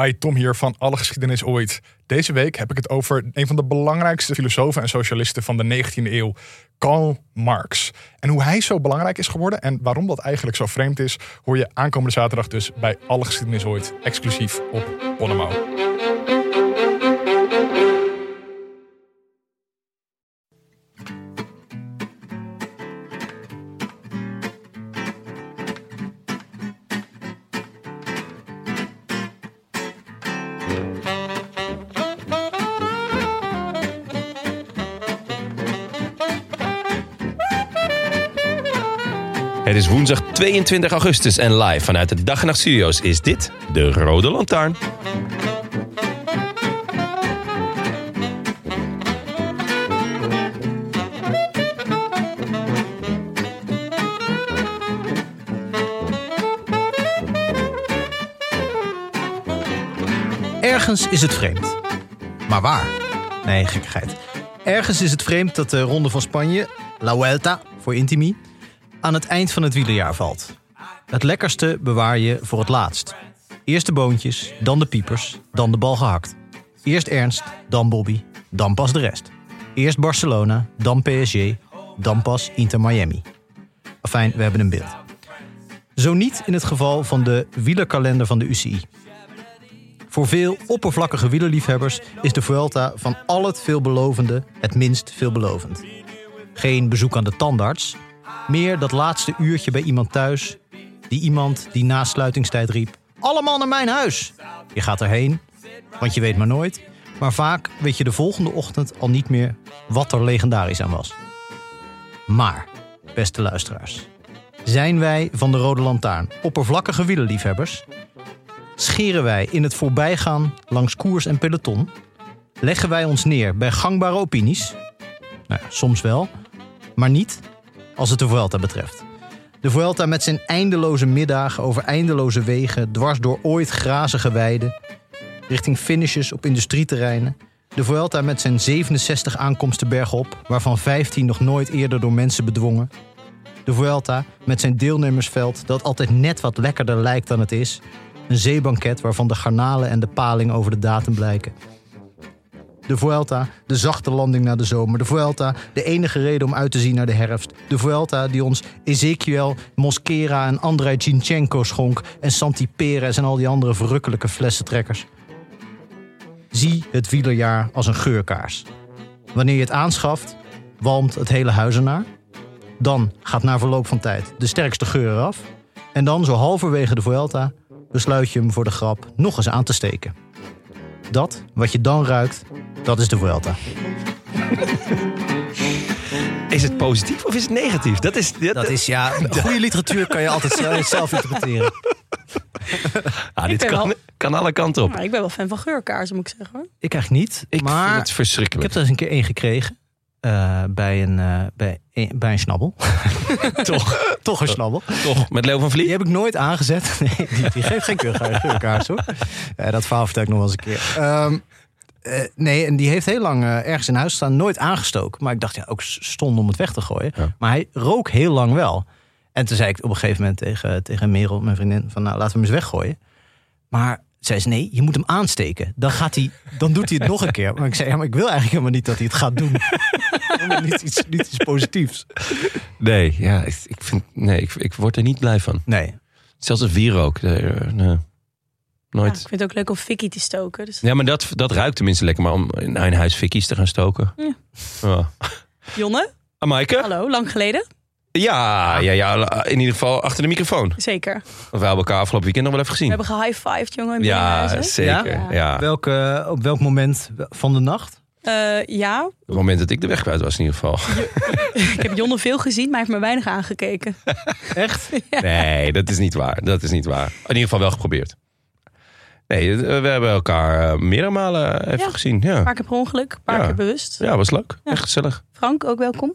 Hi, Tom hier van Alle Geschiedenis Ooit. Deze week heb ik het over een van de belangrijkste filosofen en socialisten van de 19e eeuw, Karl Marx. En hoe hij zo belangrijk is geworden en waarom dat eigenlijk zo vreemd is, hoor je aankomende zaterdag dus bij Alle Geschiedenis Ooit, exclusief op Bonnemouw. Het is woensdag 22 augustus en live vanuit de Dag en Nacht Studio's is dit de Rode Lantaarn. Ergens is het vreemd. Maar waar? Nee, gekkigheid. Ergens is het vreemd dat de Ronde van Spanje, La Vuelta voor Intimi, aan het eind van het wielerjaar valt. Het lekkerste bewaar je voor het laatst. Eerst de boontjes, dan de piepers, dan de bal gehakt. Eerst Ernst, dan Bobby, dan pas de rest. Eerst Barcelona, dan PSG, dan pas Inter Miami. Enfin, we hebben een beeld. Zo niet in het geval van de wielerkalender van de UCI. Voor veel oppervlakkige wielerliefhebbers is de Vuelta van al het veelbelovende het minst veelbelovend. Geen bezoek aan de tandarts, meer dat laatste uurtje bij iemand thuis, die iemand die na sluitingstijd riep: Allemaal naar mijn huis! Je gaat erheen, want je weet maar nooit, maar vaak weet je de volgende ochtend al niet meer wat er legendarisch aan was. Maar, beste luisteraars, zijn wij van de Rode Lantaarn oppervlakkige wielerliefhebbers? scheren wij in het voorbijgaan langs koers en peloton? Leggen wij ons neer bij gangbare opinies? Nou, ja, soms wel, maar niet als het de Vuelta betreft. De Vuelta met zijn eindeloze middagen over eindeloze wegen, dwars door ooit grazige weiden, richting finishes op industrieterreinen. De Vuelta met zijn 67 aankomsten bergop, waarvan 15 nog nooit eerder door mensen bedwongen. De Vuelta met zijn deelnemersveld dat altijd net wat lekkerder lijkt dan het is. Een zeebanket waarvan de garnalen en de paling over de datum blijken. De Vuelta, de zachte landing na de zomer. De Vuelta, de enige reden om uit te zien naar de herfst. De Vuelta die ons Ezekiel, Mosquera en Andrei Zinchenko schonk. En Santi Perez en al die andere verrukkelijke flessentrekkers. Zie het wielerjaar als een geurkaars. Wanneer je het aanschaft, walmt het hele huis ernaar. Dan gaat na verloop van tijd de sterkste geur eraf. En dan, zo halverwege de Vuelta, besluit je hem voor de grap nog eens aan te steken. Dat wat je dan ruikt, dat is de Vuelta. Is het positief of is het negatief? Dat is, dat, Dat is ja, goede literatuur kan je altijd zelf, zelf interpreteren. ah, dit Ik ben kan, wel- kan alle kanten op. Maar Nou, ik ben wel fan van geurkaarsen, moet ik zeggen. hoor. Ik krijg niet, Ik maar vind het ik heb verschrikkelijk. er eens een keer één gekregen. eh, bij, een, eh, bij, een, bij een snabbel. toch, Toch een snabbel. toch, met Leo van Vliet? Die heb ik nooit aangezet. Nee, die, die geeft geen keurga- geurkaars hoor. Eh, dat verhaal vertel ik nog wel eens een keer. Ehm, eh, nee, en die heeft heel lang eh, ergens in huis staan. Nooit aangestoken. Maar ik dacht, ja, ook stond om het weg te gooien. Ja. Maar hij rook heel lang wel. En toen zei ik op een gegeven moment tegen, tegen Merel, mijn vriendin, van nou, laten we hem eens weggooien. Maar zei ze, nee, je moet hem aansteken. Dan, gaat hij, dan doet hij het nog een keer. Maar ik zei, ja, maar ik wil eigenlijk helemaal niet dat hij het gaat doen. niet, iets, niet iets positiefs. Nee, ja, ik, ik, vind, nee ik, ik word er niet blij van. Nee, Zelfs als wierook. eh, eh, nee. Ja, Nooit. ik vind het ook leuk om fikkie te stoken. Dus Ja, maar dat, dat ruikt tenminste lekker. Maar om in een huis fikkies te gaan stoken. Ja. Ja. Jonne, Ah, Maaike? hallo, lang geleden. Ja, ja, ja, in ieder geval achter de microfoon. Zeker. We We hebben elkaar afgelopen weekend nog wel even gezien. hebben gehighfived, jongen. In Ja, Binnenhuizen. zeker. Ja. Ja. Welke, op welk moment van de nacht? Eh, ja, Op het moment dat ik de weg kwijt was in ieder geval. ik heb Jonne veel gezien, maar hij heeft me weinig aangekeken. Echt? Nee, dat is niet waar. Dat is niet waar. In ieder geval wel geprobeerd. Nee, eh, we hebben elkaar eh, meerdere malen even Ja. gezien. Een Ja. paar keer per ongeluk, een paar Ja. keer bewust. ja, was leuk. Ja. Echt gezellig. Frank, ook welkom.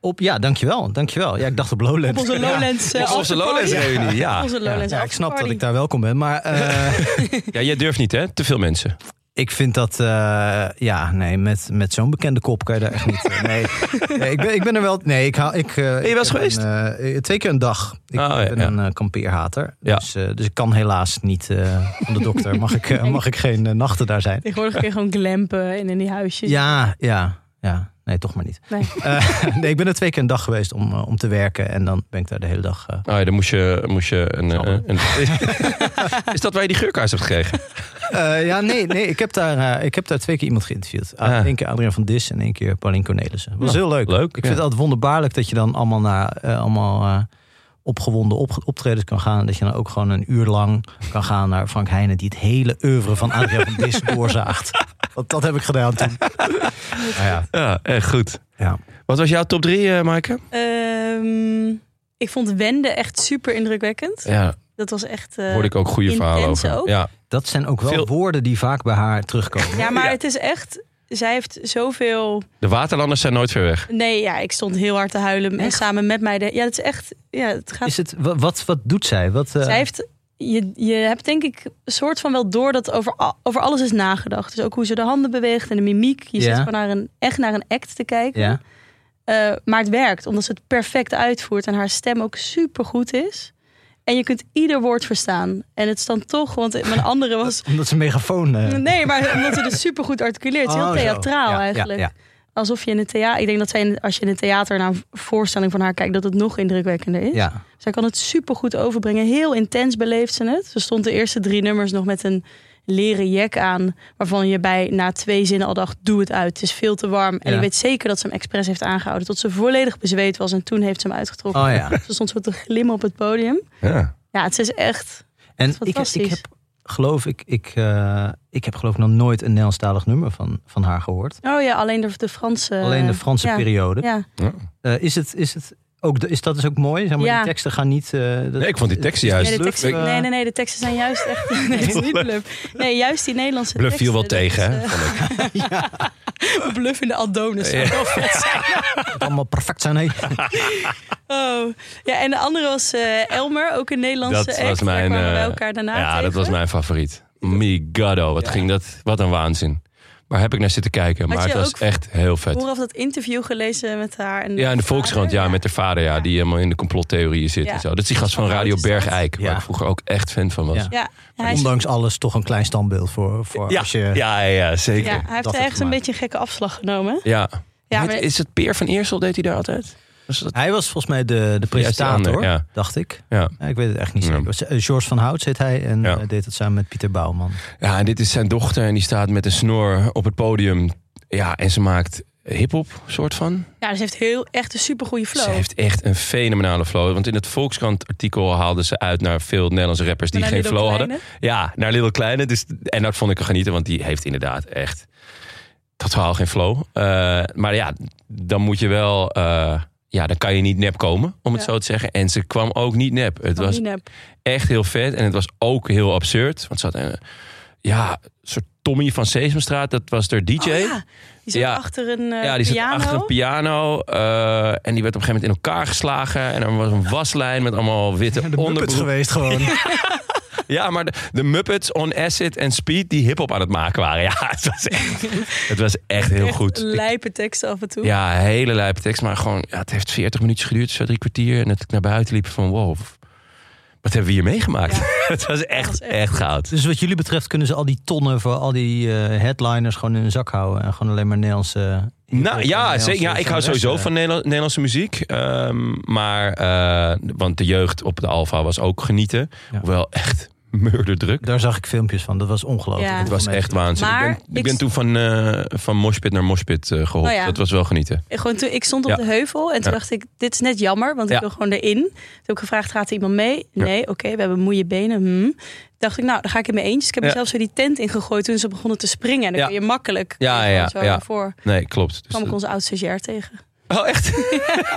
Op, ja, dankjewel, dankjewel. Ja, ik dacht op Lowlands. Op onze Lowlands Onze- eh, onze afterparty. Lowlands reunie, ja. Onze Ja, Lowlands ja, ik snap dat afterparty. ik daar welkom ben, maar eh, Ja, jij durft niet hè? Te veel mensen. Ik vind dat, eh, ja, nee, met, met zo'n bekende kop kan je daar echt niet. eh, Nee, nee ik, ben, ik ben er wel. Nee, ik haal. Ik, eh, ik wel eens heb geweest? een, eh, twee keer een dag. Ik Ah, ja, ben ja. een eh, kampeerhater. Ja. Dus, eh, dus ik kan helaas niet eh, van de dokter. Mag ik, eh, mag ik geen eh, nachten daar zijn? Tegenwoordig kun je gewoon glampen en in die huisjes. Ja, ja, ja. Nee, toch maar niet. Nee. Eh, nee, ik ben er twee keer een dag geweest om, eh, om te werken. En dan ben ik daar de hele dag. eh, Oh ja, dan moest je, moest je een, eh, Sabbel. een- Is dat waar je die geurkaars hebt gekregen? Eh, ja, nee, nee ik, heb daar, eh, ik heb daar twee keer iemand geïnterviewd. Ah. Eén keer Adriaan van Dis en één keer Paulien Cornelissen. was heel leuk. leuk, ik vind ja. het altijd wonderbaarlijk dat je dan allemaal naar eh, allemaal eh, opgewonden op, optredens kan gaan. Dat je dan ook gewoon een uur lang kan gaan naar Frank Heijnen... die het hele oeuvre van Adriaan van Dis doorzaagt. Want dat heb ik gedaan toen. Nou ja, Ja, echt goed. ja. Wat was jouw top drie, eh Maaike? Ehm, ik vond Wende echt super indrukwekkend. Ja, Dat was echt... eh, hoorde ik ook goede verhalen intens over. ook. Ja, Dat zijn ook wel Veel- woorden die vaak bij haar terugkomen. Ja, maar het is echt... Zij heeft zoveel... de waterlanders zijn nooit ver weg. Nee, ja, ik stond heel hard te huilen. En Echt? samen met mij... De... Ja, het is echt... Ja, het gaat... Is het, wa- wat, wat doet zij? Wat, eh, Zij heeft... Je, je hebt denk ik soort van wel door dat over, a- over alles is nagedacht. Dus ook hoe ze de handen beweegt en de mimiek. Je Ja. zit gewoon naar een, echt naar een act te kijken. ja. Eh, maar het werkt, omdat ze het perfect uitvoert en haar stem ook super goed is. En je kunt ieder woord verstaan. En het is dan toch, want mijn andere was. Omdat ze een megafoon... eh, Nee, maar omdat ze dus super goed articuleert. Het is oh, heel zo. theatraal Ja, ja, eigenlijk. ja. Alsof je in het theater. Ik denk dat zij, in- als je in het theater naar een voorstelling van haar kijkt, dat het nog indrukwekkender is. ja. Zij kan het super goed overbrengen. Heel intens beleeft ze het. Ze stond de eerste drie nummers nog met een leren jack aan. Waarvan je bij na twee zinnen al dacht: doe het uit. Het is veel te warm. En Ja. je weet zeker dat ze hem expres heeft aangehouden. Tot ze volledig bezweet was. En toen heeft ze hem uitgetrokken. Oh ja. Ze stond zo te glimmen op het podium. Ja. Ja, het is echt. En is ik, ik fantastisch. heb geloof ik, ik, eh, ik heb geloof ik nog nooit een Nederlandstalig nummer van, van haar gehoord. Oh ja, alleen de, de Franse. Alleen de Franse Eh, ja, periode. Ja. Eh, is, het, is, het ook, de- is dat dus ook mooi? Zeg maar, Ja. Die teksten gaan niet. eh, dat- Nee, ik vond die teksten het is Nee, juist- de bluff, teksten, eh, nee, nee, nee, de teksten zijn juist echt. Nee, het is niet bluff. Nee, juist die Nederlandse. Bluff viel wel teksten, dat tegen, is, hè? Vond ik. eh, Bluff in de Adonis. zou Ja. wel vet zijn. het allemaal perfect zijn. Nee. Oh. Ja, en de andere was eh, Elmer, ook een Nederlandse Dat act. was Daar mijn. kwamen we eh, bij elkaar daarna ja, dat tegen. was mijn favoriet. Migado, wat ging dat? Wat een waanzin. Waar heb ik naar zitten kijken? Maar Had het je was ook- echt heel vet. Hoe had dat interview gelezen met haar? En Ja, in de Volkskrant, ja, vader? met haar vader, ja, die helemaal in de complottheorieën zit Ja. en zo. Dat is die gast van Radio Grote stad. Bergijk, waar Ja. ik vroeger ook echt fan van was. Ja. Ja, hij, is- Ondanks alles toch een klein standbeeld voor, voor Ja, als je. ja, ja, zeker. ja, Ja. hij heeft Dat ergens heeft een gemaakt. beetje een gekke afslag genomen. hè? Ja, Ja, Het- maar- Is het Peer van Eersel, deed hij daar altijd? Was dat... Hij was volgens mij de, de die presentator, ander, ja. dacht ik. ja. Ja, ik weet het echt niet Ja. zeker. Was- eh, George van Hout zit hij en Ja. eh, deed het samen met Pieter Bouwman. ja, en dit is zijn dochter en die staat met een snor op het podium. Ja, en ze maakt hip-hop, soort van. Ja, dus hij heeft heel, echt een supergoeie flow. Ze heeft echt een fenomenale flow. Want in het Volkskrant-artikel haalden ze uit naar veel Nederlandse rappers die Maar geen naar flow Little hadden. Ja, naar Little Kleine. Dus, en dat vond ik genieten, want die heeft inderdaad echt totaal geen flow. Eh, maar ja, dan moet je wel. eh, ja, dan kan je niet nep komen, om het Ja. zo te zeggen. En ze kwam ook niet nep. Het was Van Linep. echt heel vet. En het was ook heel absurd. Want ze had een ja, soort Tommy van Sesamstraat. Dat was haar DJ. Oh, ja. Die zat Ja. achter een eh, Ja, die zat piano. achter een piano. eh, en die werd op een gegeven moment in elkaar geslagen. En er was een waslijn met allemaal witte Ja, de Muppets onderbroeken. geweest gewoon. Ja, maar de, de Muppets on acid en speed die hip-hop aan het maken waren. Ja, het was echt, het was echt heel Echt goed. Ik- Lijpe teksten af en toe. ja, hele lijpe tekst. Maar gewoon, ja, het heeft 40 minuutjes geduurd, zo drie kwartier. En dat ik naar buiten liep van wow, wat hebben we hier meegemaakt? het was echt, was echt, echt goud. Dus wat jullie betreft kunnen ze al die tonnen voor al die eh, headliners gewoon in hun zak houden. En gewoon alleen maar Nederlandse. Nou ja, Nederlandse eh. zeker, ja ik hou sowieso zangeressen. van Nederla- Nederlandse muziek. Ehm, maar, eh, want de jeugd op de Alfa was ook genieten. Ja. Hoewel echt murderdruk. Daar zag ik filmpjes van. Dat was ongelooflijk. Ja. Het was echt waanzinnig. Maar ik ben, ik ik- ben toen van, eh van moshpit naar moshpit eh geholpen. Oh ja. Dat was wel genieten. Gewoon toen, ik stond op Ja. de heuvel en toen Ja. dacht ik, dit is net jammer, want Ja. ik wil gewoon erin. Toen heb ik gevraagd, gaat er iemand mee? Ja. Nee, oké, we hebben moeie benen. hm. Toen dacht ik, nou, dan ga ik in mijn eentje. Ik heb Ja. mezelf zo die tent ingegooid toen ze begonnen te springen. En dan Ja. kun je makkelijk Ja, ja, ja, zo ja. voor. Nee, klopt. Dus kwam ik dat- onze oud stagiair tegen. oh, echt?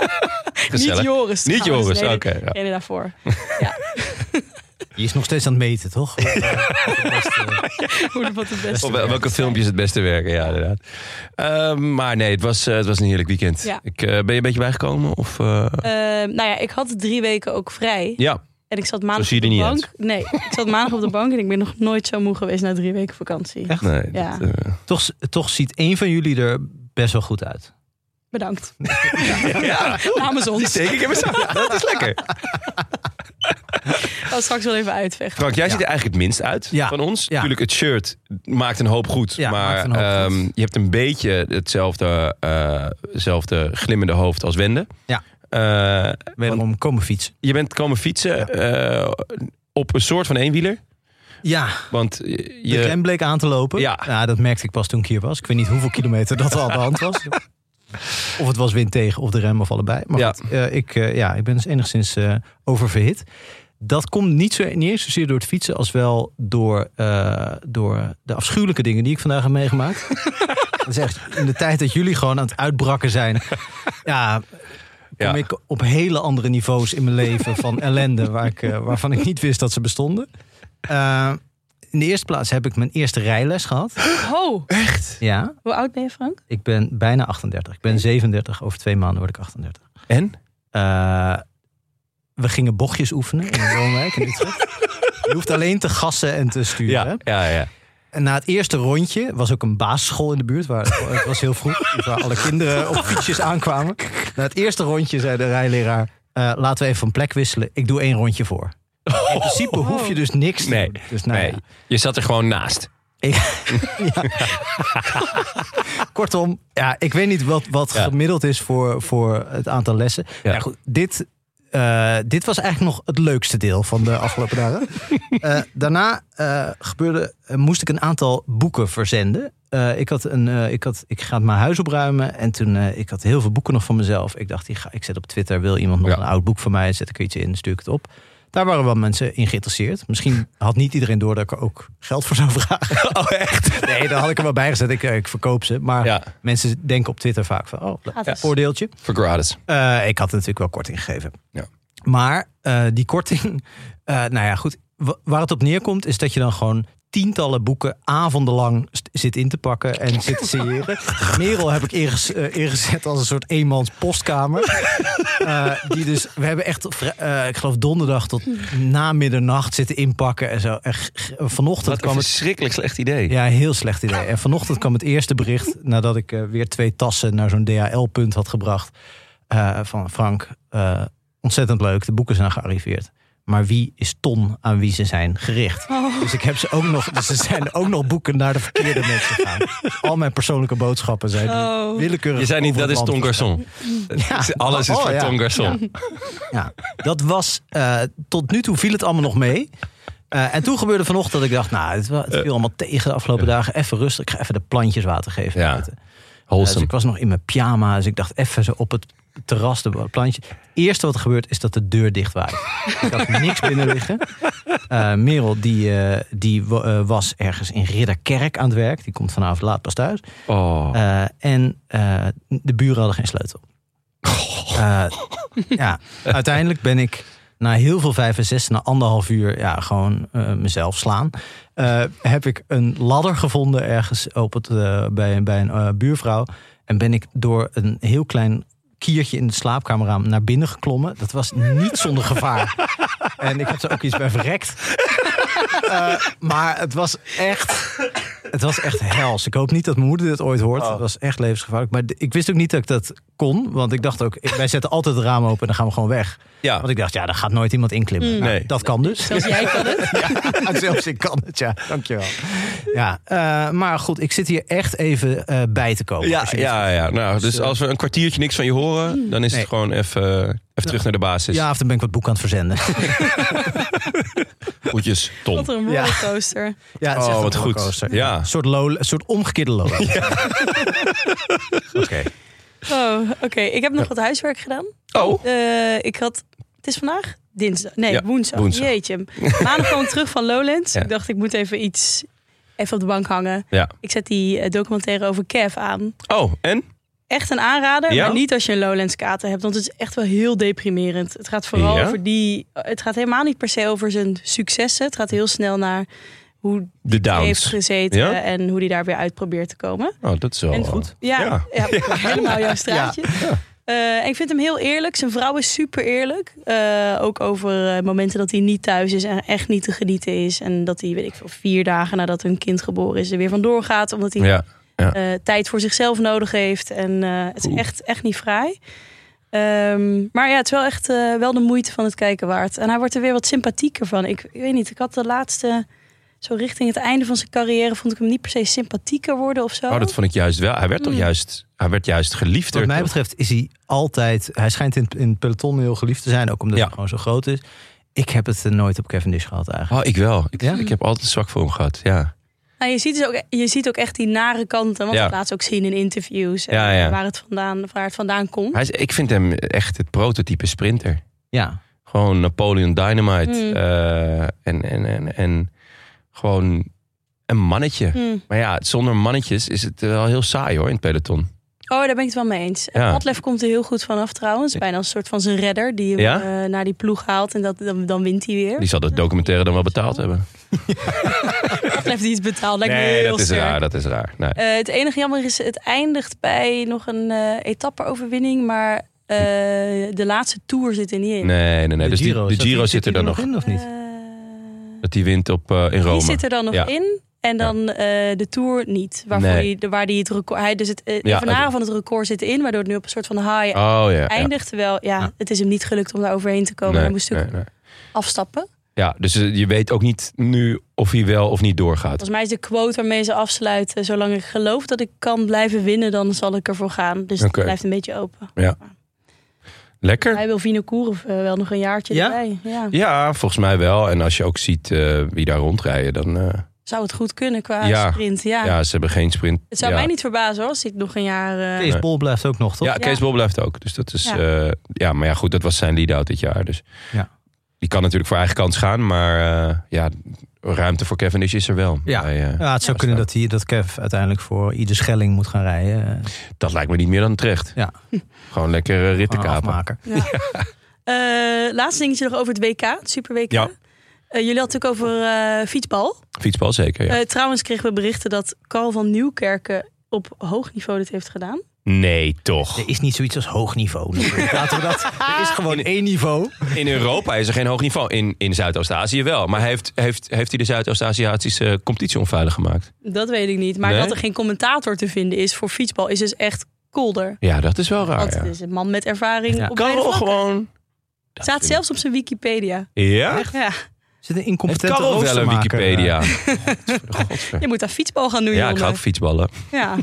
Gezellig. Niet Joris. Niet trouwens, Joris, nee, de- oké. ja. degene daarvoor. Je is nog steeds aan het meten, toch? Eh, Hoe wat het Op beste. wel- welke filmpjes het beste werken, ja, inderdaad. Ehm, maar nee, het was, eh, het was een heerlijk weekend. Ja. Ehm, Ik, eh, ben je een beetje bijgekomen? Of, eh, Eh, nou ja, ik had drie weken ook vrij. ja, En ik zat maandag zie je op de er bank. niet Nee, ik zat maandag op de bank en ik ben nog nooit zo moe geweest na drie weken vakantie. Echt? Nee, Ja. dat, eh, Toch, toch ziet één van jullie er best wel goed uit. Bedankt. Namens ons. Zeker, ik heb het zo. Ja, dat is lekker. Ik ga straks wel even uitvechten. Frank, jij Ja. ziet er eigenlijk het minst uit Ja. van ons. Ja. Natuurlijk, het shirt maakt een hoop goed. Ja, maar maakt een hoop ehm, goed. je hebt een beetje hetzelfde eh, hetzelfde glimmende hoofd als Wende. Ja. Eh, Wederom komen fietsen. je bent komen fietsen eh, op een soort van eenwieler. Ja, Want de je, rem bleek aan te lopen. Ja. dat merkte ik pas toen ik hier was. Ik weet niet hoeveel kilometer dat al aan de hand was. Of het was wind tegen of de rem of allebei. Maar Ja. goed, eh, ik, eh, ja, ik ben dus enigszins eh, oververhit. Dat komt niet, zo, niet eens zozeer door het fietsen als wel door, eh, door de afschuwelijke dingen die ik vandaag heb meegemaakt. dat is echt in de tijd dat jullie gewoon aan het uitbrakken zijn. Ja, kom Ja. ik op hele andere niveaus in mijn leven van ellende waar ik, eh, waarvan ik niet wist dat ze bestonden. Eh, in de eerste plaats heb ik mijn eerste rijles gehad. Ho, Ja, hoe oud ben je Frank? ik ben bijna 38. Ik ben 37. Over twee maanden word ik 38. en? Eh, we gingen bochtjes oefenen in een woonwijk in Utrecht. Je hoeft alleen te gassen en te sturen. hè? Ja, ja, ja. En na het eerste rondje was ook een basisschool in de buurt. Waar, het was heel vroeg, waar alle kinderen op fietsjes aankwamen. Na het eerste rondje zei de rijleraar... eh, laten we even van plek wisselen. Ik doe één rondje voor. In principe hoef je dus niks te Oh. Nee, doen. Dus nou nee. ja. Je zat er gewoon naast. Kortom, ja, ik weet niet wat, wat Ja. gemiddeld is voor, voor het aantal lessen. Ja. Ja. goed, dit, eh, dit was eigenlijk nog het leukste deel van de afgelopen dagen. Eh, daarna eh, gebeurde, eh, moest ik een aantal boeken verzenden. Eh, ik, had een, eh, ik, had, ik ga mijn huis opruimen en toen eh, ik had heel veel boeken nog van mezelf. Ik dacht, die ga, ik zet op Twitter, wil iemand nog Ja. een oud boek van mij? Zet ik er iets in, stuur ik het op. Daar waren wel mensen in geïnteresseerd. Misschien had niet iedereen door dat ik er ook geld voor zou vragen. Oh, echt? Nee, daar had ik er wel bij gezet. Ik, eh, ik verkoop ze. Maar Ja, Mensen denken op Twitter vaak van, oh, Gaat het? voordeeltje. voor gratis. Eh, ik had er natuurlijk wel korting gegeven. Ja. Maar eh, die korting, eh, nou ja, goed. Wa- Waar het op neerkomt is dat je dan gewoon tientallen boeken avondenlang st- zit in te pakken en zit te signeren. Merel heb ik inges- eh, ingezet als een soort eenmans postkamer. Eh, die dus, we hebben echt, op vri- eh, ik geloof donderdag tot na middernacht zitten inpakken en zo. En g- g- vanochtend Wat een kwam het verschrikkelijk slecht idee. ja, heel slecht idee. En vanochtend kwam het eerste bericht nadat ik eh, weer twee tassen naar zo'n DHL-punt had gebracht. eh, van Frank, eh, ontzettend leuk, de boeken zijn gearriveerd. Maar wie is Ton aan wie ze zijn gericht? Dus ik heb ze ook nog. Dus er zijn ook nog boeken naar de verkeerde mensen gegaan. Dus al mijn persoonlijke boodschappen zijn nu Oh. willekeurig. Je zei niet, over dat het is land Ton Garçon. verspreid. Ja. Alles is Oh, voor ja. Ton Garçon. Ja, dat was eh, tot nu toe viel het allemaal nog mee. Eh, en toen gebeurde vanochtend dat ik dacht, nou, het, wa- het Eh. viel allemaal tegen de afgelopen dagen. Even rustig, ik ga even de plantjes water geven. Ja. buiten. Eh, dus Wholesome. ik was nog in mijn pyjama, dus ik dacht even zo op het terras, de plantje. Het eerste wat er gebeurt is dat de deur dicht waait. ik had niks binnen liggen. Eh, Merel, die, eh, die wa- eh, was ergens in Ridderkerk aan het werk. Die komt vanavond laat pas thuis. Oh. Eh, en eh, de buren hadden geen sleutel. Eh, ja, uiteindelijk ben ik na heel veel vijf en zes, na anderhalf uur, ja, gewoon eh, mezelf slaan. eh, heb ik een ladder gevonden ergens op het, eh, bij, bij een eh, buurvrouw. En ben ik door een heel klein kiertje in de slaapkamerraam naar binnen geklommen. Dat was niet zonder gevaar. En ik had er ook iets bij verrekt. Eh, maar het was echt. Het was echt hels. Ik hoop niet dat mijn moeder dit ooit hoort. Oh. Het was echt levensgevaarlijk. Maar d- ik wist ook niet dat ik dat kon. Want ik dacht ook, ik- wij zetten altijd het raam open en dan gaan we gewoon weg. Ja. Want ik dacht, ja, daar gaat nooit iemand inklimmen. Nou, Oh. Mm. Nee. Dat kan dus. Zelfs jij kan het. Ja, zelfs ik kan het, ja. Dankjewel. Ja, eh, maar goed, ik zit hier echt even eh, bij te komen. Ja, Als je dit- ja, ja. Nou, dus eh, als we een kwartiertje niks van je horen, dan is Nee. het gewoon even, even terug naar de basis. ja, of dan ben ik wat boek aan het verzenden. Goedjes, Tom. Wat een Ja. rollercoaster. Ja, het is Oh, echt een wat goed. rollercoaster. Ja. Een soort, low, een soort omgekeerde low. Oké. Oh, oké. Ik heb nog wat huiswerk gedaan. Oh, Eh, ik had. Het is vandaag dinsdag. Nee, Ja, woensdag. woensdag. Jeetje. Maandag kwam ik terug van Lowlands. Ja. Ik dacht, ik moet even iets. Even op de bank hangen. Ja. Ik zet die eh, documentaire over Kev aan. oh en? Echt een aanrader, Ja? maar niet als je een Lowlands kater hebt. Want het is echt wel heel deprimerend. Het gaat vooral Ja? over die... Het gaat helemaal niet per se over zijn successen. Het gaat heel snel naar hoe De hij heeft downs. gezeten... Ja? en hoe hij daar weer uit probeert te komen. Oh, dat is wel... En eh, Ja, Ja. ja. helemaal jouw straatje. Eh, Eh, en ik vind hem heel eerlijk. Zijn vrouw is super eerlijk. Eh, ook over eh, momenten dat hij niet thuis is en echt niet te genieten is. En dat hij, weet ik veel, vier dagen nadat hun kind geboren is, er weer vandoor gaat. Omdat hij Ja. eh, tijd voor zichzelf nodig heeft. En eh, het is Oeh. echt, echt niet vrij. Ehm, maar ja, het is wel echt eh, wel de moeite van het kijken waard. En hij wordt er weer wat sympathieker van. Ik, ik weet niet, ik had de laatste... Zo richting het einde van zijn carrière vond ik hem niet per se sympathieker worden of zo. Oh, dat vond ik juist wel. Hij werd toch Mm. juist, hij werd juist geliefder. Wat mij toch? betreft is hij altijd... Hij schijnt in, in het peloton heel geliefd te zijn. Ook omdat Ja. hij gewoon zo groot is. Ik heb het eh, nooit op Cavendish gehad eigenlijk. Oh, ik wel. Ik, Ja? ik heb altijd zwak voor hem gehad. Ja. Nou, je, ziet dus ook, je ziet ook echt die nare kanten. Want Ja. dat laat ze ook zien in interviews. en Ja, ja. Waar, het vandaan, waar het vandaan komt. Hij is, ik vind hem echt het prototype sprinter. Ja. Gewoon Napoleon Dynamite. Mm. eh, en, en, en, en gewoon een mannetje. Hm. Maar ja, zonder mannetjes is het wel heel saai hoor in het peloton. Oh, daar ben ik het wel mee eens. Ja. En Padlef komt er heel goed vanaf trouwens. Bijna als een soort van zijn redder. Die hem Ja? eh, naar die ploeg haalt. En dat, dan, dan wint hij weer. Die zal dat documentaire dan wel betaald hebben. Padlef die iets betaald. Lijkt me heel dat is sterk. raar, dat is raar. Nee. Eh, het enige jammer is, het eindigt bij nog een eh etappe-overwinning. Maar eh, de laatste tour zit er niet in. Nee, nee, nee. Dus die, de zat die- Giro zit er dan nog. in, of niet? Eh, Dat die wint op, eh, in Rome. Die zit er dan nog Ja. in. En dan eh, de Tour niet. Waarvoor Nee. die, de, waar die het record... Hij, dus het eh, Ja, evenaren oké. van het record zit in. Waardoor het nu op een soort van high Oh ja, ja. eindigt. Terwijl ja, Ja. het is hem niet gelukt om daar overheen te komen. Nee, hij moest natuurlijk nee, nee. afstappen. Ja, dus eh, je weet ook niet nu of hij wel of niet doorgaat. Volgens mij is de quote waarmee ze afsluiten... Zolang ik geloof dat ik kan blijven winnen, dan zal ik ervoor gaan. Dus Oké. het blijft een beetje open. Lekker? Hij wil Vinokourov eh, wel nog een jaartje Ja? erbij. Ja. Ja, volgens mij wel. En als je ook ziet eh, wie daar rondrijden, dan... eh, Zou het goed kunnen qua Ja. sprint. Ja. ja. ze hebben geen sprint. Het zou ja. mij niet verbazen hoor, als ik nog een jaar... eh, Kees Bol blijft ook nog, toch? Ja, Kees Ja. Bol blijft ook. Dus dat is... Ja. Ja. ja, maar ja, goed, dat was zijn lead-out dit jaar. Dus Ja. die kan natuurlijk voor eigen kans gaan. Maar eh, ja, ruimte voor Kevin is er wel. Ja. Hij, eh, Ja, het zou Ja, kunnen zo. dat, hij, dat Kev uiteindelijk voor ieder schelling moet gaan rijden. eh, Dat lijkt me niet meer dan terecht. Ja. Gewoon lekker eh, ritten Gewoon kapen. afmaken. Eh, laatste dingetje nog over het WK, het Super WK. Ja. Eh, jullie hadden het ook over eh, fietsbal. Fietsbal zeker, ja. Eh, trouwens kregen we berichten dat Carl van Nieuwkerken op hoog niveau dit heeft gedaan. nee, toch. Er is niet zoiets als hoog niveau. natuurlijk. Laten we dat. Er is gewoon één niveau. In Europa is er geen hoog niveau. In, in Zuidoost-Azië wel. Maar heeft, heeft, heeft hij de Zuidoost-Aziatische competitie onveilig gemaakt? Dat weet ik niet. Maar Nee? dat er geen commentator te vinden is voor fietsbal is dus echt kolder. Ja, dat is wel raar. Want Ah, Ja. het is een man met ervaring. Ja. Op beide Karel vlakken. gewoon. Het staat vind ik- zelfs op zijn Wikipedia. Ja? Ja. Zit een Heeft incompetente Karel wel een roostermaker, Wikipedia? eh, Godver. Je moet aan fietsbal gaan doen, Ja, ik Jonne. ga ook fietsballen. Ja.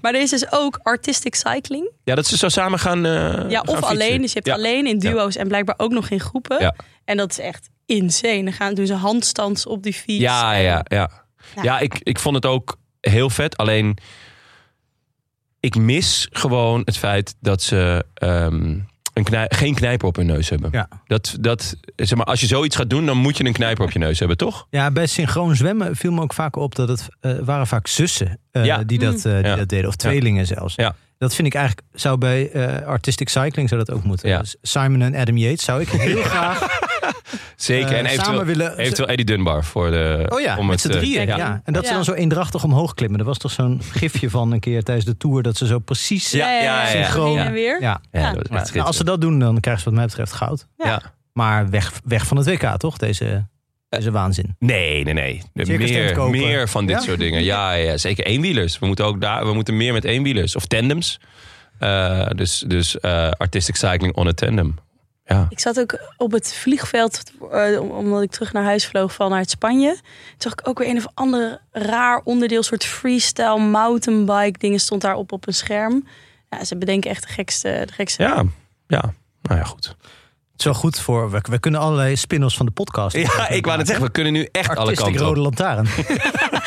Maar er is dus ook artistic cycling. Ja, dat ze zo samen gaan. eh, Ja, gaan of alleen. fietsen. Dus je hebt Ja. alleen in duo's en blijkbaar ook nog in groepen. Ja. En dat is echt insane. Dan gaan doen ze handstands op die fiets. Ja, ja, ja. Ja. Ja, ik, ik vond het ook heel vet. Alleen, ik mis gewoon het feit dat ze ehm, een knij- geen knijper op hun neus hebben. Ja. Dat, dat, zeg maar, als je zoiets gaat doen, dan moet je een knijper op je neus hebben, toch? Ja, bij synchroon zwemmen viel me ook vaak op dat het eh, waren vaak zussen eh, Ja. die, dat, eh, die Ja. dat deden. Of tweelingen zelfs. Ja. Dat vind ik eigenlijk, zou bij eh, Artistic Cycling zou dat ook moeten. Ja. Dus Simon en Adam Yates zou ik heel graag Zeker. eh, en samen eventueel, willen... eventueel Eddie Dunbar voor de. Oh ja, om met z'n het, eh, drieën. ja. Ja. En dat ze Ja. dan zo eendrachtig omhoog klimmen. Er was toch zo'n gifje van een keer tijdens de Tour dat ze zo precies... Ja, ja, ja. Heen Synchroon. en weer. Ja. Ja, Ja. dat was echt Ja, nou, als ze schitterend. dat doen, dan krijgen ze wat mij betreft goud. Ja. Ja. Maar weg, weg van het WK, toch? Deze, deze waanzin. Nee, nee, nee. De Circus tent Meer, kopen. meer van dit Ja? soort dingen. Ja, ja, zeker eenwielers. We moeten ook daar, we moeten meer met eenwielers of tandems. Eh, dus dus eh, artistic cycling on a tandem. Ja. Ik zat ook op het vliegveld, eh, om- omdat ik terug naar huis vloog vanuit Spanje. Toen zag ik ook weer een of ander raar onderdeel, soort freestyle mountainbike dingen stond daarop op een scherm. Ja, ze bedenken echt de gekste. De gekste. Ja, ja. Nou ja, goed. Het is wel goed voor... We, we kunnen allerlei spin-offs van de podcast. Ja, ik wou net zeggen, we kunnen nu echt alle Artistic kanten Rode op. Lantaarn.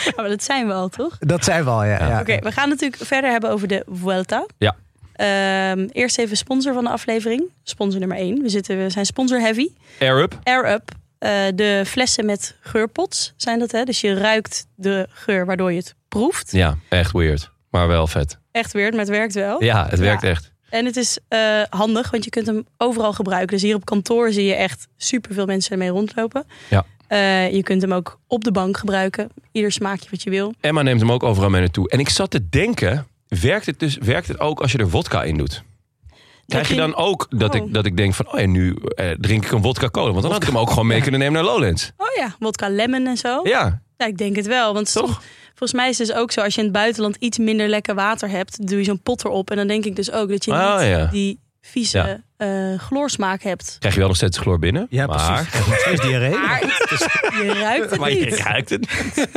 Ja, maar dat zijn we al, toch? Dat zijn we al, ja. ja. Oké, we gaan natuurlijk verder hebben over de Vuelta. Ja. Ehm, eerst even sponsor van de aflevering. Sponsor nummer 1. We, zitten, we zijn sponsor heavy. Arab. Air Up. eh, de flessen met geurpots zijn dat, hè? Dus je ruikt de geur waardoor je het proeft. Ja, echt weird. Maar wel vet. Echt weird, maar het werkt wel. Ja, het werkt Ja. echt. En het is eh, handig, want je kunt hem overal gebruiken. Dus hier op kantoor zie je echt superveel mensen ermee rondlopen. Ja. Eh, je kunt hem ook op de bank gebruiken. Ieder smaakje wat je wil. Emma neemt hem ook overal mee naartoe. En ik zat te denken, werkt het, dus, werkt het ook als je er wodka in doet? Krijg je dan ook dat, Oh. ik, dat ik denk van, oh ja, nu eh, drink ik een wodka cola. Want dan had ik hem ook gewoon mee kunnen nemen naar Lowlands. Oh ja, wodka lemon en zo. Ja, Ja, ik denk het wel. Want soms- Toch? volgens mij is het dus ook zo, als je in het buitenland iets minder lekker water hebt, doe je zo'n pot erop. En dan denk ik dus ook dat je Ah, niet ja. die Ja. vieze eh, gloorsmaak hebt. krijg je wel nog steeds chloor binnen. Ja, maar, precies. Ik heb nog steeds diarree. Maar je ruikt het Maar je niet. ruikt het niet.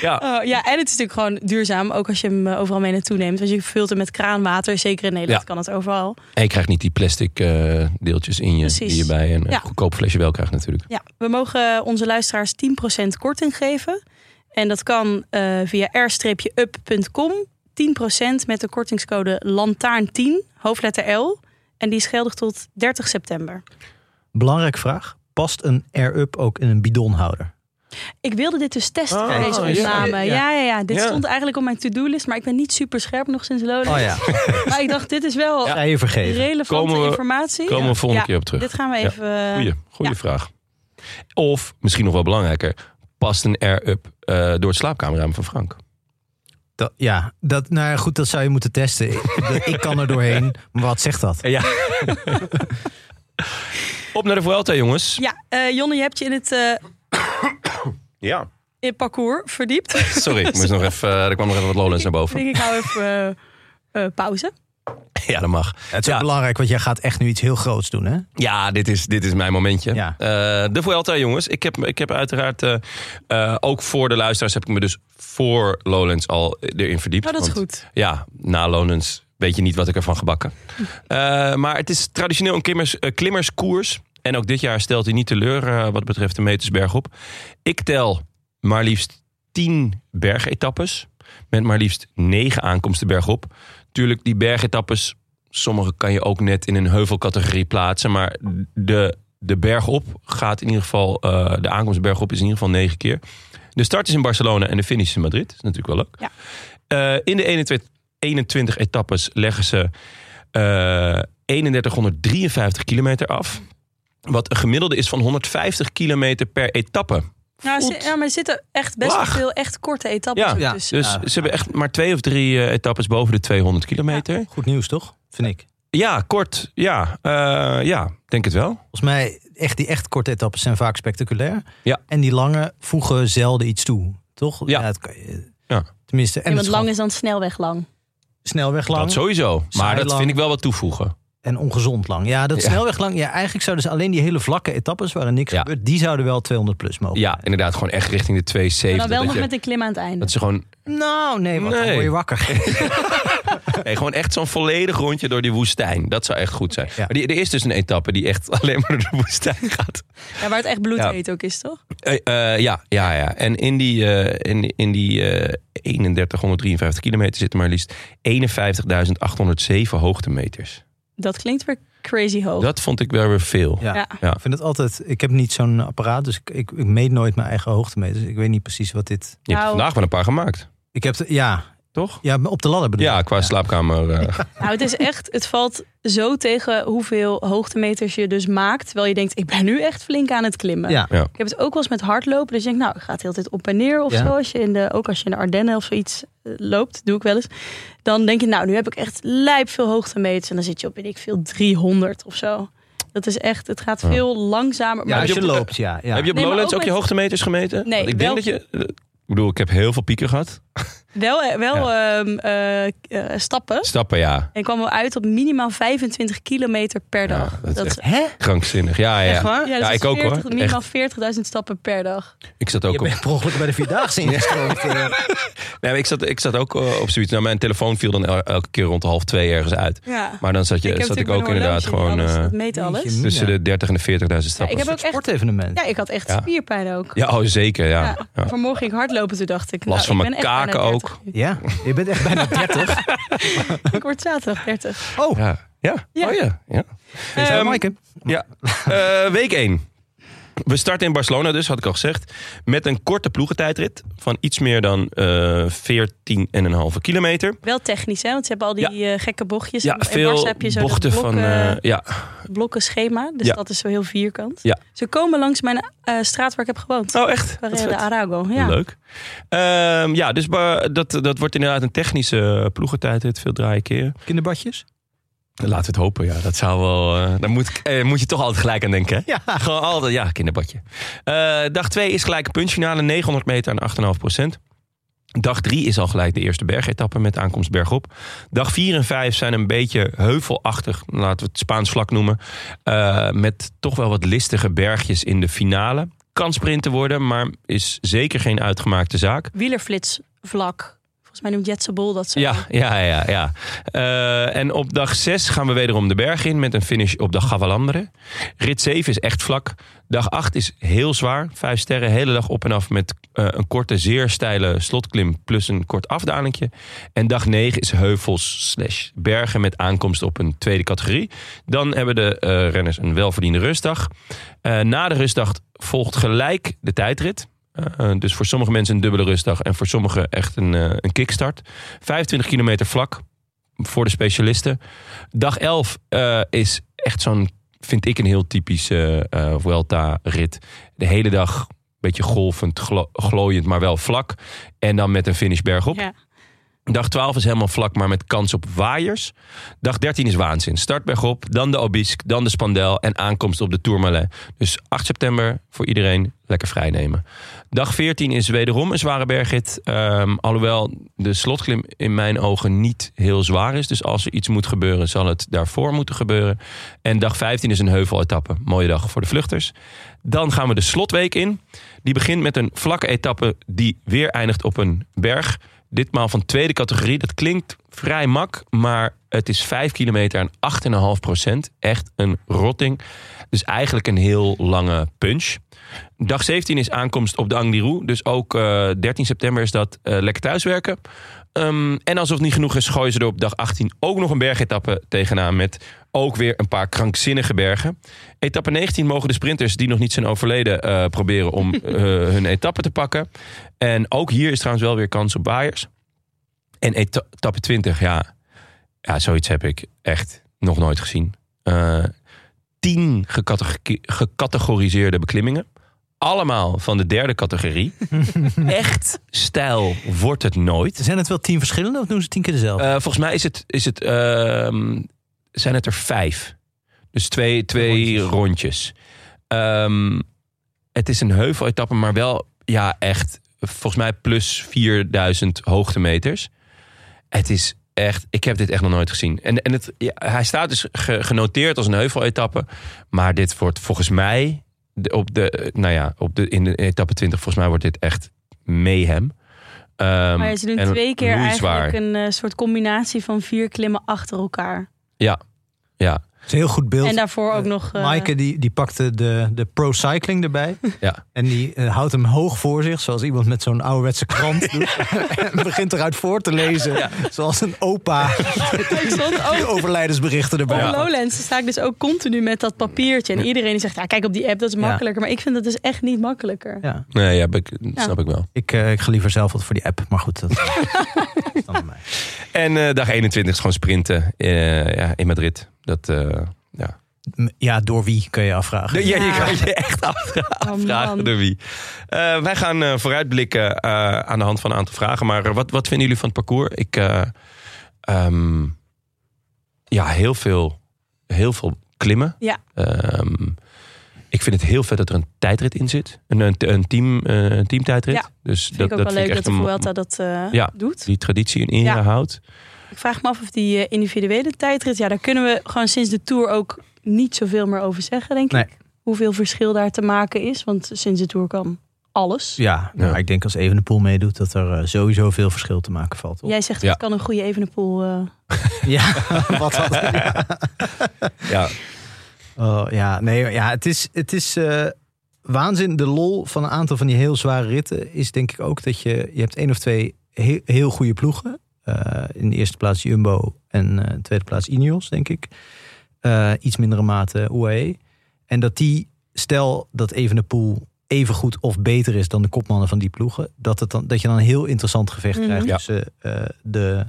ja. Oh, ja, en het is natuurlijk gewoon duurzaam, ook als je hem eh, overal mee naartoe neemt. Want je vult hem met kraanwater, zeker in Nederland Ja. kan het overal. En je krijgt niet die plastic eh, deeltjes in je Precies. die je bij een eh, Ja. goedkoop flesje wel krijgt natuurlijk. Ja, we mogen onze luisteraars 10% korting geven. En dat kan eh, via r-up.com. 10% met de kortingscode LANTAARN10, hoofdletter L. En die is geldig tot 30 september. Belangrijke vraag. Past een air-up ook in een bidonhouder? Ik wilde dit dus testen Oh, voor deze ja. opname. Ja, ja, ja. Dit Ja. stond eigenlijk op mijn to-do-list, maar ik ben niet super scherp nog sinds Lola. Oh ja, Maar ik dacht, dit is wel zij je vergeven. relevante Komen we- informatie. Komen we volgende Ja, keer op terug. Dit gaan we Ja. even... eh, Goeie, goeie ja. vraag. Of, misschien nog wel belangrijker, past een air-up eh, door het slaapkamerruim van Frank? Dat, ja, dat, nou ja, goed, dat zou je moeten testen. Ik, dat- ik kan er doorheen, maar wat zegt dat? Ja. op naar de Vuelta, jongens. Ja, eh, Jonne, je hebt je in het eh, Ja. in parcours verdiept. Dus Sorry, ik moest nog even, eh, er kwam nog even wat Lowlands naar Ik boven. denk, ik hou even eh, eh, pauze. Ja, dat mag. Het is Ja. ook belangrijk, want jij gaat echt nu iets heel groots doen, hè? Ja, dit is, dit is mijn momentje. Ja. Eh, de Vuelta, jongens. Ik heb, ik heb uiteraard, eh, eh, ook voor de luisteraars, heb ik me dus voor Lowlands al erin verdiept. Nou, dat is Want goed. Hm. ja, na Lonens weet je niet wat ik ervan gebakken. Eh, maar het is traditioneel een klimmers, eh, klimmerskoers. En ook dit jaar stelt hij niet teleur eh, wat betreft de Metersberg op. Ik tel maar liefst 10 bergetappes. Met maar liefst 9 aankomsten bergop. Tuurlijk, die bergetappes, sommige kan je ook net in een heuvelcategorie plaatsen. Maar de, de bergop gaat in ieder geval, eh, de aankomst bergop is in ieder geval 9 keer. De start is in Barcelona en de finish is in Madrid. Dat is natuurlijk wel leuk. Eh, in de 21, 21 etappes leggen ze eh 3153 kilometer af. Wat een gemiddelde is van 150 kilometer per etappe. Nou, ze- Voelt- ja, maar er zitten echt best wel laag. veel echt korte etappes. Ja, ook, ja. Dus, Dus Ja. ze hebben echt maar twee of drie eh, etappes boven de 200 kilometer. Ja, Goed nieuws, toch? Vind ik. kort. Ja, eh, ja, denk het wel. Volgens mij, echt, die echt korte etappes zijn vaak spectaculair. Ja. En die lange voegen zelden iets toe, toch? Ja. het kan je- Ja. Tenminste, en en het is want lang gewoon is dan snelweg lang. snelweg lang Dat sowieso. Maar Saai dat lang. vind ik wel wat toevoegen. en ongezond lang. Ja, dat Ja. snelweg lang. Ja, eigenlijk zouden ze alleen die hele vlakke etappes waarin niks Ja. gebeurt, die zouden wel 200 plus mogen. Ja, inderdaad. Gewoon echt richting de En 270. dan wel dat nog je- met een klim aan het einde. dat ze gewoon Nou, nee, want dan Nee. word je wakker. Nee, gewoon echt zo'n volledig rondje door die woestijn. Dat zou echt goed zijn. Ja. Maar die, er is dus een etappe die echt alleen maar door de woestijn gaat. Ja, waar het echt bloed Ja. heet ook is, toch? Eh, eh, ja, ja, ja. En in die, eh, in, in die eh, 3153 kilometer zitten maar liefst 51.807 hoogtemeters. Dat klinkt weer crazy hoog. Dat vond ik wel weer veel. Ja. Oh. Ja. Ik vind het altijd. Ik heb niet zo'n apparaat, dus ik, ik, ik meet nooit mijn eigen hoogtemeters. ik weet niet precies wat dit. Je hebt Nou. vandaag wel een paar gemaakt, Ik heb ja, toch? ja op de ladder bedoel. ik. Ja, qua slaapkamer. eh, Nou, het is echt, het valt zo tegen hoeveel hoogtemeters je dus maakt. Terwijl je denkt, ik ben nu echt flink aan het klimmen. Ja. Ja. Ik heb het ook wel eens met hardlopen. Dus je denkt, nou, ik ga het heel tijd op en neer of Ja. zo. Als je in de, ook als je in de Ardennen of zoiets eh, loopt, doe ik wel eens. Dan denk je, nou, nu heb ik echt lijp veel hoogtemeters. En dan zit je op, weet ik veel, 300 of zo. Dat is echt, het gaat Ja. veel Ja, langzamer. Maar als Heb je je op- loopt, ja. ja. Heb je op Nee, maar Lowlands ook ook, je met- hoogtemeters gemeten? Nee, Want ik wel- denk dat je. eh, Ik bedoel, ik heb heel veel pieken gehad. wel, eh, wel ehm, eh, eh, stappen. Stappen, ja. En kwam wel uit op minimaal 25 kilometer per Ja, dag. dat is echt- Hè? Krankzinnig. Ja, ja. Echt waar? Ja, dat Ja, is ik ook, hoor. 40 Minimaal 40.000 stappen per dag. Ik zat ook Je op bent per ongeluk bij de vierdaagse ingestroomd. eh. Nee, maar ik zat, ik zat ook eh, op zoiets. Nou, mijn telefoon viel dan el- elke keer rond half twee ergens uit. Ja. Maar dan zat, je, zat ik ook inderdaad gewoon eh, dat meet alles. Jeetje. tussen de 30 en de 40.000 Ja, ik stappen. heb ook echt... Sportevenement. Ja, ik had echt Ja. spierpijn ook. Ja, oh, zeker, ja. Ja. Ja. Vanmorgen ging ik hardlopen, toen dacht ik... Last nou, van ik ben mijn echt bijna kaken 30 nu. Ja, je bent echt bijna 30. Ik word zaterdag 30. Oh, Ja. Ja. Ja. Oh, ja. ja. ja, Ehm, Maaike. ja. Eh, week 1. We starten in Barcelona dus, had ik al gezegd. Met een korte ploegentijdrit van iets meer dan eh 14,5 kilometer. Wel technisch, hè? Want ze hebben al die eh, gekke bochtjes. Ja, En bij Barca veel heb je zo dat bochten van... blokken- eh, ja, blokken schema. Dus Ja. dat is zo heel vierkant. Ja. Ze komen langs mijn eh, straat waar ik heb gewoond. oh echt? Wat Carrera vet. de Arago. Ja. Leuk. Ehm, ja, dus ba- dat, dat wordt inderdaad een technische ploegentijd. Veel draaien keren. Kinderbadjes? Laten we het hopen, ja. Dat zou wel... eh, daar moet, ik- eh, moet je toch altijd gelijk aan denken, hè? Ja. Gewoon altijd, ja, kinderbadje. Eh, dag 2 is gelijk een punchfinale, 900 meter aan 8,5 procent. Dag 3 is al gelijk de eerste bergetappe met aankomst bergop. Dag 4 en 5 zijn een beetje heuvelachtig, laten we het Spaans vlak noemen. eh, met toch wel wat listige bergjes in de finale. Kan sprinten worden, maar is zeker geen uitgemaakte zaak. Wielerflitsvlak. Volgens mij noemt Jetse Bol dat zo. Ja, ja, ja. ja. Eh, en op dag 6 gaan we wederom de berg in met een finish op de Gavalanderen. Rit 7 is echt vlak. Dag 8 is heel zwaar. Vijf sterren, hele dag op en af met eh, een korte, zeer steile slotklim plus een kort afdalingje. En dag 9 is heuvels slash bergen met aankomst op een tweede categorie. Dan hebben de eh, renners een welverdiende rustdag. Eh, na de rustdag volgt gelijk de tijdrit. Eh, eh, dus voor sommige mensen een dubbele rustdag en voor sommigen echt een, eh, een kickstart. 25 kilometer vlak voor de specialisten. Dag 11 eh, is echt zo'n, vind ik, een heel typische eh Vuelta-rit. De hele dag beetje golvend, glo- glooiend, maar wel vlak. En dan met een finish bergop. Ja. Dag 12 is helemaal vlak, maar met kans op waaiers. Dag 13 is waanzin. Start bergop, dan de Obisque, dan de Spandel en aankomst op de Tourmalet. Dus 8 september voor iedereen lekker vrijnemen. Dag 14 is wederom een zware bergrit. Ehm, alhoewel de slotklim in mijn ogen niet heel zwaar is. Dus als er iets moet gebeuren, zal het daarvoor moeten gebeuren. En dag 15 is een heuveletappe. Mooie dag voor de vluchters. Dan gaan we de slotweek in. Die begint met een vlakke etappe die weer eindigt op een berg. Ditmaal van tweede categorie. Dat klinkt vrij mak, maar het is 5 kilometer en 8,5 procent. Echt een rotting. Dus eigenlijk een heel lange punch. Dag 17 is aankomst op de Angliru. Dus ook eh, 13 september is dat eh, lekker thuiswerken. Ehm, en alsof het niet genoeg is, gooien ze er op dag 18 ook nog een bergetappe tegenaan. Met ook weer een paar krankzinnige bergen. Etappe 19 mogen de sprinters die nog niet zijn overleden eh, proberen om eh, hun etappe te pakken. En ook hier is trouwens wel weer kans op waaiers. En eta- etappe 20, ja. Ja, zoiets heb ik echt nog nooit gezien. Eh, tien gecatege- gecategoriseerde beklimmingen. Allemaal van de derde categorie. echt stijl wordt het nooit. Zijn het wel tien verschillende of doen ze tien keer dezelfde? Eh, volgens mij is het, is het, ehm, zijn het er vijf. Dus twee, twee rondjes. Rondjes. Ehm, het is een heuveletappe, maar wel ja, echt volgens mij plus 4000 hoogtemeters. Het is echt, ik heb dit echt nog nooit gezien. En, en het, ja, hij staat dus ge- genoteerd als een heuveletappe. Maar dit wordt volgens mij de- op de, eh, nou ja, op de, in de etappe 20, volgens mij wordt dit echt mayhem. Ehm, Maar ja, ze doen en twee keer loeizwaar. eigenlijk een eh, soort combinatie van vier klimmen achter elkaar. Ja. Het is een heel goed beeld. En daarvoor ook nog... eh, Maaike die, die pakte de, de pro-cycling erbij. Ja. En die eh, houdt hem hoog voor zich, zoals iemand met zo'n ouderwetse krant doet. en begint eruit voor te lezen, zoals een opa. ik stond ook Die overlijdensberichten erbij. Op Ja. Lowlands sta ik dus ook continu met dat papiertje. En iedereen die zegt, ja, kijk op die app, dat is Ja. makkelijker. Maar ik vind dat dus echt niet makkelijker. Ja. Nee, ja, ik, dat Ja. snap ik wel. Ik, eh, ik ga liever zelf wat voor die app, maar goed, dat is dan aan mij. En eh, dag 21 is gewoon sprinten eh, ja, in Madrid. Dat, eh, ja. M- Ja, door wie kun je afvragen. ja, je Ja. kan je echt afvra- afvragen Oh, man. door wie. Eh, wij gaan eh, vooruitblikken eh, aan de hand van een aantal vragen. Maar eh, wat, wat vinden jullie van het parcours? Ik, eh, ehm, ja, heel veel, heel veel klimmen. Ja. Ehm, ik vind het heel vet dat er een tijdrit in zit. Een, een, een team, eh, een teamtijdrit. Ja, dus Vind ik ook wel leuk dat de een- Vuelta dat eh, Ja. doet. die traditie in ere Ja. houdt. Ik vraag me af of die eh, individuele tijdrit... Ja, daar kunnen we gewoon sinds de Tour ook niet zoveel meer over zeggen, denk Nee. ik. Hoeveel verschil daar te maken is. Want sinds de Tour kan alles. Ja, nou, Ja. ik denk als Evenepoel meedoet dat er eh, sowieso veel verschil te maken valt. Op. Jij zegt, Ja. het kan een goede Evenepoel... eh Ja, wat had ja. Ja, Oh, ja, nee, ja, het is, het is eh, waanzin. De lol van een aantal van die heel zware ritten is denk ik ook dat je, je hebt één of twee heel, heel goede ploegen. Eh, in de eerste plaats Jumbo en eh, in de tweede plaats Ineos, denk ik. Eh, iets mindere mate UAE. En dat die, stel dat Evenepoel even goed of beter is dan de kopmannen van die ploegen, dat, het dan, dat je dan een heel interessant gevecht Mhm. krijgt Ja. tussen eh, de,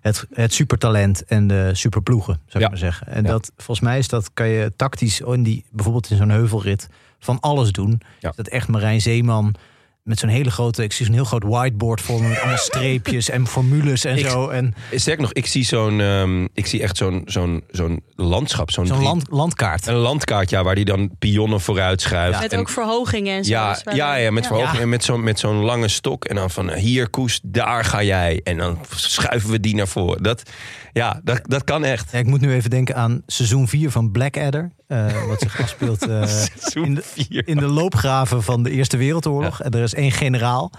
het, het supertalent en de superploegen, zou Ja. ik maar zeggen. En Ja. dat, volgens mij is dat, kan je tactisch in die, bijvoorbeeld in zo'n heuvelrit van alles doen. Ja. Is dat echt Marijn Zeeman met zo'n hele grote, ik zie zo'n heel groot whiteboard voor me met allemaal streepjes en formules en Ik- zo. En Sterker nog, ik zie, zo'n, ehm, ik zie echt zo'n, zo'n, zo'n landschap. Zo'n, zo'n drie- land, landkaart. Een landkaart, ja, waar die dan pionnen vooruit schuift. Met En- ook verhogingen en zo. Ja, Dus wel- ja, ja, met verhoging Ja. en met zo'n met zo'n lange stok. En dan van eh, hier, Koes, daar ga jij. En dan schuiven we die naar voren. Dat, ja, dat, dat kan echt. Ja, ik moet nu even denken aan seizoen 4 van Blackadder. eh, wat zich afspeelt eh, in, Seizoen de, vier. in de loopgraven van de Eerste Wereldoorlog. En er is één generaal.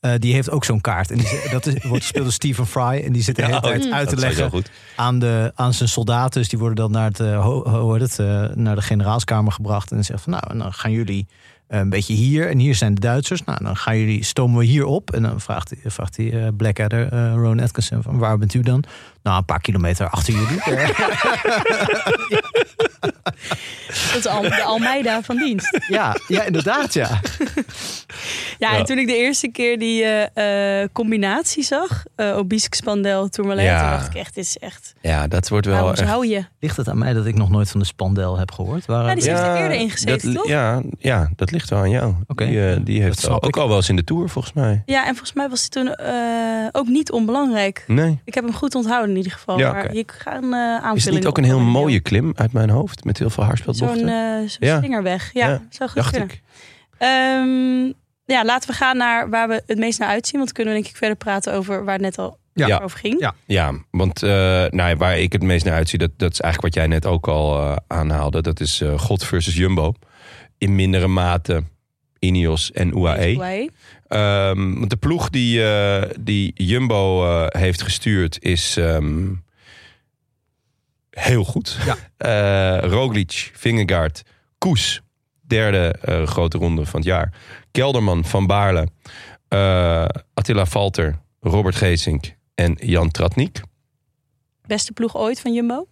eh, die heeft ook zo'n kaart. En die, zit- dat is, wordt gespeeld door Stephen Fry. En die zit de Ja, hele oh, tijd mm. uit te dat is leggen wel goed. aan, de, aan zijn soldaten. Dus die worden dan naar, het, eh, ho- ho- hoe heet het, eh, naar de generaalskamer gebracht. En zegt van nou, en dan gaan jullie eh, een beetje hier. En hier zijn de Duitsers. Nou, dan gaan jullie, stomen we hier op. En dan vraagt, vraagt die eh, Blackadder, eh, Rowan Atkinson, van waar bent u dan? Nou, een paar kilometer achter jullie. Eh, Dat is al, de Almeida van dienst. ja, ja, inderdaad, ja. Ja, Ja. en toen ik de eerste keer die eh, eh, combinatie zag, eh obisque spandel, tourmalet, Ja. toen dacht ik echt, dit is echt, Ja, dat wordt wel waarom echt- hou je? Ligt het aan mij dat ik nog nooit van de spandel heb gehoord? Waar, Ja, Nou, die is ja, echt er eerder in gezeten, dat, toch? Ja, ja, dat ligt wel aan jou. Oké. Die, eh, die heeft Dat snap al- ook ik. al wel eens in de Tour, volgens mij. Ja, en volgens mij was hij toen eh, ook niet onbelangrijk. Nee. Ik heb hem goed onthouden in ieder geval. Ja, maar oké. je kan eh aanvulling. Is het niet ook een heel mooie klim uit mijn hoofd? Met heel veel Zo'n haarspeldbochten? eh, zo'n Ja. slingerweg. Ja, Ja, zou goed Dacht kunnen. ik. Ehm, ja, laten we gaan naar waar we het meest naar uitzien. Want dan kunnen we denk ik verder praten over waar het net al Ja. over ging. Ja. Ja, want eh, nou ja, waar ik het meest naar uitzie, dat, dat is eigenlijk wat jij net ook al eh, aanhaalde. Dat is eh, God versus Jumbo. In mindere mate Ineos en E. UAE. Huawei. Ehm, want de ploeg die, eh, die Jumbo eh, heeft gestuurd is ehm, heel goed. Ja. Eh, Roglic, Vingegaard, Koes, derde eh, grote ronde van het jaar. Kelderman, Van Baarle, eh, Attila Valter, Robert Geesink en Jan Tratnik. Beste ploeg ooit van Jumbo.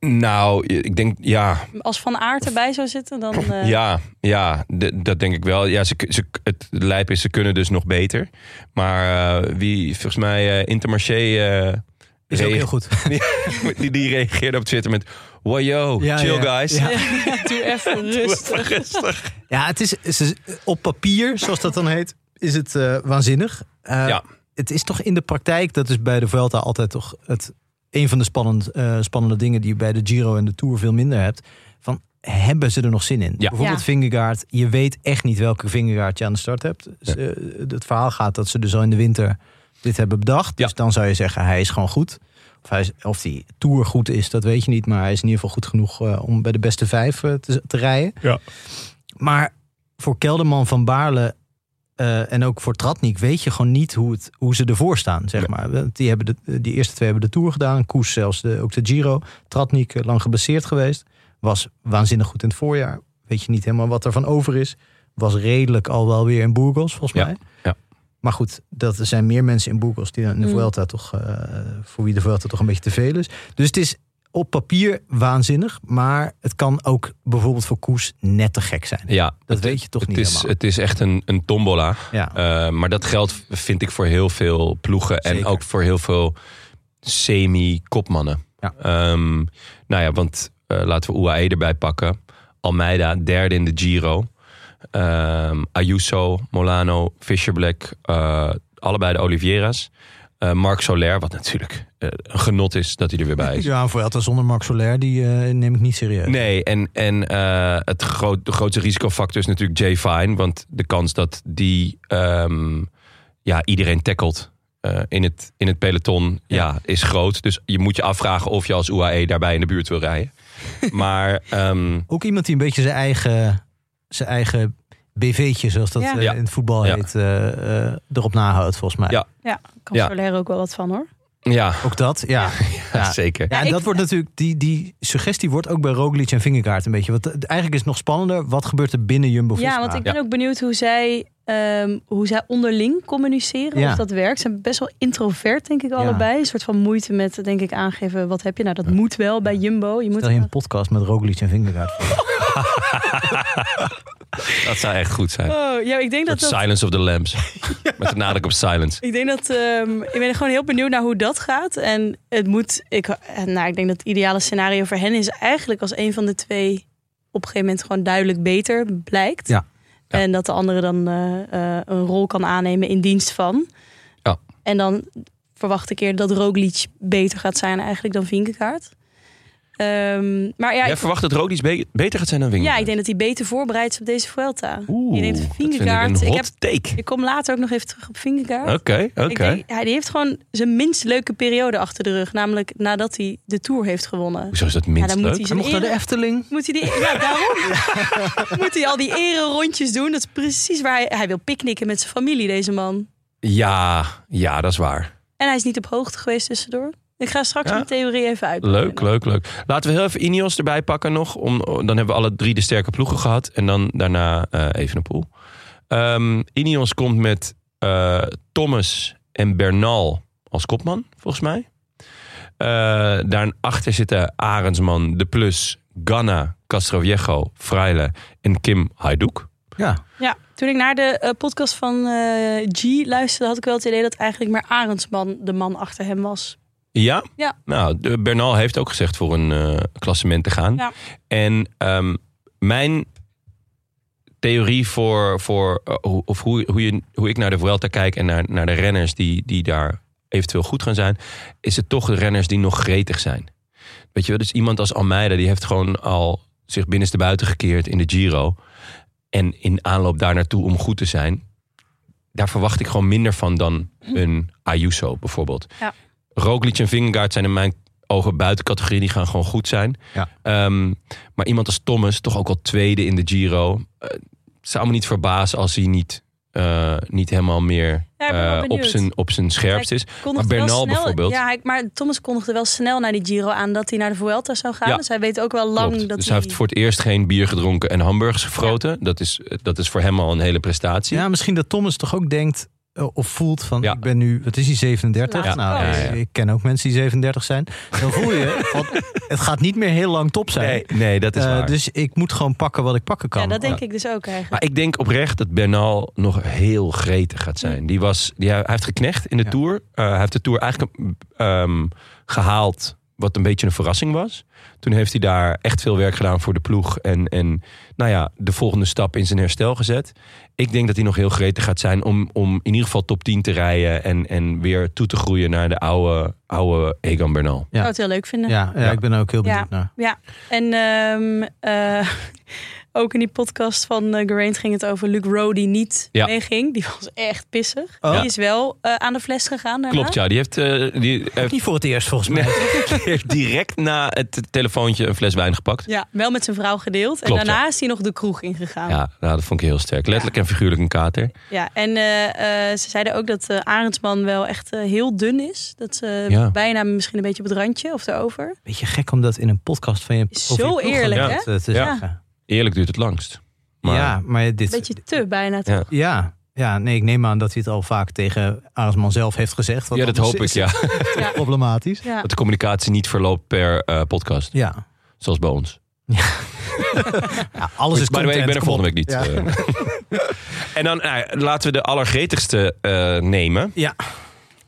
Nou, ik denk, ja, Als Van Aert erbij zou zitten, dan... eh, Ja, ja d- dat denk ik wel. Ja, ze, ze, het lijp is, ze kunnen dus nog beter. Maar eh, wie, volgens mij, eh, Intermarché... eh, is ook reage- heel goed. die, die reageerde op Twitter met... Wow, yo, Ja, chill ja. guys. Ja. Doe even rustig. Ja, het is, het is- op papier, zoals dat dan heet, is het eh, waanzinnig. Eh, Ja. Het is toch in de praktijk, dat is bij de Vuelta altijd toch het, een van de spannend, eh, spannende dingen die je bij de Giro en de Tour veel minder hebt. Van hebben ze er nog zin in? Ja. Bijvoorbeeld Ja. Vingegaard. Je weet echt niet welke Vingegaard je aan de start hebt. Dus, eh, het verhaal gaat dat ze dus al in de winter dit hebben bedacht. Dus Ja. dan zou je zeggen, hij is gewoon goed. Of, hij is, of die Tour goed is, dat weet je niet. Maar hij is in ieder geval goed genoeg eh, om bij de beste vijf eh, te, te rijden. Ja. Maar voor Kelderman van Baarle eh, en ook voor Tratnik weet je gewoon niet hoe, het, hoe ze ervoor staan, zeg maar. Want Die, hebben de, die eerste twee hebben de Tour gedaan. Koes zelfs de, ook de Giro. Tratnik eh, lang geblesseerd geweest. Was waanzinnig goed in het voorjaar. Weet je niet helemaal wat er van over is. Was redelijk al wel weer in Burgos, volgens Ja, mij. ja. Maar goed, dat er zijn meer mensen in Burgos die dan in de Mm. Vuelta toch... eh, voor wie de Vuelta toch een beetje te veel is. Dus het is op papier waanzinnig. Maar het kan ook bijvoorbeeld voor Koes net te gek zijn. Ja, Dat het- weet je toch het niet is, helemaal. Het is echt een, een tombola. Ja. Eh, maar dat geldt, vind ik, voor heel veel ploegen. En Zeker. ook voor heel veel semi-kopmannen. Ja. Ehm, nou ja, want eh, laten we UAE erbij pakken. Almeida, derde in de Giro. Ehm, Ayuso, Molano, Fischer-Black. eh, allebei de Oliveira's. Eh, Marc Soler, wat natuurlijk eh, een genot is dat hij er weer bij is. Ja, een Vuelta zonder Max Soler, die eh, neem ik niet serieus. Nee, en, en eh, het groot, de grootste risicofactor is natuurlijk Jay Fine. Want de kans dat die ehm, ja, iedereen tackelt eh, in, het, in het peloton ja. is groot. Dus je moet je afvragen of je als UAE daarbij in de buurt wil rijden. maar ehm, Ook iemand die een beetje zijn eigen, zijn eigen BV'tje, zoals dat Ja. eh, Ja. in het voetbal Ja. heet, eh, eh, erop nahoudt, volgens mij. Ja. Ja, kan Ja. Soler ook wel wat van hoor. ja, Ook dat, ja. Ja. zeker. Ja, en ik- dat wordt natuurlijk, die, die suggestie wordt ook bij Roglic en Vingegaard een beetje. Want eh, eigenlijk is het nog spannender, wat gebeurt er binnen Jumbo-Visma? Ja, want ik Ja. ben ook benieuwd hoe zij, ehm, hoe zij onderling communiceren. Ja. Of dat werkt. Ze zijn best wel introvert, denk ik, Ja. allebei. Een soort van moeite met, denk ik, aangeven wat heb je. Nou, dat moet wel bij Jumbo. Je moet Stel je een podcast met Roglic en Vingegaard voor. Dat zou echt goed zijn. Oh, ja, ik denk dat Met dat... Silence of the Lambs. Met de nadruk op silence. Ik denk dat... ehm, ik ben gewoon heel benieuwd naar hoe dat gaat. En het moet... Ik, eh, nou, ik denk dat het ideale scenario voor hen is eigenlijk als een van de twee op een gegeven moment gewoon duidelijk beter blijkt. Ja. Ja. En dat de andere dan eh, eh, een rol kan aannemen in dienst van. Ja. En dan verwacht ik eerder dat Roglic beter gaat zijn eigenlijk dan Vingegaard. Ehm, maar ja, Jij ik- verwacht dat Rodis be- beter gaat zijn dan Wingel? ja, ik denk dat hij beter voorbereid is op deze Vuelta. Oeh, je denkt, dat vind ik Vingegaard, een ik hot heb- take. Ik kom later ook nog even terug op Vingegaard. Oké, oké. Ik denk, hij die heeft gewoon zijn minst leuke periode achter de rug. Namelijk nadat hij de Tour heeft gewonnen. Hoezo is dat minst Ja, dan moet leuk? Hij hij zijn mocht naar de ere- Efteling. moet hij die, ja, daarom. moet hij al die ere rondjes doen. Dat is precies waar hij... Hij wil picknicken met zijn familie, deze man. Ja, ja, dat is waar. En hij is niet op hoogte geweest tussendoor. Ik ga straks Ja. mijn theorie even uit. Leuk, leuk, leuk. Laten we heel even Ineos erbij pakken nog. Om, dan hebben we alle drie de sterke ploegen gehad. En dan daarna eh, even een pool. Ehm, Ineos komt met eh, Thomas en Bernal als kopman, volgens mij. Eh, daarachter zitten Arendsman, De Plus, Ganna, Castroviejo, Fraile en Kim Hajduk. Ja. Ja, toen ik naar de eh, podcast van eh, G luisterde... had ik wel het idee dat eigenlijk maar Arendsman de man achter hem was. Ja? Ja. Nou, de- Bernal heeft ook gezegd voor een eh, klassement te gaan. Ja. En ehm, mijn theorie voor, voor eh, hoe- of hoe, hoe, je, hoe ik naar de Vuelta kijk en naar, naar de renners die, die daar eventueel goed gaan zijn, is het toch de renners die nog gretig zijn. Weet je wel, dus iemand als Almeida, die heeft gewoon al zich binnenste buiten gekeerd in de Giro. En in aanloop daar naartoe om goed te zijn, daar verwacht ik gewoon minder van dan een Ayuso bijvoorbeeld. Ja. Roglic en Vingegaard zijn in mijn ogen buiten categorie. Die gaan gewoon goed zijn. Ja. Ehm, maar iemand als Thomas, toch ook al tweede in de Giro. eh, zou me niet verbazen als hij niet, eh, niet helemaal meer Ja, ik ben wel eh, op, benieuwd. zijn, op zijn scherpst is. Maar Kondigde wel Bernal snel- bijvoorbeeld. Ja, hij- maar Thomas kondigde wel snel naar die Giro aan... dat hij naar de Vuelta zou gaan. Ja. Dus hij weet ook wel lang Klopt. dat dus hij... hij heeft voor het eerst geen bier gedronken en hamburgers gefroten. Dat, is, dat is voor hem al een hele prestatie. ja, misschien dat Thomas toch ook denkt eh, of voelt van Ja. ik ben nu, wat is hij, 37? Ja. Nou, Ja, ja, ja. ik ken ook mensen die 37 zijn. Dan voel je, van, het gaat niet meer heel lang top zijn. Nee, nee, dat is Eh, waar. dus ik moet gewoon pakken wat ik pakken kan. Ja, dat denk ik dus ook eigenlijk. Maar ik denk oprecht dat Bernal nog heel gretig gaat zijn. Die was, die, hij heeft geknecht in de Ja. Tour. Eh, hij heeft de Tour eigenlijk ehm, gehaald wat een beetje een verrassing was. Toen heeft hij daar echt veel werk gedaan voor de ploeg. En, en nou ja, de volgende stap in zijn herstel gezet. Ik denk dat hij nog heel gretig gaat zijn om, om in ieder geval top 10 te rijden. En, en weer toe te groeien naar de oude, oude Egan Bernal. Ik zou het heel leuk vinden. Ja, ja, Ja. ik ben er ook heel benieuwd naar. Ja, en ehm, eh, ook in die podcast van eh, Geraint ging het over Luke Rowe die niet Ja. meeging. Die was echt pissig. Oh. Die is wel eh, aan de fles gegaan daarna. Klopt, ja. Die heeft, eh, die heeft- Niet voor het eerst volgens mij. Nee, die heeft direct na het telefoontje een fles wijn gepakt. Ja, wel met zijn vrouw gedeeld. Klopt, en daarna is hij nog de kroeg ingegaan. Oh. Ja, Ja, nou, dat vond ik heel sterk. Letterlijk en figuurlijk een kater. en eh, eh, ze zeiden ook dat eh Arendsman wel echt eh, heel dun is. Dat ze Ja. bijna misschien een beetje op het randje of erover. Beetje gek om dat in een podcast van je. Is over je zo ploeg eerlijk, aan hè? het, eh, te Ja. zeggen. Eerlijk duurt het langst. Maar ja, maar dit. Een beetje te bijna. Ja. Ja, ja, nee, ik neem aan dat hij het al vaak tegen Arendsman zelf heeft gezegd. want ja, dat anders hoop ik, is ja. het Ja. Problematisch. Ja. Dat de communicatie niet verloopt per eh, podcast. Ja. Zoals bij ons. ja, alles is By the way, content. ik ben er kom op. volgende week niet. Ja. eh. en dan nou, laten we de allergretigste eh, nemen. Ja. Hm?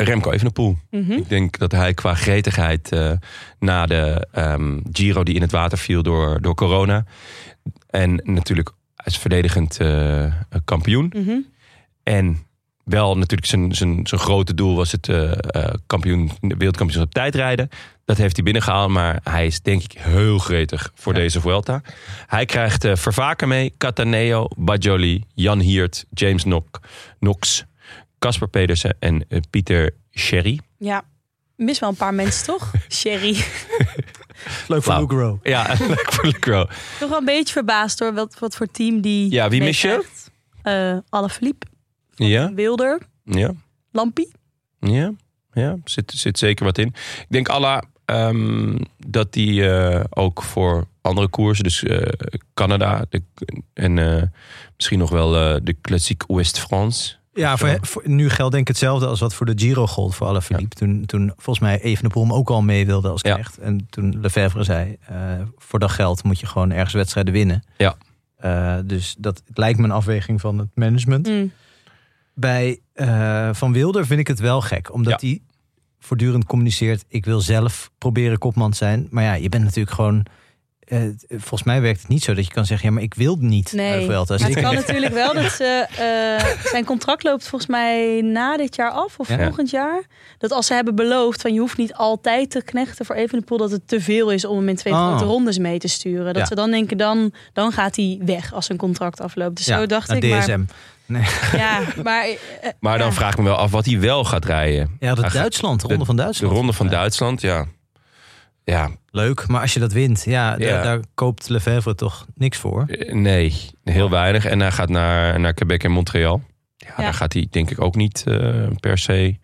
Remco Evenepoel. Mhm. Ik denk dat hij qua gretigheid eh, na de ehm, Giro die in het water viel door, door corona. En natuurlijk als verdedigend eh, kampioen. Mhm. En wel natuurlijk zijn, zijn, zijn grote doel was het eh, eh, kampioen, wereldkampioenschap tijdrijden. Dat heeft hij binnengehaald, maar hij is denk ik heel gretig voor deze Vuelta. Hij krijgt eh Vervaken mee, Cataneo, Bajoli, Jan Hiert, James Nok, Knox, Casper Pedersen en eh, Pieter Sherry. ja, mis wel een paar mensen toch? Sherry. Leuk voor Flauw. Luke Rowe. Ja, leuk voor de crow. Toch wel een beetje verbaasd door wat, wat voor team die. Ja, wie mis je? meekrijgt. Eh Alle Philippe, Ja, Wilder, ja. Lampie. Ja, ja zit, zit zeker wat in. Ik denk Alla ehm, dat die eh, ook voor andere koersen, dus eh, Canada de, en eh, misschien nog wel eh, de klassiek West-France. Ja, voor, voor- nu geldt denk ik hetzelfde als wat voor de Giro gold voor Alaphilippe. Toen, toen volgens mij Evenepoel hem ook al mee wilde als Ja. knecht. En toen Lefebvre zei, eh, voor dat geld moet je gewoon ergens wedstrijden winnen. Ja. Eh, dus dat het lijkt me een afweging van het management. Mm. Bij eh, Van Wilder vind ik het wel gek. Omdat hij voortdurend communiceert... ik wil zelf proberen kopman te zijn. Maar ja, je bent natuurlijk gewoon... eh, eh, volgens mij werkt het niet zo dat je kan zeggen... ja, maar ik wil niet Nee. naar de Vuelta. Dus Maar het ik- kan natuurlijk wel dat ze... eh, zijn contract loopt volgens mij na dit jaar af of Ja. volgend jaar. Dat als ze hebben beloofd van je hoeft niet altijd te knechten voor Evenepoel... dat het te veel is om hem in 22 Oh. rondes mee te sturen. Dat Ja. ze dan denken, dan, dan gaat hij weg als zijn contract afloopt. Dus Ja, zo dacht naar ik. DSM. Maar, ja, maar eh, Maar dan Ja. vraag ik me wel af wat hij wel gaat rijden. Ja, dat Hij gaat- Duitsland, de Ronde van De Duitsland. ronde van Ja. Duitsland, ja. Ja, Leuk, maar als je dat wint, Ja. ja, Daar, daar koopt Lefebvre toch niks voor. eh, nee, heel weinig. En hij gaat naar, naar Quebec en Montreal. Ja, Ja. Daar gaat hij denk ik ook niet eh, per se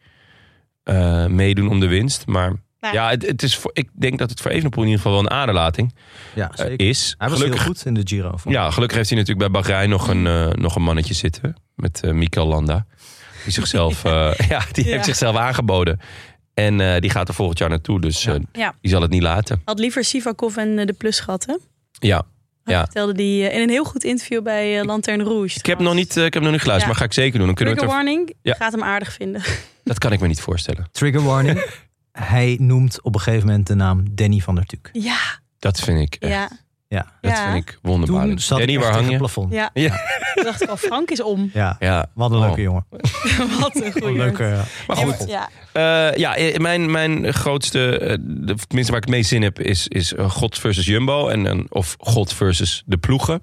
eh, meedoen om de winst. Maar Nou. ja, het, het is voor, ik denk dat het voor Evenepoel in ieder geval wel een aderlating Ja, eh, zeker. is. Hij was Gelukkig heel goed in de Giro. vond ik. Ja, gelukkig heeft hij natuurlijk bij Bahrein nog een, eh, nog een mannetje zitten. Met eh Mikael Landa. Die zichzelf, eh, ja, die Ja. heeft zichzelf aangeboden. En eh, die gaat er volgend jaar naartoe. Dus Ja. eh, Ja. die zal het niet laten. had liever Sivakov en eh, de plus gehad, hè? Ja. Dat Ja. vertelde die eh, in een heel goed interview bij eh Lanterne Rouge. Ik heb nog niet, eh, ik heb nog niet geluisterd, Ja. maar ga ik zeker doen. Dan kunnen we Trigger het er- warning, Ja. gaat hem aardig vinden. dat kan ik me niet voorstellen. Trigger warning. Hij noemt op een gegeven moment de naam Danny van der Tuuk. Ja, Dat vind ik, echt- ja, Ja, dat ja. vind ik toen wonderbaarlijk. zat Danny, ik waar echt hang tegen het je? plafond. ja. Toen dacht ik al, Frank is om. Ja, Ja, wat een Oh. leuke jongen. Wat een goeie. Leuke, ja. maar goed. Ja, Eh, ja, eh, mijn, mijn grootste, eh, de- of tenminste waar ik het meest zin heb, is, is eh, God versus Jumbo. En, en, of God versus de ploegen.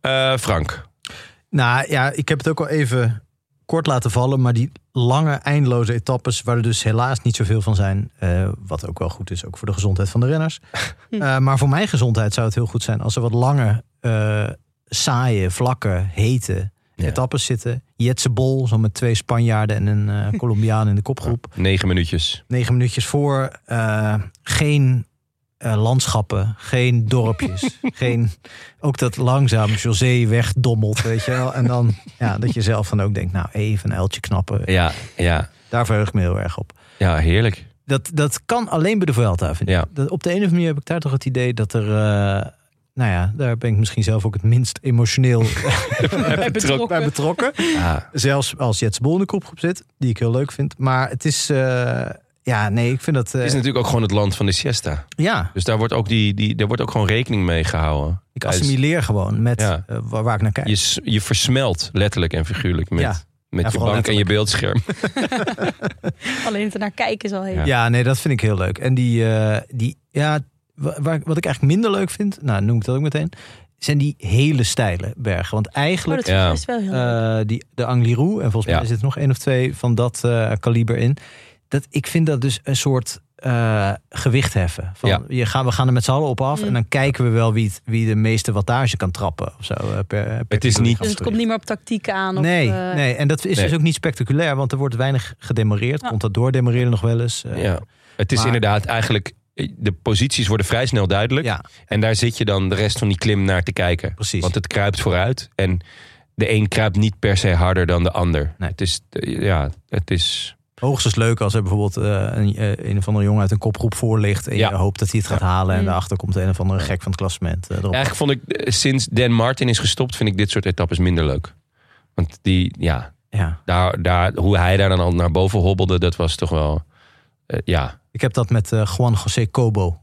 Eh, Frank, Nou ja, ik heb het ook al even kort laten vallen. Maar die lange, eindeloze etappes, waar er dus helaas niet zoveel van zijn. eh, wat ook wel goed is, ook voor de gezondheid van de renners. Eh, maar voor mijn gezondheid zou het heel goed zijn als er wat lange, eh, saaie, vlakke, hete Ja. etappes zitten. Jetse Bol, zo met twee Spanjaarden en een eh, Colombiaan in de kopgroep. negen minuutjes. negen minuutjes voor. eh, geen eh, landschappen, geen dorpjes, geen... Ook dat langzaam José wegdommelt, weet je wel. En dan ja, dat je zelf dan ook denkt, nou even een uiltje knappen. Ja, ja, Daar verheug ik me heel erg op. ja heerlijk. Dat, dat kan alleen bij de Vuelta, vind ik. Ja. Dat, op de een of andere manier heb ik daar toch het idee dat er... eh, nou ja, daar ben ik misschien zelf ook het minst emotioneel bij betrokken. Ja, Zelfs als Jets Bol in de kopgroep zit, die ik heel leuk vind. Maar het is... eh, ja, nee, ik vind dat... eh, het is natuurlijk ook gewoon het land van de siesta. ja, Dus daar wordt ook, die, die, daar wordt ook gewoon rekening mee gehouden. Ik assimileer gewoon met Ja. eh, waar, waar ik naar kijk. Je, s- je versmelt letterlijk en figuurlijk met, Ja. met Ja, je vooral bank en je letterlijk. beeldscherm. alleen te naar kijken is al heel. Oh, Ja. ja. nee, dat vind ik heel leuk. En die, eh, die ja, wa- waar, ik- wat ik eigenlijk minder leuk vind, nou noem ik dat ook meteen, zijn die hele steile bergen. Want Oh, eigenlijk, dat vind ik Ja. best wel heel leuk. eh, die, de Angliru, en volgens mij Ja. zit er nog één of twee van dat eh, kaliber in. Dat, ik vind dat dus een soort eh, gewicht heffen. Van, Ja. je gaan, we gaan er met z'n allen op af Mm. en dan kijken we wel wie, het- wie de meeste wattage kan trappen. Of zo, eh, per, per Het is kilogram. niet- Dus het komt niet meer op tactiek aan. Of, Nee, eh, nee, en dat is nee. dus ook niet spectaculair, want er wordt weinig gedemoreerd. Ja. Komt dat door demareren nog wel eens? Eh, Ja. Het is Maar- inderdaad eigenlijk, eh, de posities worden vrij snel duidelijk. ja, En daar zit je dan de rest van die klim naar te kijken. precies. Want het kruipt vooruit. En de een kruipt niet per se harder dan de ander. Nee. Het is, eh, ja, het is... Hoogstens leuk als er bijvoorbeeld eh, een, eh, een of andere jongen uit een kopgroep voor ligt. En Ja. je hoopt dat hij het gaat halen. En Mm. daarachter komt een of andere gek van het klassement. eh, erop. Eigenlijk vond ik, eh, sinds Dan Martin is gestopt, vind ik dit soort etappes minder leuk. Want die, ja, Ja. daar, daar, hoe hij daar dan al naar boven hobbelde, dat was toch wel... eh, ja, Ik heb dat met eh, Juan José Cobo.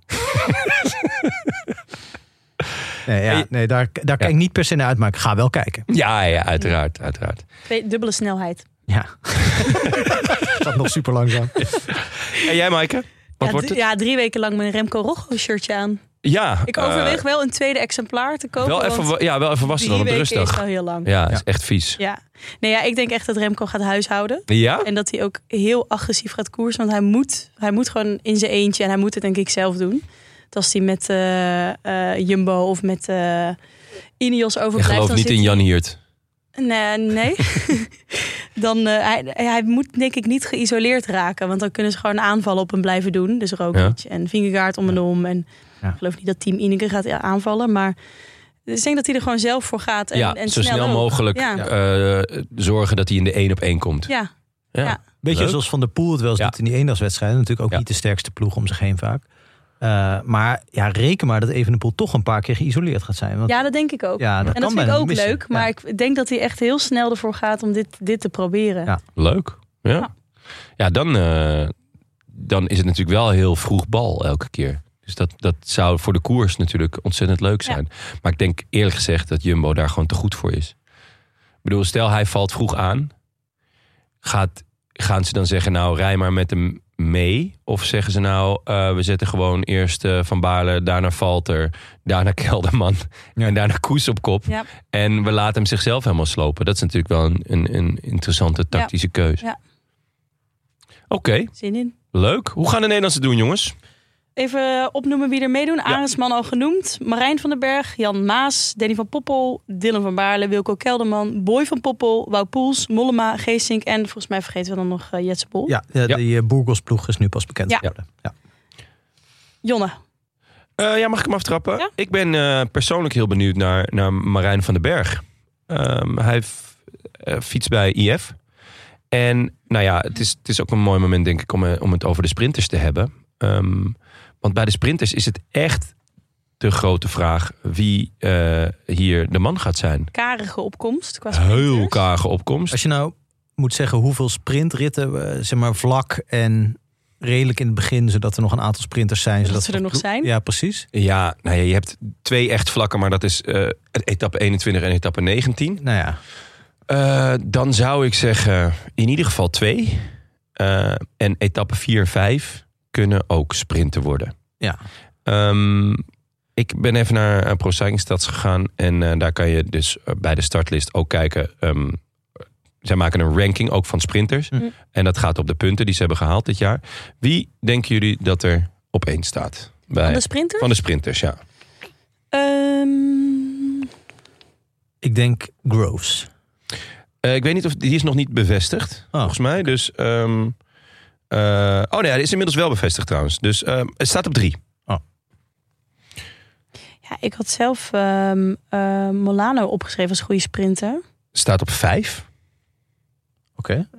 nee, ja, nee, daar, daar kan ik niet per se naar uit, maar ik ga wel kijken. ja, ja, uiteraard, uiteraard. twee- dubbele snelheid. Ja. dat nog super langzaam. En jij, Maaike? Wat ja, wordt drie- het? ja, drie weken lang mijn Remco Rojo shirtje aan. Ja, Ik eh, overweeg wel een tweede exemplaar te kopen. wel, even, want wa- ja, wel even drie wassen dan op de weken is rustdag. wel heel lang. Ja. Ja, is echt vies. Nee, ja, ik denk echt dat Remco gaat huishouden. Ja? En dat hij ook heel agressief gaat koersen. Want hij moet, hij moet gewoon in zijn eentje. En hij moet het denk ik zelf doen. Want als hij met eh, eh, Jumbo of met eh Ineos Ik overblijft... geloof dan niet zit in Jan Hiert. Nee, nee. dan, eh, hij, hij moet denk ik niet geïsoleerd raken. Want dan kunnen ze gewoon aanvallen op hem blijven doen. Dus Roglic en Vingegaard om en om. En Ja. ik geloof niet dat team Ineke gaat aanvallen. Maar dus ik denk dat hij er gewoon zelf voor gaat. En, ja, en zo snel, ook. mogelijk Ja. eh, zorgen dat hij in de één op één komt. Ja, ja. Beetje Leuk. zoals Van der Poel het wel eens Ja. doet in die eendagswedstrijden. Natuurlijk ook Ja. niet de sterkste ploeg om zich heen vaak. Eh, maar ja, reken maar dat Evenepoel toch een paar keer geïsoleerd gaat zijn. Want, ja, dat denk ik ook. ja, dat en kan dat vind ik bijna ook niet missen. leuk. Maar Ja. ik denk dat hij echt heel snel ervoor gaat om dit, dit te proberen. Ja. Leuk. Ja, Ja. ja dan, eh, dan is het natuurlijk wel heel vroeg bal elke keer. Dus dat, dat zou voor de koers natuurlijk ontzettend leuk Ja. zijn. Maar ik denk eerlijk gezegd dat Jumbo daar gewoon te goed voor is. Ik bedoel, stel hij valt vroeg aan. Gaat, gaan ze dan zeggen, nou rij maar met hem mee? Of zeggen ze nou, eh, we zetten gewoon eerst eh, Van Baarle, daarna Valter, daarna Kelderman en daarna Koes op kop. Ja. En we laten hem zichzelf helemaal slopen. Dat is natuurlijk wel een, een, een interessante tactische keuze. Ja. Oké, Zin in. leuk. Hoe gaan de Nederlandse doen, jongens? Even eh, opnoemen wie er meedoen. Arendsman al genoemd. Marijn van den Berg, Jan Maas, Danny van Poppel, Dylan van Baarle, Wilco Kelderman, Boy van Poppel, Wout Poels, Mollema, Geesink en volgens mij vergeten we dan nog eh, Jetse Bol. Ja, de, Ja. die eh, Burgos-ploeg is nu pas bekend Ja. geworden. Ja. Jonne, Eh, ja, mag ik hem aftrappen? Ja. Ik ben eh, persoonlijk heel benieuwd naar, naar Marijn van den Berg. Ehm, hij f- eh, fietst bij IF. En nou ja, het is, het is ook een mooi moment, denk ik, om, eh, om het over de sprinters te hebben. Ehm, want bij de sprinters is het echt de grote vraag wie eh, hier de man gaat zijn. karige opkomst. Qua Heel sprinters. karige opkomst. Als je nou moet zeggen hoeveel sprintritten, we, zeg maar vlak en redelijk in het begin, zodat er nog een aantal sprinters zijn. Zodat ze er nog zijn. Ja, precies. Ja, nou ja, je hebt twee echt vlakken, maar dat is eh, etappe 21 en etappe 19. Nou ja, Eh, dan zou ik zeggen in ieder geval twee. Eh, en etappe 4 en 5 kunnen ook sprinten worden. Ja. Ehm, ik ben even naar eh, Pro Cycling Stats gegaan. En eh, daar kan je dus eh, bij de startlist ook kijken. ehm, zij maken een ranking ook van sprinters. Mm. Hm. En dat gaat op de punten die ze hebben gehaald dit jaar. Wie denken jullie dat er op één staat? Bij, Van de sprinter? van de sprinters, ja. Ehm, ik denk Groves. Oh, Eh, ik weet niet of die is nog niet bevestigd, volgens mij. Dus. ehm, eh, oh nee, hij is inmiddels wel bevestigd trouwens. Dus ehm, het staat op drie. ja, ik had zelf ehm, eh, Molano opgeschreven als goede sprinter. Staat op vijf. Oké.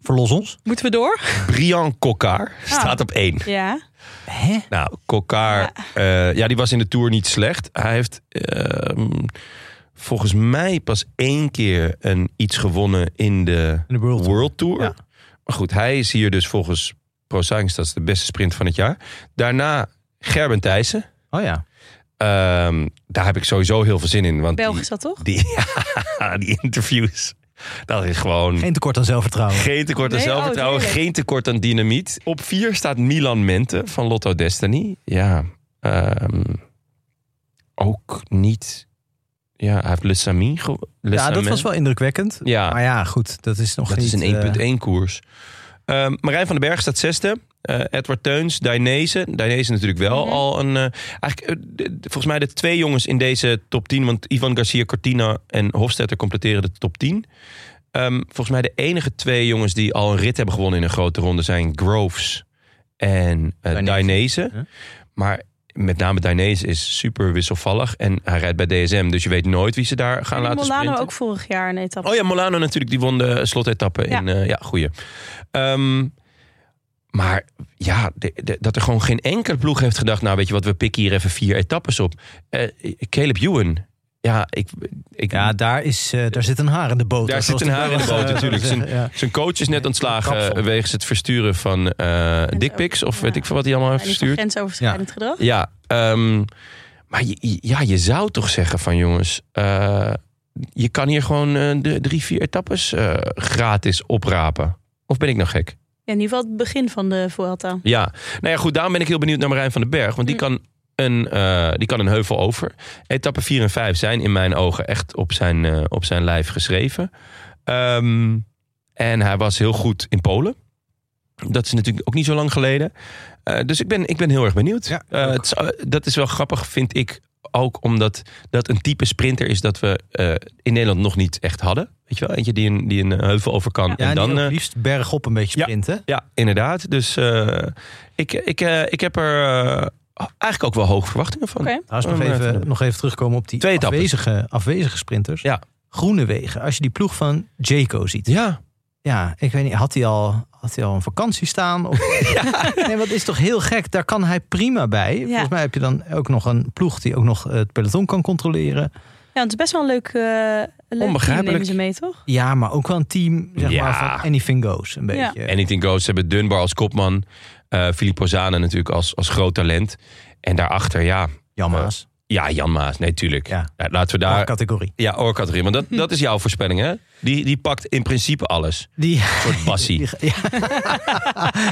Verlos ons. Moeten we door? Brian Kokar staat op één. Ja. Hè? Nou, Kokar, ja. ja, die was in de Tour niet slecht. Hij heeft ehm, volgens mij pas één keer een iets gewonnen in de In de World. World Tour. Ja. Maar goed, hij is hier dus volgens Pro Cycling Stats de beste sprint van het jaar. Daarna Gerben Thijssen. Oh ja. Ehm, daar heb ik sowieso heel veel zin in. Want die, Belgisch dat toch? die, ja, die interviews, dat is gewoon Geen tekort aan zelfvertrouwen. geen tekort aan Nee, oh, zelfvertrouwen, tuurlijk. geen tekort aan dynamiet. Op vier staat Milan Mente van Lotto Destiny. Ja, ehm, ook niet. Ja, hij heeft Le Sami ge- Le Ja, dat Samin. was wel indrukwekkend. Ja, Maar ja, goed, dat is nog Ah. dat niet... is eh, een 1.1 koers. Ehm, Marijn van den Berg staat zesde. Eh, Edward Teuns, Dainese. Dainese natuurlijk wel Mhm. al een... eh, eigenlijk, eh, de- de- volgens mij de twee jongens in deze top 10. Want Ivan Garcia Cortina en Hofstetter completeren de top 10. Ehm, volgens mij de enige twee jongens die al een rit hebben gewonnen in een grote ronde zijn Groves en eh Dainese. Dainese. Ja. Maar met name Dainese is super wisselvallig. En hij rijdt bij DSM, dus je weet nooit wie ze daar gaan En laten Molano sprinten. ook vorig jaar een etappe. Oh ja, Molano natuurlijk, die won de slotetappe. Ja. In, eh, ja, goeie. Ehm, maar ja, de- de- dat er gewoon geen enkele ploeg heeft gedacht... nou, weet je wat, we pikken hier even vier etappes op. Eh, Caleb Ewan, ja, ik... ik Ja, daar, is, eh, daar zit een haar in de boot. Daar zoals zit een die haar in de Belgen, boot, eh, natuurlijk. zeggen, ja. zijn coach is net ontslagen Kapsel. wegens het versturen van eh dickpics... of ja. weet ik veel wat hij allemaal heeft En die van verstuurd. grensoverschrijdend gedrag. Ja, ehm, maar je, je- ja, je zou toch zeggen van jongens, eh, je kan hier gewoon eh, de drie, vier etappes eh, gratis oprapen. Of ben ik nou gek? Ja, in ieder geval het begin van de Vuelta. Ja, nou ja, goed, daarom ben ik heel benieuwd naar Marijn van den Berg. Want die, Mm. kan, een, eh, die kan een heuvel over. Etappe 4 en 5 zijn in mijn ogen echt op zijn, eh, op zijn lijf geschreven. Ehm, en hij was heel goed in Polen. Dat is natuurlijk ook niet zo lang geleden. Eh, dus ik ben, ik ben heel erg benieuwd. Ja, Eh, ook. het is- eh, dat is wel grappig, vind ik. Ook omdat dat een type sprinter is dat we eh, in Nederland nog niet echt hadden. Weet je wel, eentje die een, die een heuvel over kan. Ja, en dan, eh, het liefst bergop een beetje ja. sprinten. ja, inderdaad. Dus eh, ik, ik, eh, ik heb er eh, eigenlijk ook wel hoge verwachtingen van. Oké. Trouwens, nog Oh, maar even- even, nog even terugkomen op Twee die etappes. afwezige, afwezige sprinters. Ja. Groene wegen. Als je die ploeg van Jaco ziet. Ja, Ja, ik weet niet. Had hij al, had hij al een vakantie staan? Of... Nee, wat is toch heel gek. Daar kan hij prima bij. Volgens mij heb je dan ook nog een ploeg die ook nog het peloton kan controleren. Ja, het is best wel een leuk eh, Een leuk team Onbegrijpelijk. nemen ze mee, toch? Ja, maar ook wel een team zeg Ja. maar, van anything goes. Een Ja. beetje. Anything Goes. Ze hebben Dunbar als kopman. eh Filippo Zanen natuurlijk als, als groot talent. En daarachter, ja, eh, Jamma's. ja Jan Maas. Nee, tuurlijk. Ja. Ja, laten we Qua daar... categorie. Ja, Orkaterin. Want dat, dat is jouw voorspelling, hè? Die, die pakt in principe alles. Die, Een soort passie. die, ja.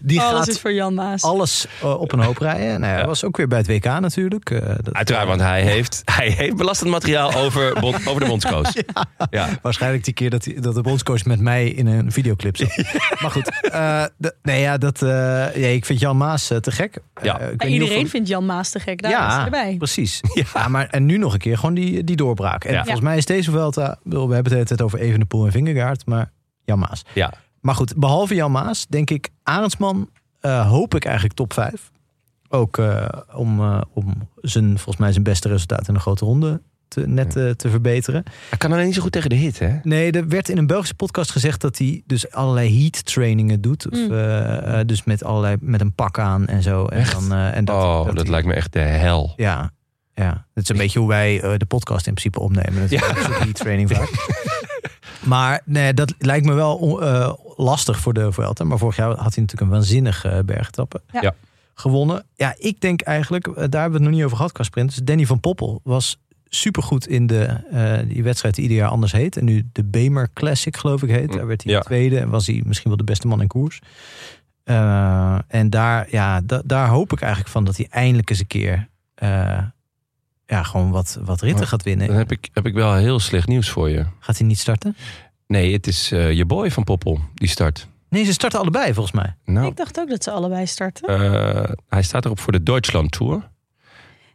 die Alles gaat is voor Jan Maas. alles eh, op een hoop rijden. Nou, ja, Ja. was ook weer bij het WK natuurlijk. Eh, dat- Uiteraard, want hij heeft, hij heeft belastend materiaal over, bond- over de bondscoach. Ja. Waarschijnlijk die keer dat, die- dat de bondscoach met mij in een videoclip zat. Maar goed, eh, d- nee, ja, dat, eh, ja, ik vind Jan Maas eh, te gek. Eh, Ja. ik weet Maar niet of iedereen hem- vindt Jan Maas te gek. Daar is hij ja, erbij. precies. Ja. maar en nu nog een keer gewoon die, die doorbraak. En Ja. volgens mij is deze Vuelta, we hebben het de hele tijd over Evenepoel en Vingegaard, maar Jan Maas. Ja. Maar goed, behalve Jan Maas, denk ik, Arendsman eh, hoop ik eigenlijk top 5. Ook eh, om, eh, om zijn, volgens mij zijn beste resultaat in de grote ronde te, net eh, te verbeteren. Hij kan alleen niet zo goed tegen de hit, hè? Nee, er werd in een Belgische podcast gezegd dat hij dus allerlei heat trainingen doet. Of, Mm. eh, eh, dus met, allerlei, met een pak aan en zo. En Echt? Dan, eh, en dat, Oh, dat, hij- lijkt me echt de hel. Ja, ja. Het is een beetje hoe wij eh, de podcast in principe opnemen. Dat is Ja. een soort heat training vaak. maar nee, dat lijkt me wel on- eh, lastig voor de Vuelta. Maar vorig jaar had hij natuurlijk een waanzinnige eh, bergetappe Ja. Ja. gewonnen. Ja, ik denk eigenlijk, eh, daar hebben we het nog niet over gehad qua sprinters. Danny van Poppel was supergoed in de, eh, die wedstrijd die ieder jaar anders heet. En nu de Bemer Classic geloof ik heet. Daar werd hij Ja. tweede en was hij misschien wel de beste man in koers. Eh, en daar, ja, da- daar hoop ik eigenlijk van dat hij eindelijk eens een keer eh, ja, gewoon wat, wat ritten Maar gaat winnen. Dan heb ik, heb ik wel heel slecht nieuws voor je. Gaat hij niet starten? Nee, het is eh, je boy van Poppel die start. Nee, ze starten allebei volgens mij. Nou, Ik dacht ook dat ze allebei starten. eh, hij staat erop voor de Deutschland Tour.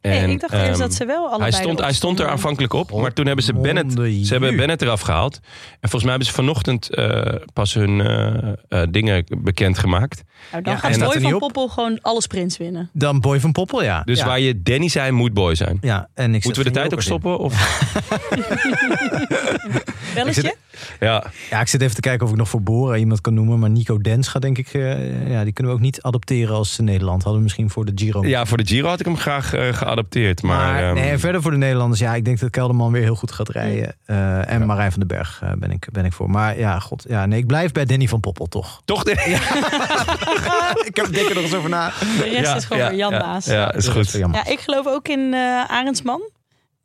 Nee, En, ik dacht eerst ehm, dat ze wel allebei hij stond, erop hij stond er stonden. aanvankelijk op, maar toen hebben ze Bennett, Monde ze hebben ju. Bennett eraf gehaald. En volgens mij hebben ze vanochtend eh, pas hun eh, eh, dingen bekendgemaakt. Nou, dan Ja, gaat en staat Boy er van niet op. Poppel gewoon alle sprints winnen. Dan Boy van Poppel, ja. Dus ja. waar je Danny zijn, moet Boy zijn. Ja, en ik zet Moeten we de geen tijd ook jokers in. stoppen? Of? Belletje? Ja. Ja, ik zit even te kijken of ik nog voor Bora iemand kan noemen. Maar Nico Dens gaat denk ik... eh, ja, die kunnen we ook niet adopteren als Nederland. Hadden we misschien voor de Giro. ja, voor de Giro had ik hem graag eh, geadapteerd. Maar, maar ehm, nee, verder voor de Nederlanders. Ja, ik denk dat Kelderman weer heel goed gaat rijden. Eh, en Marijn van den Berg eh, ben, ik, ben ik voor. Maar ja, god. Ja, nee, ik blijf bij Danny van Poppel toch. toch de... Ja, ik heb denk er nog eens over na. De rest is gewoon ja, weer Jan ja, Maas. Ja, Ja. is goed. Jammer. ik geloof ook in eh Arendsman.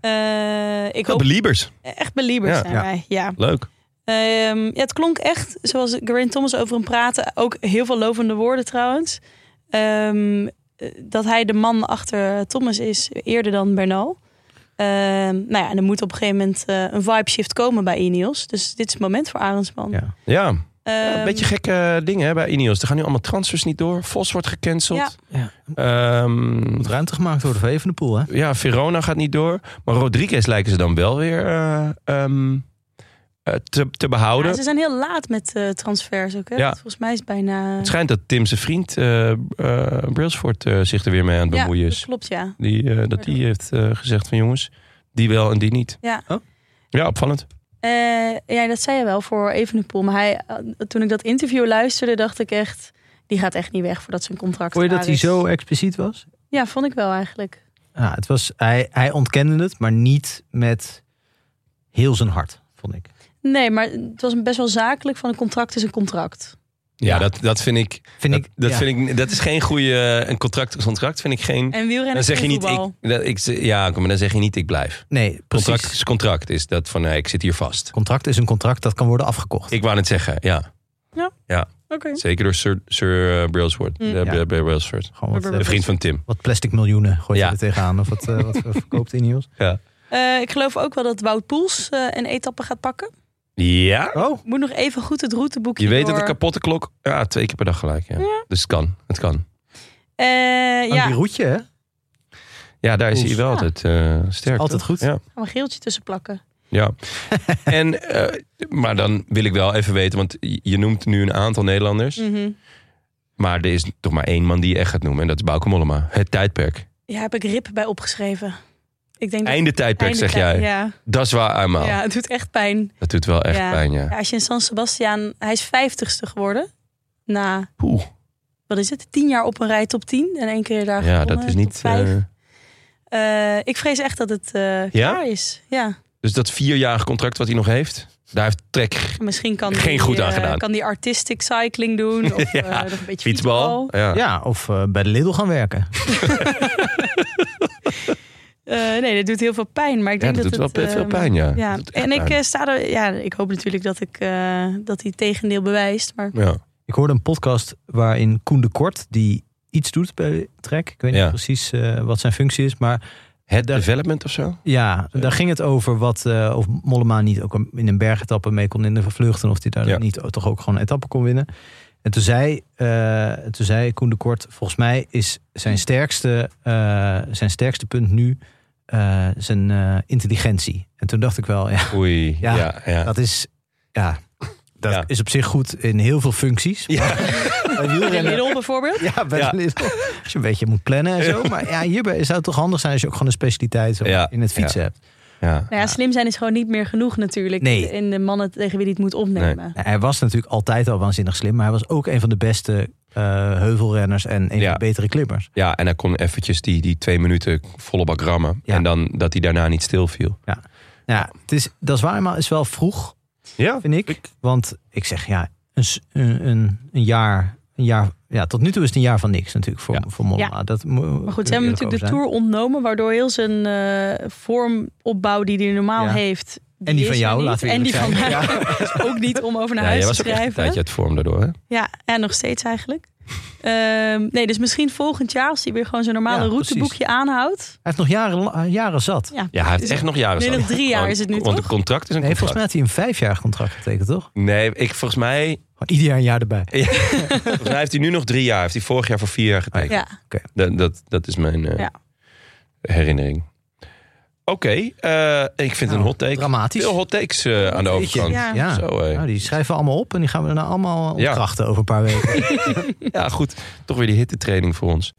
Eh, ik Oh, hoop Beliebers. echt beliebers Ja. zijn Ja. wij. Ja. Leuk. Ehm, ja, het klonk echt, zoals Geraint Thomas over hem praatte, ook heel veel lovende woorden trouwens. Ehm, eh, dat hij de man achter Thomas is, eerder dan Bernal. Ehm, nou ja, en er moet op een gegeven moment eh, een vibe shift komen bij Ineos. Dus dit is het moment voor Arendsman. Ja. Ja, Ehm, Ja, een beetje gekke dingen hè, bij Ineos. Er gaan nu allemaal transfers niet door. Vos wordt gecanceld. Ja. Ja. Moet ruimte gemaakt worden voor Evenepoel, hè? ja, Verona gaat niet door. Maar Rodriguez lijken ze dan wel weer eh, ehm, eh, te, te behouden. ja, ze zijn heel laat met eh, transfers ook. Hè? Ja. Want Volgens mij is het bijna. Het schijnt dat Tim zijn vriend eh eh, Brailsford eh, zich er weer mee aan het ja, bemoeien dat is. klopt, ja. Die, eh, dat die heeft eh, gezegd van jongens, die wel en die niet. Ja. Oh. Ja, opvallend. Eh, ja, dat zei je wel voor Evenepoel. Maar hij, eh, toen ik dat interview luisterde, dacht ik echt... die gaat echt niet weg voordat zijn contract Hoor je dat klaar hij is. zo expliciet was? Ja, vond ik wel eigenlijk. Ja, het was, hij, hij ontkende het, maar niet met heel zijn hart, vond ik. Nee, maar het was best wel zakelijk van een contract is een contract. Ja, Ja. Dat, dat vind ik. Vind Dat, ik, dat, ja. vind ik, dat is geen goede. eh, Een contract is contract vind ik geen. En wielrennen Dan is zeg je geen niet, voetbal. ik, dat, ik, ja, maar dan zeg je niet, ik blijf. Nee, precies. Contract is contract, is dat van, nee, ik zit hier vast. Contract is een contract dat kan worden afgekocht. Ik wou het zeggen, ja. Oké. Zeker door Sir, Sir eh, Brailsford, Mm. de, Ja. de- de Brailsford. Gewoon wat, eh, De vriend van Tim. wat plastic miljoenen gooi je Ja. er tegenaan. Of wat, eh, wat verkoopt Ineos. Eh, ik geloof ook wel dat Wout Poels eh, een etappe gaat pakken. Ja? Oh, Moet nog even goed het routeboekje Je weet door. dat de kapotte klok, ja, twee keer per dag gelijk. Ja. Dus het kan, het kan. Eh, ja. ja, die roetje, hè? Ja, daar is hij wel Ja. altijd eh, sterk. Altijd toch? goed. Ja. gaan we een geeltje tussen plakken. ja. en, eh, maar dan wil ik wel even weten, want je noemt nu een aantal Nederlanders. Mhm. Maar er is toch maar één man die je echt gaat noemen. En dat is Bauke Mollema. Het tijdperk. Ja, heb ik Rip bij opgeschreven. Ik denk dat... Einde tijdperk, einde zeg tijd- jij. Nou. Ja. Dat is waar, eenmaal. ja, het doet echt pijn. Dat doet wel echt Ja. pijn, ja. Ja, als je in San Sebastian, hij is vijftigste geworden. Na, Poeh. wat is het, tien jaar op een rij top 10 en één keer daar Ja, gewonnen, dat is eh, top niet... vijf. eh, Eh, ik vrees echt dat het eh, klaar is. Ja. Dus dat vierjarige contract wat hij nog heeft, daar heeft Trek Misschien kan Geen die, goed aan eh, gedaan. kan die artistic cycling doen. Of eh, nog een beetje fietsbal. fietsbal. Ja. Ja, of eh, bij de Lidl gaan werken. Eh, nee, dat doet heel veel pijn. Maar ik Ja, denk dat dat doet wel het, veel eh, pijn, ja. Ja, Dat doet echt en ik pijn. eh, sta er. Ja, ik hoop natuurlijk dat ik eh, dat hij tegendeel bewijst. Maar ja. Ik hoorde een podcast waarin Koen de Kort, die iets doet bij Trek. Ik weet Ja. niet precies eh, wat zijn functie is, maar Het development of zo? Ja, daar ging het over wat eh, of Mollema niet ook in een bergetappe mee kon in de vluchten. Of die daar Ja. niet toch ook gewoon een etappe kon winnen. En toen zei, eh, toen zei Koen de Kort, volgens mij is zijn sterkste, eh, zijn sterkste punt nu eh, zijn eh, intelligentie. En toen dacht ik wel, ja, Oei, ja. Ja. ja, dat is, ja, dat Ja. is op zich goed in heel veel functies. Ja. Bij Bij wielrennen, Lidl bijvoorbeeld. ja, bij Ja. de Lidl. Als je een beetje moet plannen en zo. Maar ja, hierbij zou het toch handig zijn als je ook gewoon een specialiteit zo Ja. in het fietsen hebt. Ja. Nou ja, slim zijn is gewoon niet meer genoeg natuurlijk. Nee. In de mannen tegen wie hij het moet opnemen. Nou, Hij was natuurlijk altijd al waanzinnig slim, maar hij was ook een van de beste eh, heuvelrenners en een Ja. van de betere klimmers. Ja, en hij kon eventjes die, die twee minuten volle bak rammen. Ja. En dan dat hij daarna niet stilviel. Ja, het is, dat is waar, maar het is wel vroeg, Ja, vind ik. Want ik zeg ja, een, s- een, een, een jaar, een jaar, ja, tot nu toe is het een jaar van niks natuurlijk voor, Ja. voor Mollema. Dat Maar goed, ze hebben natuurlijk de Tour ontnomen... waardoor heel zijn eh, vormopbouw die hij normaal Ja. heeft... En die van is er jou, niet. laten we En die van eerlijk mij zijn. is ook niet om over naar ja, huis jij te was ook echt een schrijven. tijdje uit vorm daardoor. Hè? Ja, en nog steeds eigenlijk. Ehm, nee, dus misschien volgend jaar als hij weer gewoon zijn normale Ja, routeboekje aanhoudt. Hij heeft nog jaren, eh, jaren zat. Ja, Ja, hij heeft Is echt het- nog jaren nee, zat. nog drie jaar Gewoon- is het nu, Want toch? een contract is een Nee, volgens mij contract. had hij een vijfjarig contract getekend, toch? Nee, ik, volgens, mij, Gewoon ieder jaar een jaar erbij. volgens mij heeft hij nu nog drie jaar. Heeft hij vorig jaar voor vier jaar getekend. ja. Dat, dat, dat is mijn eh, Ja. herinnering. Oké, eh, ik vind het een hot take. Nou, Dramatisch. Veel hot takes eh, aan de Jeetje. overkant. Ja. Ja. Zo, eh. Nou, die schrijven we allemaal op en die gaan we daarna allemaal eh, Ja. opdrachten over een paar weken. Ja, goed. Toch weer die hittetraining voor ons.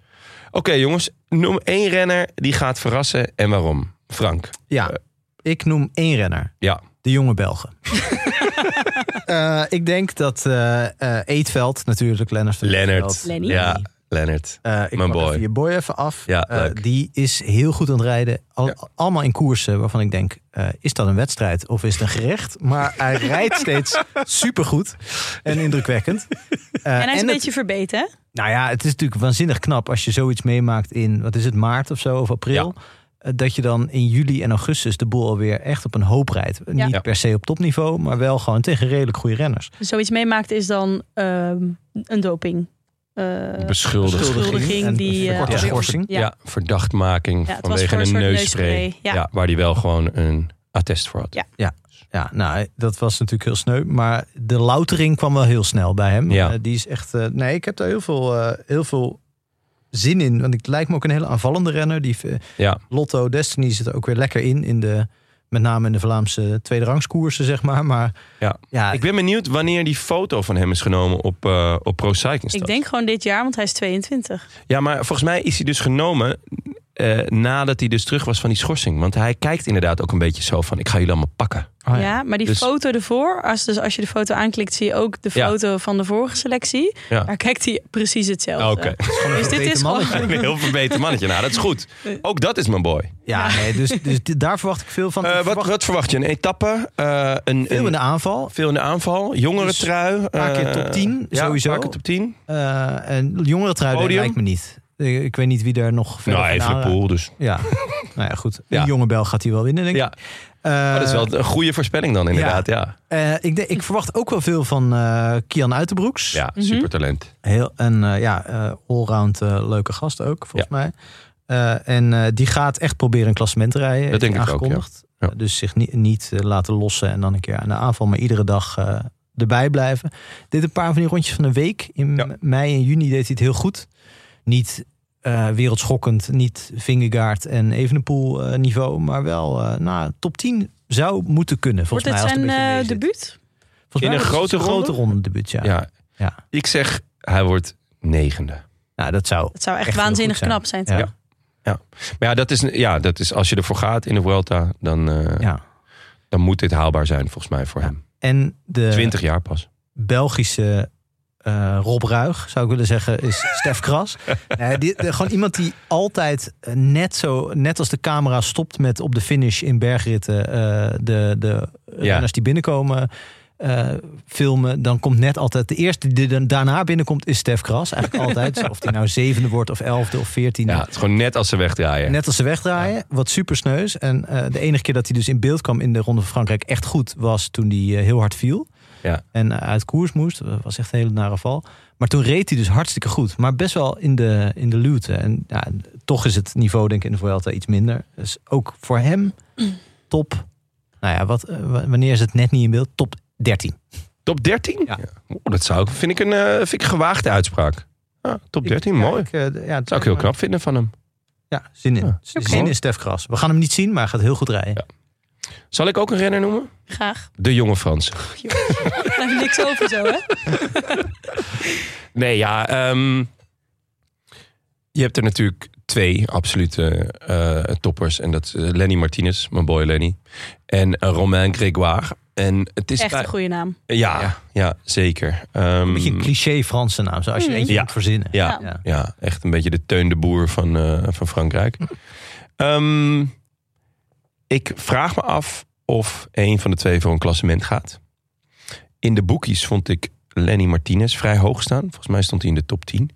Oké, jongens. Noem één renner die gaat verrassen en waarom. Frank. Ja, Eh. ik noem één renner. Ja. De jonge Belgen. Eh, ik denk dat eh eh, Eetveld natuurlijk, Lennart. van Lennart. Eetveld. Lenny. Ja, Lennart. Eh, ik Mijn pak boy. Even je boy even af. Ja, Eh, leuk. die is heel goed aan het rijden. Al- Ja. Allemaal in koersen waarvan ik denk, eh, is dat een wedstrijd of is het een gerecht? Maar hij rijdt steeds supergoed en indrukwekkend. Eh, En hij is een het- beetje verbeten, hè? nou ja, het is natuurlijk waanzinnig knap als je zoiets meemaakt in, wat is het, maart of zo, of april. eh, Dat je dan in juli en augustus de boel alweer echt op een hoop rijdt. Ja. Niet Ja. per se op topniveau, maar wel gewoon tegen redelijk goede renners. Dus Zoiets meemaakt is dan ehm, een doping. eh, Beschuldigd. Beschuldiging en die, een eh, korte ja. schorsing. Ja, verdachtmaking Ja, het was vanwege voor een een soort neusspray. neusspray, ja. waar die wel gewoon een attest voor had. Ja. Ja, nou, dat was natuurlijk heel sneu. Maar de loutering kwam wel heel snel bij hem. Ja. Eh, die is echt... eh, nee, ik heb daar heel veel, eh, heel veel zin in. Want het lijkt me ook een hele aanvallende renner. Die, eh, Ja. Lotto Destiny zit er ook weer lekker in. in de, met name in de Vlaamse tweederangskoersen, zeg maar. maar Ja. ja, Ik ben benieuwd wanneer die foto van hem is genomen op, eh op Pro Cycling Stats. Ik denk gewoon dit jaar, want hij is 22. Ja, maar volgens mij is hij dus genomen eh, nadat hij dus terug was van die schorsing. Want hij kijkt inderdaad ook een beetje zo van, ik ga jullie allemaal pakken. Oh ja. ja. maar die Dus- foto ervoor, als, dus als je de foto aanklikt, zie je ook de Ja. foto van de vorige selectie. Ja. Daar kijkt hij precies hetzelfde. Oh, Oké. Dus dit Beter is gewoon. mannetje. Een heel verbeterd mannetje. Nou, dat is goed. Ook dat is mijn boy. Ja, nee, dus, dus di- daar verwacht ik veel van. Eh, Ik wat, verwacht wat verwacht je? Een etappe? Eh, een, veel in een- de aanval. veel in de aanval? Jongere Dus trui? eh, Een paar keer top 10 sowieso. Paar keer top 10. Eh, en jongere trui Podium? lijkt me niet. Ik, ik weet niet wie daar nog verder Nou, van even de aanraakt. pool dus. Ja, nou ja, goed. Ja. Een jonge Bel gaat hij wel winnen, denk ik. Ja, maar dat is wel een goede voorspelling dan inderdaad. Ja, Eh, eh, ik, denk- ik verwacht ook wel veel van eh, Kian Uitenbroeks. ja supertalent. Heel, en eh, ja, eh, allround eh, leuke gast ook, volgens mij. Eh, en eh, die gaat echt proberen een klassement te rijden. heeft denk hij ik ook, ja. aangekondigd. Ja. Eh, dus zich niet, niet eh, laten lossen en dan een keer aan de aanval, maar iedere dag eh, erbij blijven. Dit een paar van die rondjes van een week. In Ja. mei en juni deed hij het heel goed. Niet eh, wereldschokkend, niet Vingegaard en Evenepoel eh, niveau, maar wel eh nou, top 10 zou moeten kunnen. Wordt Volgens het mij, als het zijn een beetje mee eh, zit. debuut? Volgens In mij een wordt het grote grote ronde debuut, ja. Ja. Ja. Ik zeg, hij wordt negende. Nou, dat zou Dat zou echt, Echt heel waanzinnig goed zijn. knap zijn. Ja. toch? Maar ja dat, is, ja, dat is als je ervoor gaat in de Vuelta, dan, eh, Ja. dan moet dit haalbaar zijn volgens mij voor Ja. hem. En de 20 jaar pas. Belgische eh, Rob Ruig, zou ik willen zeggen, is Stef Kras. Nee, die, de- gewoon iemand die altijd eh, net zo, net als de camera stopt met op de finish in bergritten, eh, de, de renners die binnenkomen eh, filmen, dan komt net altijd de eerste die dan daarna binnenkomt is Stef Kras. Eigenlijk altijd, of die nou zevende wordt of elfde of veertiende. Ja, het is gewoon net als ze wegdraaien. Net als ze wegdraaien, wat super sneus. En eh, de enige keer dat hij dus in beeld kwam in de Ronde van Frankrijk echt goed was toen hij eh, heel hard viel. Ja. En eh, uit koers moest. Dat was echt een hele nare val. Maar toen reed hij dus hartstikke goed. Maar best wel in de, in de luwte. En ja, toch is het niveau denk ik in de Vuelta iets minder. Dus ook voor hem top. Nou ja, wat, eh, w- wanneer is het net niet in beeld? Top 13. Top 13? Ja. Oeh, dat zou ik, vind ik een eh, vind ik een gewaagde uitspraak. Ja, top 13, mooi. Ik, eh, d- ja, Dat zou ik heel knap Ah, vinden van hem. Ja, zin in. Ja, Zin in Stef Kras. We gaan hem niet zien, maar hij gaat heel goed rijden. Zal ik ook een renner noemen? Graag. De jonge Frans. Daar heb je niks over zo, hè? Nee, ja. ehm, je hebt er natuurlijk twee absolute eh, toppers. En dat is eh, Lenny Martinez, mijn boy Lenny. En eh, Romain Grégoire. En het is Echt bij- een goede naam. ja, ja, zeker. Ehm, Een beetje een cliché Franse naam, zoals je er eentje Ja. moet verzinnen. ja, Ja. ja, echt een beetje de teun de boer van, eh, van Frankrijk. Ehm, ik vraag me af of een van de twee voor een klassement gaat. In de boekies vond ik Lenny Martinez vrij hoog staan. Volgens mij stond hij in de top 10.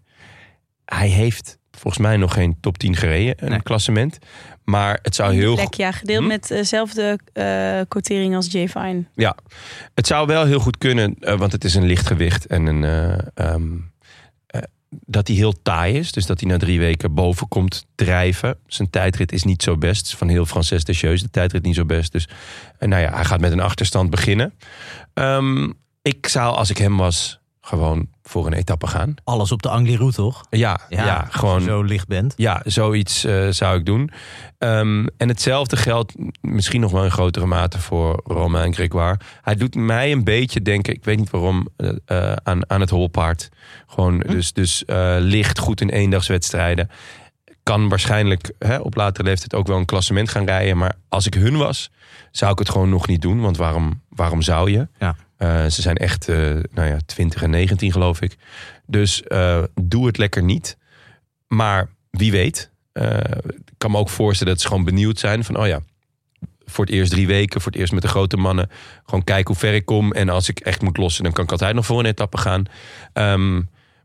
Hij heeft volgens mij nog geen top 10 gereden, een Nee. klassement. Maar het zou, Oh, heel, Lek, ja, gedeeld Hm? met dezelfde eh quotering als Jay Fine. het zou wel heel goed kunnen, eh, want het is een lichtgewicht en een... eh, ehm, eh, dat hij heel taai is. Dus dat hij na drie weken boven komt drijven. Zijn tijdrit is niet zo best. Van heel Frances de Cheuse, de tijdrit niet zo best. Dus eh, nou ja, hij gaat met een achterstand beginnen. Ehm, ik zou, als ik hem was, gewoon voor een etappe gaan. alles op de Angliru, toch? Ja, ja, Ja, gewoon. Zo licht bent. Ja, zoiets eh, zou ik doen. Ehm, en hetzelfde geldt m- misschien nog wel in grotere mate voor Romain Grégoire. Hij doet mij een beetje denken, ik weet niet waarom, eh, eh, aan, aan het holpaard. Gewoon dus, dus eh, licht, goed in eendagswedstrijden. Kan waarschijnlijk hè, op latere leeftijd ook wel een klassement gaan rijden. Maar als ik hun was, zou ik het gewoon nog niet doen. Want waarom, waarom zou je? Ja. Eh, ze zijn echt eh, nou ja, 20 en 19 geloof ik. Dus eh, doe het lekker niet. Maar wie weet. Eh, ik kan me ook voorstellen dat ze gewoon benieuwd zijn. Van, oh ja, voor het eerst drie weken, voor het eerst met de grote mannen. Gewoon kijken hoe ver ik kom. En als ik echt moet lossen, dan kan ik altijd nog voor een etappe gaan. Ehm,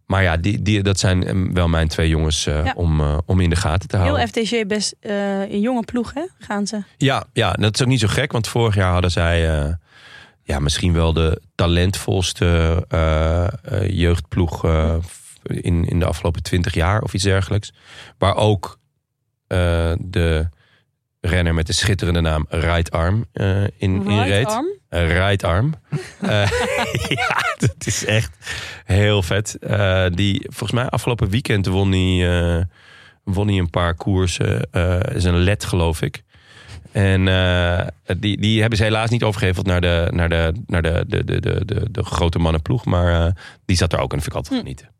maar ja, die, die, dat zijn ehm, wel mijn twee jongens eh, Ja. om, eh, om in de gaten te houden. Heel FDG best eh, een jonge ploeg, hè? Gaan ze. Ja, ja, dat is ook niet zo gek. Want vorig jaar hadden zij eh, ja, misschien wel de talentvolste eh, eh, jeugdploeg eh, f- in, in de afgelopen twintig jaar of iets dergelijks. Waar ook eh, de renner met de schitterende naam Right Arm eh, in, Oh. in reed. Right arm. Een rightarm. Eh, ja, dat is echt heel vet. Eh, die, volgens mij afgelopen weekend won hij, eh, won hij een paar koersen. eh is een led, geloof ik. En eh, die, die hebben ze helaas niet overgeheveld naar de, naar de, naar de, de, de, de, de, de grote mannenploeg. Maar eh, die zat er ook en dat vind ik altijd Hm. genieten.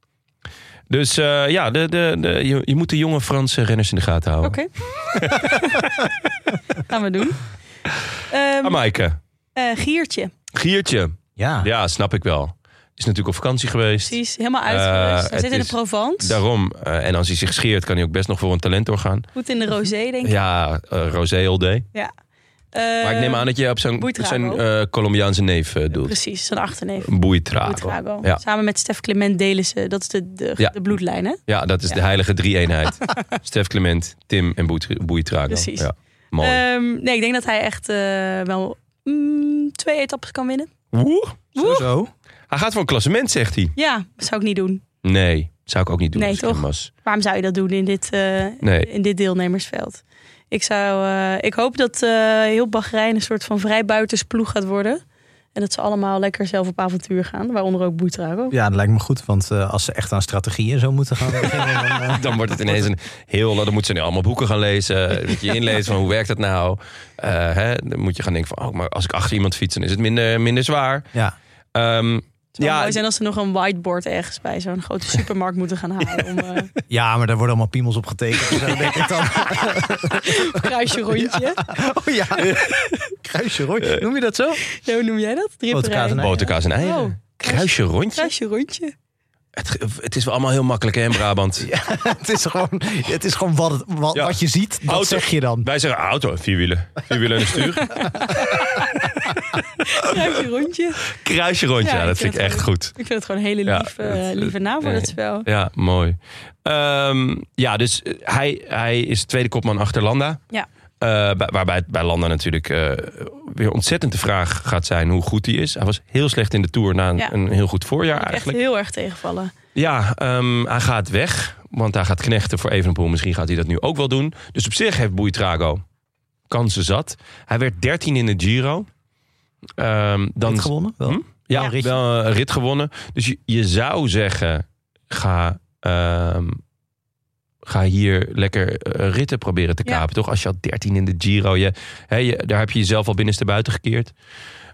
Dus eh, ja, de, de, de, je, je moet de jonge Franse renners in de gaten houden. Oké. Gaan we doen. Ehm, Amaike, eh, Giertje. Giertje. Ja. Ja, snap ik wel. Is natuurlijk op vakantie geweest. Precies. Helemaal uit Eh, geweest. Hij het zit in de is- Provence. Daarom. eh, en als hij zich scheert, kan hij ook best nog voor een talentor gaan. Goed in de rosé, denk ik. Ja, eh Rosé all day. Eh, maar ik neem aan dat je op zo'n Boeitrago. zijn eh, Colombiaanse neef eh, doet. Precies, zijn achterneef. Boeitrago. Boetrago. Ja. Samen met Stef Clement delen ze. Dat is de, de, Ja. de bloedlijn, hè? Ja, dat is Ja. de heilige drie-eenheid. Stef Clement, Tim en Boeit- Boeitrago. Precies. Ja, mooi. Ehm, nee, ik denk dat hij echt eh, wel mm, twee etappes kan winnen. Woe. Woe. Zo. Hij gaat voor een klassement, zegt hij. Ja, dat zou ik niet doen. Nee, zou ik ook niet doen Nee, als ik toch? hem was. Waarom zou je dat doen in dit, eh, Nee. in dit deelnemersveld? Ik, zou, eh, ik hoop dat eh, heel Bahrein een soort van vrijbuitersploeg gaat worden. En dat ze allemaal lekker zelf op avontuur gaan. Waaronder ook Boetrago. Ja, dat lijkt me goed. Want eh, als ze echt aan strategieën zo moeten gaan beginnen, dan, eh, Dan wordt het ineens een heel... Dan moeten ze nu allemaal boeken gaan lezen. Moet je inlezen van hoe werkt dat nou. Eh, hè, dan moet je gaan denken van... Oh, maar als ik achter iemand fiets, dan is het minder, minder zwaar. ja. Ehm, Het zou ja, mooi zijn als ze nog een whiteboard ergens bij zo'n grote supermarkt moeten gaan halen. Om eh, ja, maar daar worden allemaal piemels op getekend. en Zo denk ik dan. een kruisje rondje. Oh ja. Kruisje, Eh. Roy. Noem je dat zo? Oh, Hoe noem jij dat? Drieperij. Boterkaas en ei. boterkaas en eieren. Oh, Kruisje rondje. kruisje rondje. Het, het is wel allemaal heel makkelijk hè, in Brabant. het, is gewoon, het is gewoon wat, het- wat, Ja. wat je ziet, dat Auto. zeg je dan. Wij zeggen auto, vier wielen. Vier wielen en een stuur. Ruikt een rondje. Kruisje rondje, Ja, ja, ik dat vind vind ik het echt wel- goed. Ik vind het gewoon een hele Ja, lieve, het- eh, lieve naam voor nee. dat spel. Ja, mooi. Ehm, ja, dus eh, hij, hij is tweede kopman achter Landa. Ja. Eh, bij- waarbij het bij Landa natuurlijk eh, weer ontzettend de vraag gaat zijn hoe goed hij is. Hij was heel slecht in de Tour na een, Ja. een heel goed voorjaar Vond ik echt eigenlijk. heel erg tegenvallen. Ja, ehm, hij gaat weg, want hij gaat knechten voor Evenepoel. Misschien gaat hij dat nu ook wel doen. Dus op zich heeft Boeitrago kansen zat. Hij werd 13 in de Giro. Ehm, dan Niet gewonnen? Wel. Hm? ja, Ja, ritje. wel een rit gewonnen. Dus je, je zou zeggen, ga, ehm, ga hier lekker eh, ritten proberen te Ja. kapen, toch? Als je al 13 in de Giro, je, hè, je- daar heb je jezelf al binnenste buiten gekeerd.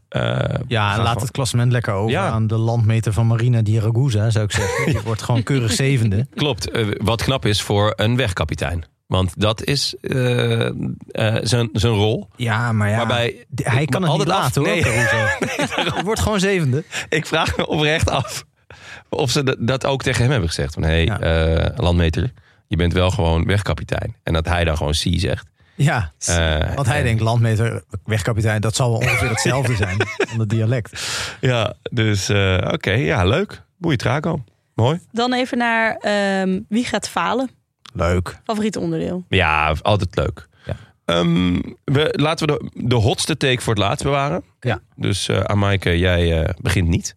Eh, Ja, ga en laat gewoon- het klassement lekker over Ja. aan de landmeter van Marina di Ragusa, zou ik zeggen. Die wordt gewoon keurig zevende. Klopt, eh, wat knap is voor een wegkapitein. Want dat is eh, eh, zijn, zijn rol. Ja, maar ja, Waarbij, d- hij kan maar het niet altijd af- laten hoor, Nee. Caruso. Hij wordt gewoon zevende. ik vraag me oprecht af of ze dat- dat ook tegen hem hebben gezegd. Van, hé, hey, Ja. eh, landmeter, je bent wel gewoon wegkapitein. En dat hij dan gewoon C zegt. Ja, Eh, want hij en- denkt landmeter, wegkapitein, dat zal wel ongeveer hetzelfde zijn. Van het dialect. Ja, dus eh, oké, ja, leuk. Boeie Traco. Mooi. Dan even naar ehm, wie gaat falen. Leuk. Favoriet onderdeel. Ja, altijd leuk. Ja. Ehm, we, laten we de, de hotste take voor het laatst bewaren. Ja. Dus eh Amaike, jij eh, begint niet.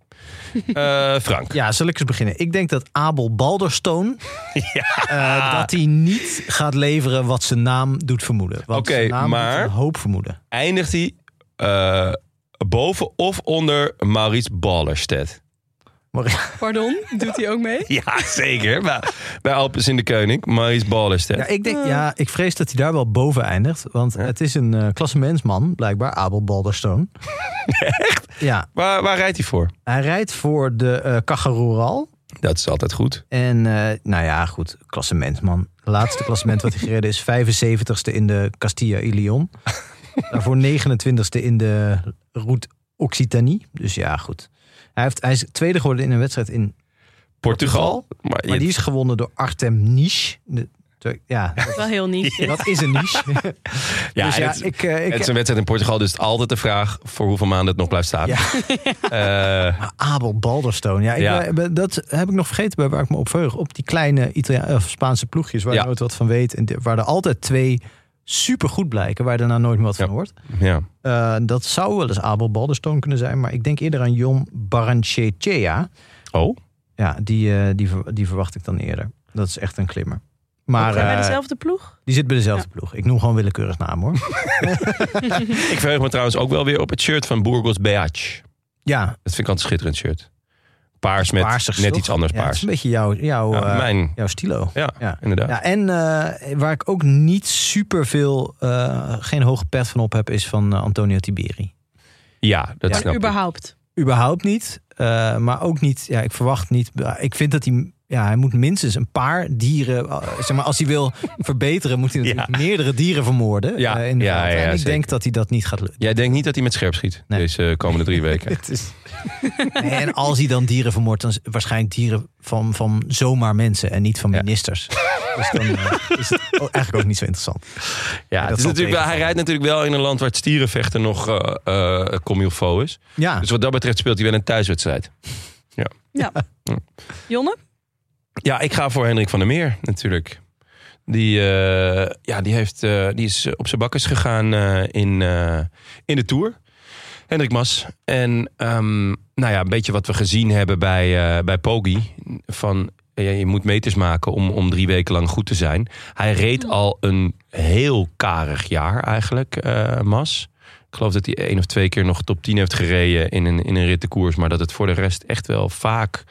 Eh, Frank. Ja, zal ik eens beginnen? Ik denk dat Abel Balderstone, eh, dat hij niet gaat leveren wat zijn naam doet vermoeden. Want Oké, zijn naam doet maar- een hoop vermoeden. Eindigt hij eh, boven of onder Maurits Ballerstedt? Maar, Pardon, doet hij ook mee? Ja, zeker. Maar, bij Alpes in de Keuning, Maurits Ballerstedt. ja, ik denk, ja, ik vrees dat hij daar wel boven eindigt. Want het is een eh klassementsman, blijkbaar, Abel Balderstone. Echt? Ja, Waar, waar rijdt hij voor? hij rijdt voor de eh Cajarural. Dat is altijd goed. En eh, nou ja, goed, klassement man. Laatste klassement wat hij gereden is 75ste in de Castilla y León. Daarvoor 29ste in de Route Occitanie. Dus ja, goed. Hij, heeft, hij is tweede geworden in een wedstrijd in... Portugal. Maar die is gewonnen door Artem Nisch. De- de- ja, dat- Wel heel niet. dat is een niche. ja, dus en ja, het- ik, eh, Het ik, is een wedstrijd in Portugal, dus het is altijd de vraag voor hoeveel maanden het nog blijft staan. Ja. Eh, Maar Abel Balderstone. Ja, ik, Ja. eh, be- dat heb ik nog vergeten bij waar ik me op verheug. Op die kleine Italia of Spaanse ploegjes waar Ja. je nooit wat van weet. En de- waar er altijd twee supergoed blijken, waar je daarna nooit meer wat van Ja. hoort. ja. Eh, dat zou wel eens Abel Balderstone kunnen zijn. Maar ik denk eerder aan Jon Baranchechea. Oh, Ja, die, eh, die, ver- die verwacht ik dan eerder. Dat is echt een klimmer. Maar Zijn wij eh, dezelfde ploeg? die zit bij dezelfde ploeg. Ik noem gewoon willekeurig naam hoor. ik verheug me trouwens ook wel weer op het shirt van Burgos Beach. Ja, Dat vind ik altijd een schitterend shirt. Paars met paarsig net toch? iets anders Ja, het paars. is een beetje jouw, jouw, Ja, eh, mijn, jouw stilo. ja, ja. inderdaad. Ja, en eh, waar ik ook niet super veel, eh, geen hoge pet van op heb, is van eh, Antonio Tiberi. Ja, dat Ja. snap ik. Überhaupt. Überhaupt niet, eh, maar ook niet, ja, ik verwacht niet. eh, Ik vind dat hij, ja, hij moet minstens een paar dieren, eh, zeg maar, als hij wil verbeteren, moet hij natuurlijk meerdere dieren vermoorden. Ja, eh, in de ja, veld. ja, en ik zeker. denk dat hij dat niet gaat lukken. Jij denkt niet dat hij met scherp schiet Nee. deze komende drie weken. Het is- Nee, en als hij dan dieren vermoordt, dan is- waarschijnlijk dieren van, van zomaar mensen en niet van Ja. ministers. Dus dan eh, is het eigenlijk ook niet zo interessant. Ja, het is zal natuurlijk wel, hij tegenvallen. rijdt natuurlijk wel in een land waar het stierenvechten nog eh eh, comme il faut is. Ja. Dus wat dat betreft speelt hij wel een thuiswedstrijd. Ja. Jonne? Ja, ik ga voor Hendrik van der Meer natuurlijk. Die, eh, ja, die, heeft, eh, die is eh, op zijn bakkes gegaan eh, in, eh, in de Tour. Hendrik Mas. En ehm, nou ja, een beetje wat we gezien hebben bij, eh bij Poggi. Van ja, je moet meters maken om, om drie weken lang goed te zijn. Hij reed al een heel karig jaar eigenlijk, eh, Mas. Ik geloof dat hij één of twee keer nog top 10 heeft gereden in een, in een rittenkoers. Maar dat het voor de rest echt wel vaak,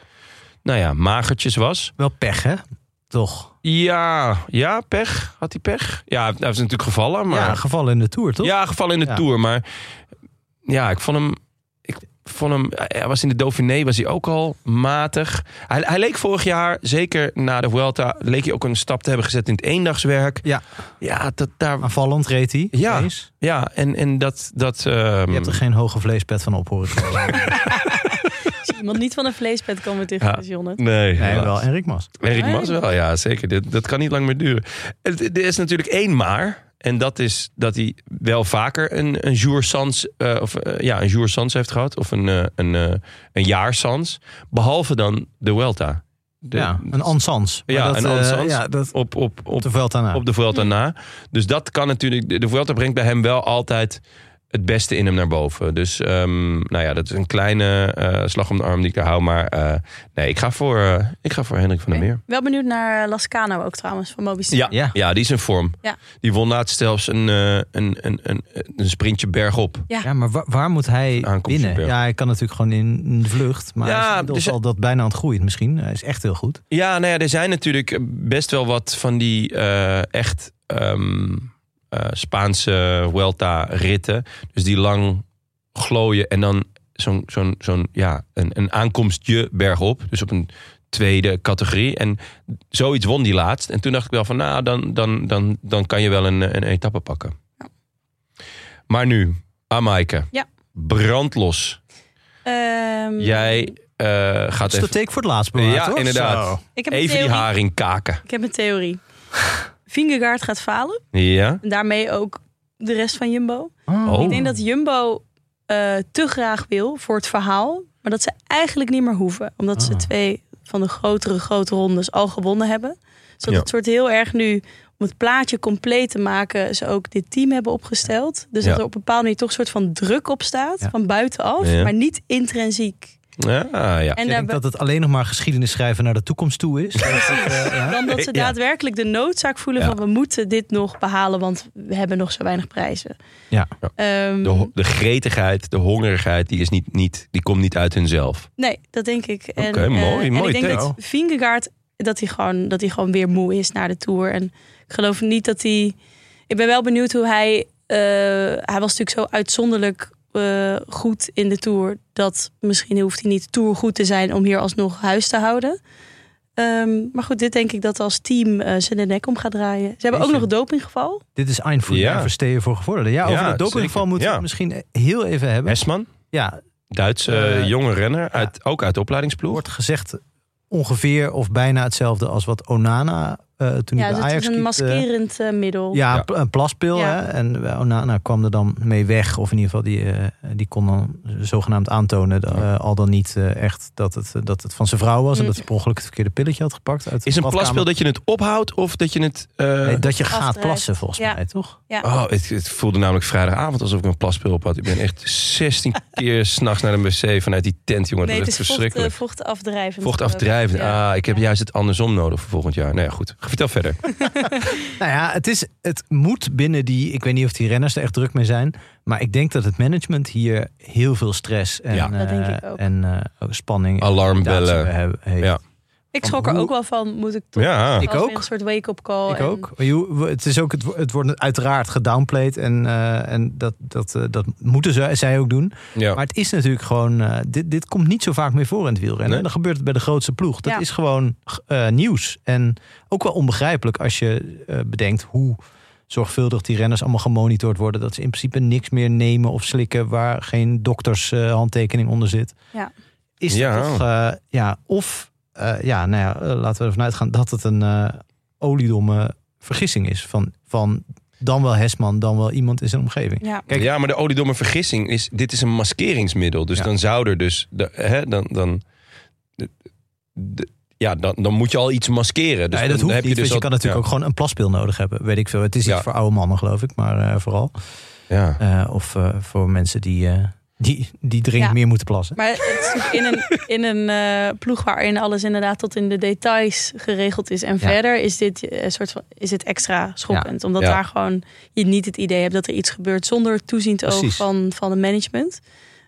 nou ja, magertjes was. Wel pech, hè? Toch? Ja, ja, pech. Had hij pech? Ja, hij is natuurlijk gevallen, maar... Ja, Ja, gevallen in de Tour, toch? gevallen in de Ja. Tour, maar... Ja, ik vond hem... Ik vond hem... Hij was in de Dauphiné, was hij ook al matig. Hij, hij leek vorig jaar, zeker na de Vuelta... leek hij ook een stap te hebben gezet in het eendagswerk. Ja. Ja, dat daar... Aanvallend reed hij. Ja. Eens. Ja, en, en dat... dat ehm, Je hebt er geen hoge vleespet van op, hoor ik. Als iemand niet van een vleespet kan met dit Ja. is Jonne. Nee, Nee, helaas. wel. En Rick Mas. Erik Nee. Mas wel, ja zeker. Dit, dat kan niet lang meer duren. Het- Er is natuurlijk één maar. En dat is dat hij wel vaker een, een jour sans, eh, of, eh, ja, een jour sans heeft gehad. Of een, eh, een, eh, een jaar sans. Behalve dan de Welta. ja, een ansans. Ja, een ansans. ja, dat op, op, op, op de veld daarna. op de Vuelta na. Dus dat kan natuurlijk... De de Vuelta brengt bij hem wel altijd het beste in hem naar boven. Dus ehm, nou ja, dat is een kleine eh, slag om de arm die ik er hou. Maar eh, nee, ik ga voor, eh, ik ga voor Hendrik van der Meer. Wel benieuwd naar eh, Lascano ook trouwens, van Moby Ja, ja. Ja. die is in vorm. Ja. Die won laatst zelfs een, eh, een, een, een, een sprintje bergop. ja, maar waar, waar moet hij Aankomst op, winnen? ja. Ja, hij kan natuurlijk gewoon in in de vlucht. Maar Ja, hij is inmiddels dus- al dat bijna aan het groeien misschien. Hij is echt heel goed. Ja, nou ja, er zijn natuurlijk best wel wat van die eh, echt ehm, eh, Spaanse Vuelta-ritten. Dus die lang glooien en dan zo'n, zo'n, zo'n ja, een, een aankomstje bergop. Dus op een tweede categorie. En zoiets won die laatst. En toen dacht ik wel van, nou, dan, dan, dan, dan kan je wel een, eh, een etappe pakken. Ja. Maar nu, Amaike. Ja. Brandlos. Ehm, Jij eh, gaat Dus Dat is de even, take voor het laatst bewaard, Ja, hoor. inderdaad. Zo. ik heb een even die theorie. haring kaken. Ik heb een theorie. Vingegaard gaat falen. Ja. En daarmee ook de rest van Jumbo. Oh. Oh. Ik denk dat Jumbo eh, te graag wil voor het verhaal. Maar dat ze eigenlijk niet meer hoeven. Omdat ze Ah. twee van de grotere grote rondes al gewonnen hebben. Dus dat Ja. het soort heel erg nu om het plaatje compleet te maken. Ze ook dit team hebben opgesteld. Dus Ja. dat er op een bepaalde manier toch een soort van druk op staat. Ja. Van buitenaf. Ja. Maar niet intrinsiek. Ja, ah, ja. En Ik denk daarbij- dat het alleen nog maar geschiedenis schrijven naar de toekomst toe is. dan dat ze Ja. daadwerkelijk de noodzaak voelen Ja. van we moeten dit nog behalen, want we hebben nog zo weinig prijzen. Ja. Ja. Ehm, De, ho- de gretigheid, de hongerigheid, die, is niet, niet, die komt niet uit hunzelf. nee, dat denk ik. En, Oké, eh, mooi, en mooi ik denk take. dat Vingegaard dat hij gewoon dat hij gewoon weer moe is naar de tour. En ik geloof niet dat hij. Ik ben wel benieuwd hoe hij. eh, hij was natuurlijk zo uitzonderlijk eh, goed in de tour dat misschien hoeft hij niet tour goed te zijn om hier alsnog huis te houden. Ehm, maar goed, dit denk ik dat als team eh, ze de nek om gaat draaien. Ze hebben ook Jeetje. nog een dopinggeval. Dit is Ein voor Ja. ja. Versteer voor gevorderden. Ja, over Ja, dat dopinggeval zeker. moeten we Ja. het misschien heel even hebben. Hesman, Ja, Duitse Eh, jonge renner, uit, ook uit de opleidingsploeg. wordt gezegd ongeveer of bijna hetzelfde als wat Onana eh, toen Ja, hij bij dus het Ajax is een kiepte. maskerend eh, middel. Ja, Ja. pl- een plaspil. Ja. Hè? En eh, Onana kwam er dan mee weg. Of in ieder geval, die, eh, die kon dan zogenaamd aantonen... eh, al dan niet eh, echt dat het, eh, dat het van zijn vrouw was... en Mm. dat hij per ongeluk het verkeerde pilletje had gepakt. Uit de Is een plaspeel badkamer. dat je het ophoudt of dat je het... eh, Nee, dat je gaat Afdrijft. plassen, volgens Ja. mij, toch? Ja. Oh, het, het voelde namelijk vrijdagavond alsof ik een plaspeel op had. Ik ben echt 16 keer s'nachts naar de wc vanuit die tent, jongen. nee, Oh, dat is echt het is vocht, eh, verschrikkelijk. vochtafdrijvend. Vochtafdrijvend. Ja. Ah, ik heb Ja. juist het andersom nodig voor volgend jaar. Nou ja, goed. Vertel verder. Nou ja, het, is, het moet binnen die... Ik weet niet of die renners er echt druk mee zijn. Maar ik denk dat het management hier heel veel stress en, Ja. Dat denk ik eh, ook. en eh, spanning... en irritatie bij Alarmbellen. hebben- heeft. Ja. Ik Van schrok er hoe- ook wel van, moet ik toch Ja. Ik als weer ook. een soort wake-up call. Ik Oh, en- ook. Maar je- Het, is ook het, wo- het wordt uiteraard gedownplayed. En, eh, en dat, dat, eh, dat moeten ze, zij ook doen. Ja. Maar het is natuurlijk gewoon... eh, dit, dit komt niet zo vaak meer voor in het wielrennen. Nee. En dan gebeurt het bij de grootste ploeg. Dat Ja. is gewoon eh, nieuws. En ook wel onbegrijpelijk als je eh, bedenkt hoe zorgvuldig die renners allemaal gemonitord worden. Dat ze in principe niks meer nemen of slikken waar geen doktershandtekening handtekening onder zit. Ja. Is Ja. dat toch... eh, ja, of... eh, ja, nou ja, eh, laten we ervan uitgaan dat het een eh, oliedomme vergissing is. Van, van dan wel Hesman, dan wel iemand in zijn omgeving. Ja. Kijk- ja, maar de oliedomme vergissing is: dit is een maskeringsmiddel. Dus Ja. dan zou er dus. de- hè, dan, dan, de- de- ja, dan, dan moet je al iets maskeren. Dus nee, dan dat hoeft heb niet, je, dus want je al- kan natuurlijk ja, ook gewoon een plaspil nodig hebben. Weet ik veel. Het is iets Ja. voor oude mannen, geloof ik, maar eh, vooral. Ja. Eh, of eh, voor mensen die, eh, die, die dringend Ja. meer moeten plassen. Maar het is natuurlijk in een, in een eh, ploeg waarin alles inderdaad tot in de details geregeld is. En Ja. verder is dit, eh, soort van, is het extra schokkend. Omdat Ja. daar gewoon je niet het idee hebt dat er iets gebeurt zonder het toeziend oog Precies. van, van de management.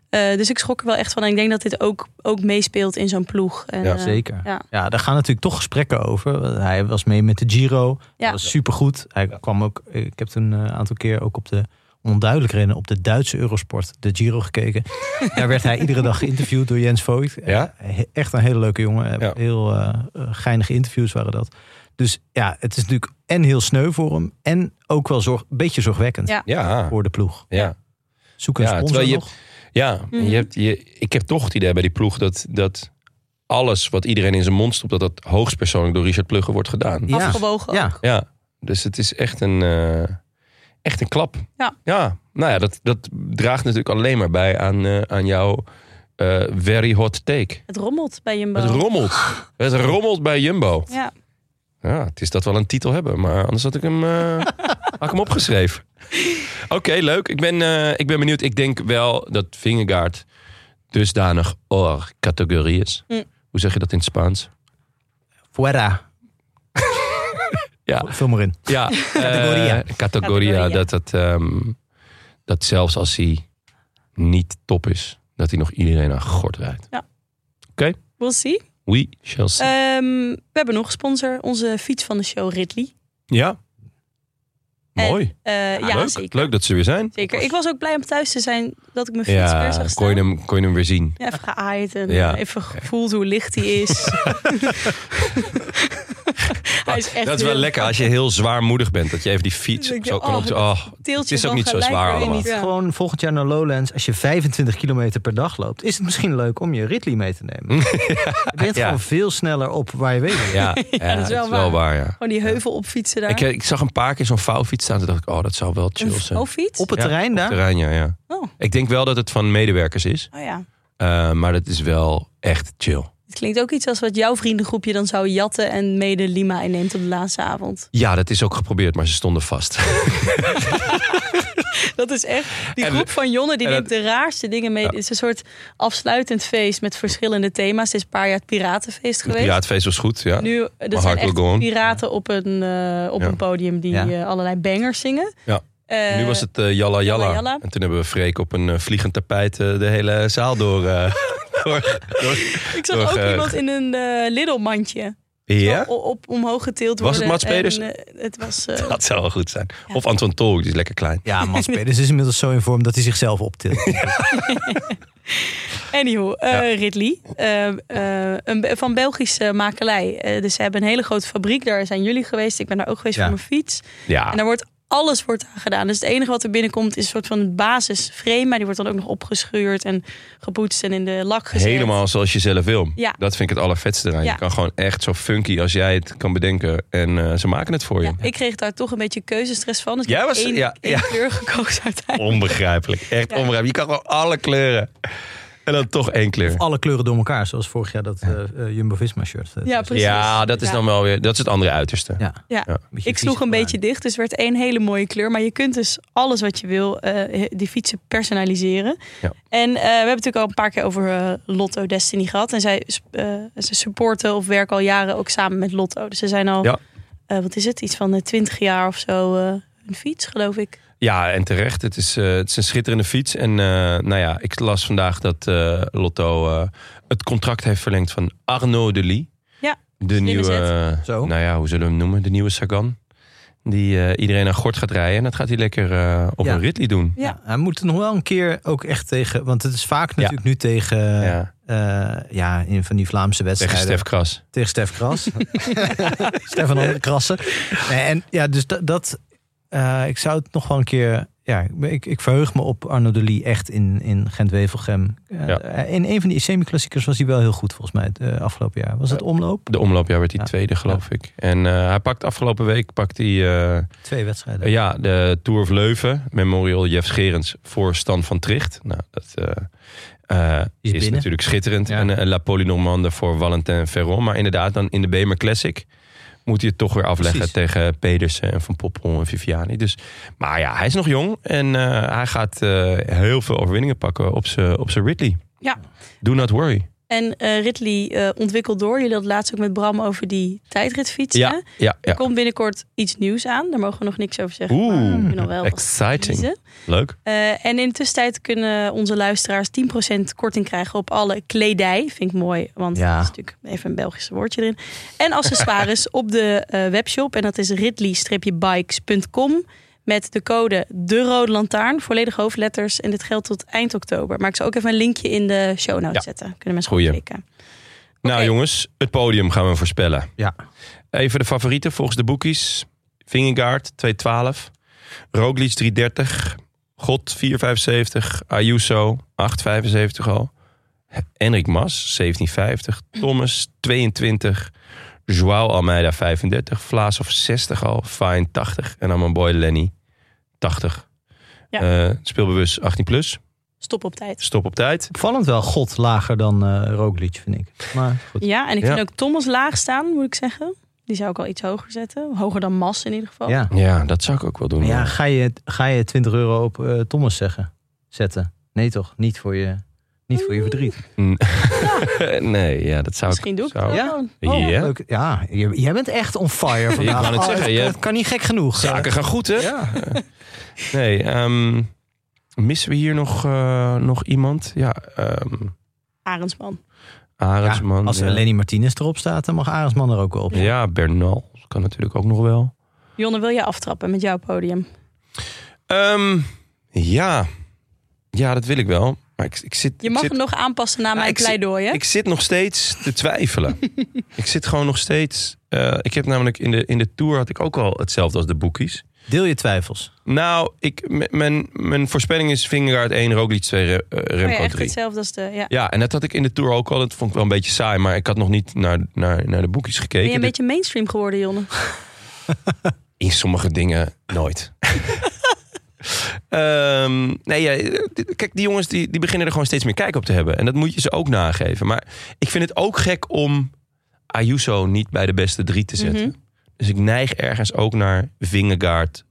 Eh, dus ik schrok er wel echt van. En ik denk dat dit ook, ook meespeelt in zo'n ploeg. En, Ja, eh, Zeker. ja. Ja. daar gaan natuurlijk toch gesprekken over. Hij was mee met de Giro. Ja. Dat was supergoed. Hij kwam ook, ik heb toen eh, een aantal keer ook op de onduidelijk rennen op de Duitse Eurosport, de Giro gekeken. daar werd hij iedere dag geïnterviewd door Jens Voigt. Eh, Ja? He- Echt een hele leuke jongen. Ja. Heel eh, eh, geinige interviews waren dat. Dus ja, het is natuurlijk en heel sneu voor hem en ook wel zorg, een beetje zorgwekkend Ja. Ja. voor de ploeg. ja. Zoek een Ja, sponsor terwijl je- nog. Ja, en Mhm. je hebt, je, ik heb toch het idee bij die ploeg dat, dat alles wat iedereen in zijn mond stopt, dat dat hoogstpersoonlijk door Richard Plugger wordt gedaan. Ja. Afgewogen. Ja. ook. Ja, dus het is echt een, eh, echt een klap. Ja. ja nou ja, dat, dat draagt natuurlijk alleen maar bij aan, eh, aan jouw eh, very hot take. Het rommelt bij Jumbo. Het rommelt. Het rommelt bij Jumbo. Ja. Ja, het is dat we wel een titel hebben, maar anders had ik hem, eh, had ik hem opgeschreven. Oké, leuk. Ik ben, eh, ik ben benieuwd. Ik denk wel dat Vingegaard dusdanig or categorie is. Hm. Hoe zeg je dat in het Spaans? Fuera. Ja. Vul maar in. Ja, Categoria. eh, categoria. Categoria. Dat, dat, ehm, dat zelfs als hij niet top is, dat hij nog iedereen aan gort rijdt. We'll see. We shall see. Ehm, we hebben nog een sponsor. Onze fiets van de show, Ridley. ja. en- Mooi. Eh, Ah, ja, leuk. zeker. leuk dat ze weer zijn. Zeker. Ik was ook blij om thuis te zijn dat ik mijn fiets weer Ja, zag kon je, staan. hem, kon je hem weer zien. Ja, even geaaid en Ja. eh, even gevoeld hoe licht hij is. hij is echt dat is wel heel- lekker als je heel zwaarmoedig bent. Dat je even die fiets Ik denk, zo kan oh, op... Oh, Teeltje het is ook van niet zo gelijk zwaar weer in allemaal. die- Ja. Gewoon volgend jaar naar Lowlands. Als je 25 kilometer per dag loopt, is het misschien leuk om je Ridley mee te nemen. je bent ja. gewoon veel sneller op waar je weet. bent. Ja, ja, dat is wel het waar. ja. Gewoon die heuvel opfietsen daar. ik, eh, ik zag een paar keer zo'n vouwfiets staan. Toen dacht ik, oh, dat zou wel chill een zijn. hoofdfiets? Op het Ja, terrein daar. Terrein, ja, ja. Oh, Ik denk wel dat het van medewerkers is. oh ja. eh, maar dat is wel echt chill. Het klinkt ook iets als wat jouw vriendengroepje dan zou jatten en mede Lima inneemt op de laatste avond. Ja, dat is ook geprobeerd, maar ze stonden vast. Dat is echt. Die En- groep van Jonne die en neemt de raarste dingen mee. Het is een soort afsluitend feest met verschillende thema's. Het is een paar jaar het piratenfeest Het geweest. piraatfeest was goed, ja. Nu, eh, Maar dat zijn Hard echt Will Go On. piraten op een, eh, op Ja. een podium die Ja. eh, allerlei bangers zingen. Ja. Eh, nu was het eh, Jalla Jalla. Jalla Jalla. En toen hebben we Freek op een eh, vliegend tapijt eh, de hele zaal door... eh, door, door- ik zag nog, ook eh, iemand in een eh Lidl-mandje. Ja? Op, op- omhoog getild Was worden. het Mats En, Pedersen? eh, het was... eh, Dat zou wel goed zijn. Of Anton Tol, die is lekker klein. Ja, Mats Pedersen is inmiddels zo in vorm dat hij zichzelf optilt. Anywho, eh, Ridley. eh, eh, een, be- van Belgische makelij. Eh, dus ze hebben een hele grote fabriek. Daar zijn jullie geweest. Ik ben daar ook geweest Ja. voor mijn fiets. En Ja, daar wordt alles wordt aan gedaan. Dus het enige wat er binnenkomt is een soort van het basisframe. Maar die wordt dan ook nog opgeschuurd en gepoetst en in de lak gezet. helemaal zoals je zelf wil. Ja. Dat vind ik het allervetste eraan. Ja. Je kan gewoon echt zo funky als jij het kan bedenken. En eh, ze maken het voor je. Ja, ik kreeg daar toch een beetje keuzestress van. Dus ik Jij heb was- één, ja, Oh. één ja. kleur gekozen uiteindelijk. Onbegrijpelijk. Echt Ja. onbegrijpelijk. Je kan gewoon alle kleuren. En dan toch één kleur. Alle kleuren door elkaar, zoals vorig jaar dat eh, Jumbo-Visma shirt. Ja, precies. Ja, dat is Ja. dan wel weer. Dat is het andere uiterste. ja. Ja. Ja. Beetje Ik sloeg vies een gedaan. beetje dicht, dus werd één hele mooie kleur. Maar je kunt dus alles wat je wil, eh, die fietsen personaliseren. Ja. En eh, we hebben natuurlijk al een paar keer over eh, Lotto Destiny gehad. En zij eh, ze supporten of werken al jaren ook samen met Lotto. Dus ze zijn al, Ja. eh, wat is het, iets van twintig jaar of zo eh, hun fiets, geloof ik. Ja, en terecht. Het is, eh, het is een schitterende fiets. En eh, nou ja, ik las vandaag dat eh, Lotto eh, het contract heeft verlengd van Arnaud Delis. Ja, de nieuwe. eh, Zo. Nou ja, hoe zullen we hem noemen? De nieuwe Sagan. Die eh, iedereen aan gort gaat rijden. En dat gaat hij lekker eh, op Ja. een Ridley doen. Ja. Ja, hij moet het nog wel een keer ook echt tegen... Want het is vaak natuurlijk nu tegen... eh, ja. ja, in van die Vlaamse Tegen wedstrijden. Stef Kras. Tegen Stef Kras. Stefan andere krassen. Nee, en ja, dus dat. dat eh, ik zou het nog wel een keer. Ja, ik ben- ik, ik verheug me op Arno de Lee echt in, in Gent-Wevelgem. Eh, Ja. In een van die semi-klassiekers was hij wel heel goed volgens mij het eh, afgelopen jaar. Was het omloop? De omloopjaar werd hij Ja. tweede, geloof ik. En eh, hij pakt afgelopen week pakt hij, eh, Twee wedstrijden. ja, de Tour of Leuven. Memorial Jeff Scherens voor Stan van Tricht. Nou, dat eh, eh, Is is, binnen. natuurlijk schitterend. Ja. En eh, La Poli Normande voor Valentin Ferron. Maar inderdaad, dan in de Bemer Classic moet hij het toch weer afleggen Precies. tegen Pedersen en Van Poppel en Viviani. Dus, maar ja, hij is nog jong en eh, hij gaat eh, heel veel overwinningen pakken op zijn op zijn Ridley. Ja. Do not worry. En eh, Ridley eh, ontwikkelt door. Jullie hadden laatst ook met Bram over die tijdritfietsen. Ja, ja, Er ja. komt binnenkort iets nieuws aan. Daar mogen we nog niks over zeggen. maar we kunnen wel Oeh, wat exciting. teasen. Leuk. Eh, en in de tussentijd kunnen onze luisteraars 10% korting krijgen op alle kledij. Vind ik mooi, want Ja. dat is natuurlijk even een Belgische woordje erin. En accessoires op de eh, webshop. En dat is ridley-bikes.com. Met de code De Rode Lantaarn, volledig hoofdletters. En dit geldt tot eind oktober. Maar ik zal ook even een linkje in de show notes Ja. zetten. Kunnen mensen Goeie. goed klikken. Nou Oké. jongens, het podium gaan we voorspellen. Ja. Even de favorieten volgens de boekies. Vingegaard 212, Roglic 330, God 4,75. Ayuso 8,75 al. Enric Mas 17,50. Thomas 22. Joao Almeida 35. Vlaas of 60 al. Fine 80. En dan mijn boy Lenny 80. Ja. Eh, speelbewust 18 plus. Stop op tijd. Stop op tijd. Opvallend wel God lager dan eh Roglic, vind ik. Maar goed. Ja, en ik Ja. vind ook Thomas laag staan, moet ik zeggen. Die zou ik al iets hoger zetten. Hoger dan Mas in ieder geval. Ja. Ja, dat zou ik ook wel doen. Maar ja, hoor. ga je, ga je 20 euro op eh, Thomas zeggen, zetten? Nee toch? Niet voor je, niet voor je verdriet. nee, ja, dat zou Misschien ik doe ik het zou- wel Ja. gewoon. Ja. Oh, Leuk. Ja, j- jij bent echt on fire vandaag. wou net Oh, zeggen, het- je- het kan niet gek genoeg. Zaken gaan goed, hè? Ja. Nee, ehm, missen we hier nog, eh, nog iemand? Ja, ehm Arendsman. Arendsman. Ja, als ja. eh, Lenny Martinez erop staat, dan mag Arendsman er ook wel op. Ja, Bernal kan natuurlijk ook nog wel. Jonne, wil je aftrappen met jouw podium? Ehm, ja. ja, dat wil ik wel. Maar ik, ik zit, Je mag ik hem zit, nog aanpassen na Ah, mijn ik zit- pleidooi, hè? ik zit nog steeds te twijfelen. ik zit gewoon nog steeds... eh, ik heb namelijk in de, in de Tour had ik ook al hetzelfde als de boekies. Deel je twijfels. Nou, ik, m- mijn, mijn voorspelling is Vingegaard 1, Roglic 2, Re- eh, Oh ja, Remco echt 3. hetzelfde als de... Ja. Ja, en dat had ik in de Tour ook al. Dat vond ik wel een beetje saai. Maar ik had nog niet naar, naar, naar de boekjes Ben je gekeken. Dus een beetje mainstream geworden, Jonne? In sommige dingen nooit. Ehm, nee, ja, dit- kijk, die jongens die, die beginnen er gewoon steeds meer kijk op te hebben. En dat moet je ze ook nageven. Maar ik vind het ook gek om Ayuso niet bij de beste drie te zetten. Mhm. Dus ik neig ergens ook naar Vingegaard,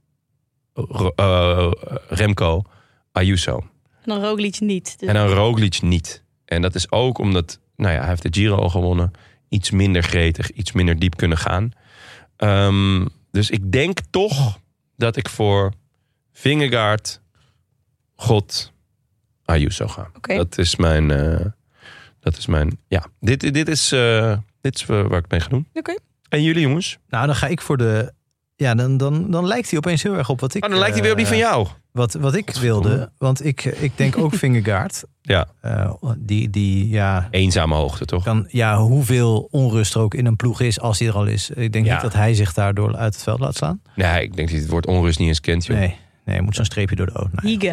Ro- eh, Remco, Ayuso. En dan Roglic niet. Dus En dan Roglic niet. En dat is ook omdat, nou ja, hij heeft de Giro al gewonnen. Iets minder gretig, iets minder diep kunnen gaan. Ehm, dus ik denk toch dat ik voor Vingegaard, God, Ayuso ga. Oké. Dat is mijn, eh, dat is mijn, ja. Dit, dit is, eh, dit is eh, waar ik mee ga doen. Oké. En jullie jongens? Nou, dan ga ik voor de... Ja, dan, dan, dan lijkt hij opeens heel erg op wat ik... Oh, dan lijkt hij weer op die van eh, jou. Wat, wat ik Godverdomme. wilde, want ik, ik denk ook Vingegaard. Ja. Eh, die, die, ja, Eenzame hoogte, toch? kan, ja, hoeveel onrust er ook in een ploeg is, als hij er al is. Ik denk Ja. niet dat hij zich daardoor uit het veld laat slaan. Nee, ik denk dat hij het woord onrust niet eens kent, joh. Nee, nee, je moet zo'n streepje door de oot. Nou, Hiege.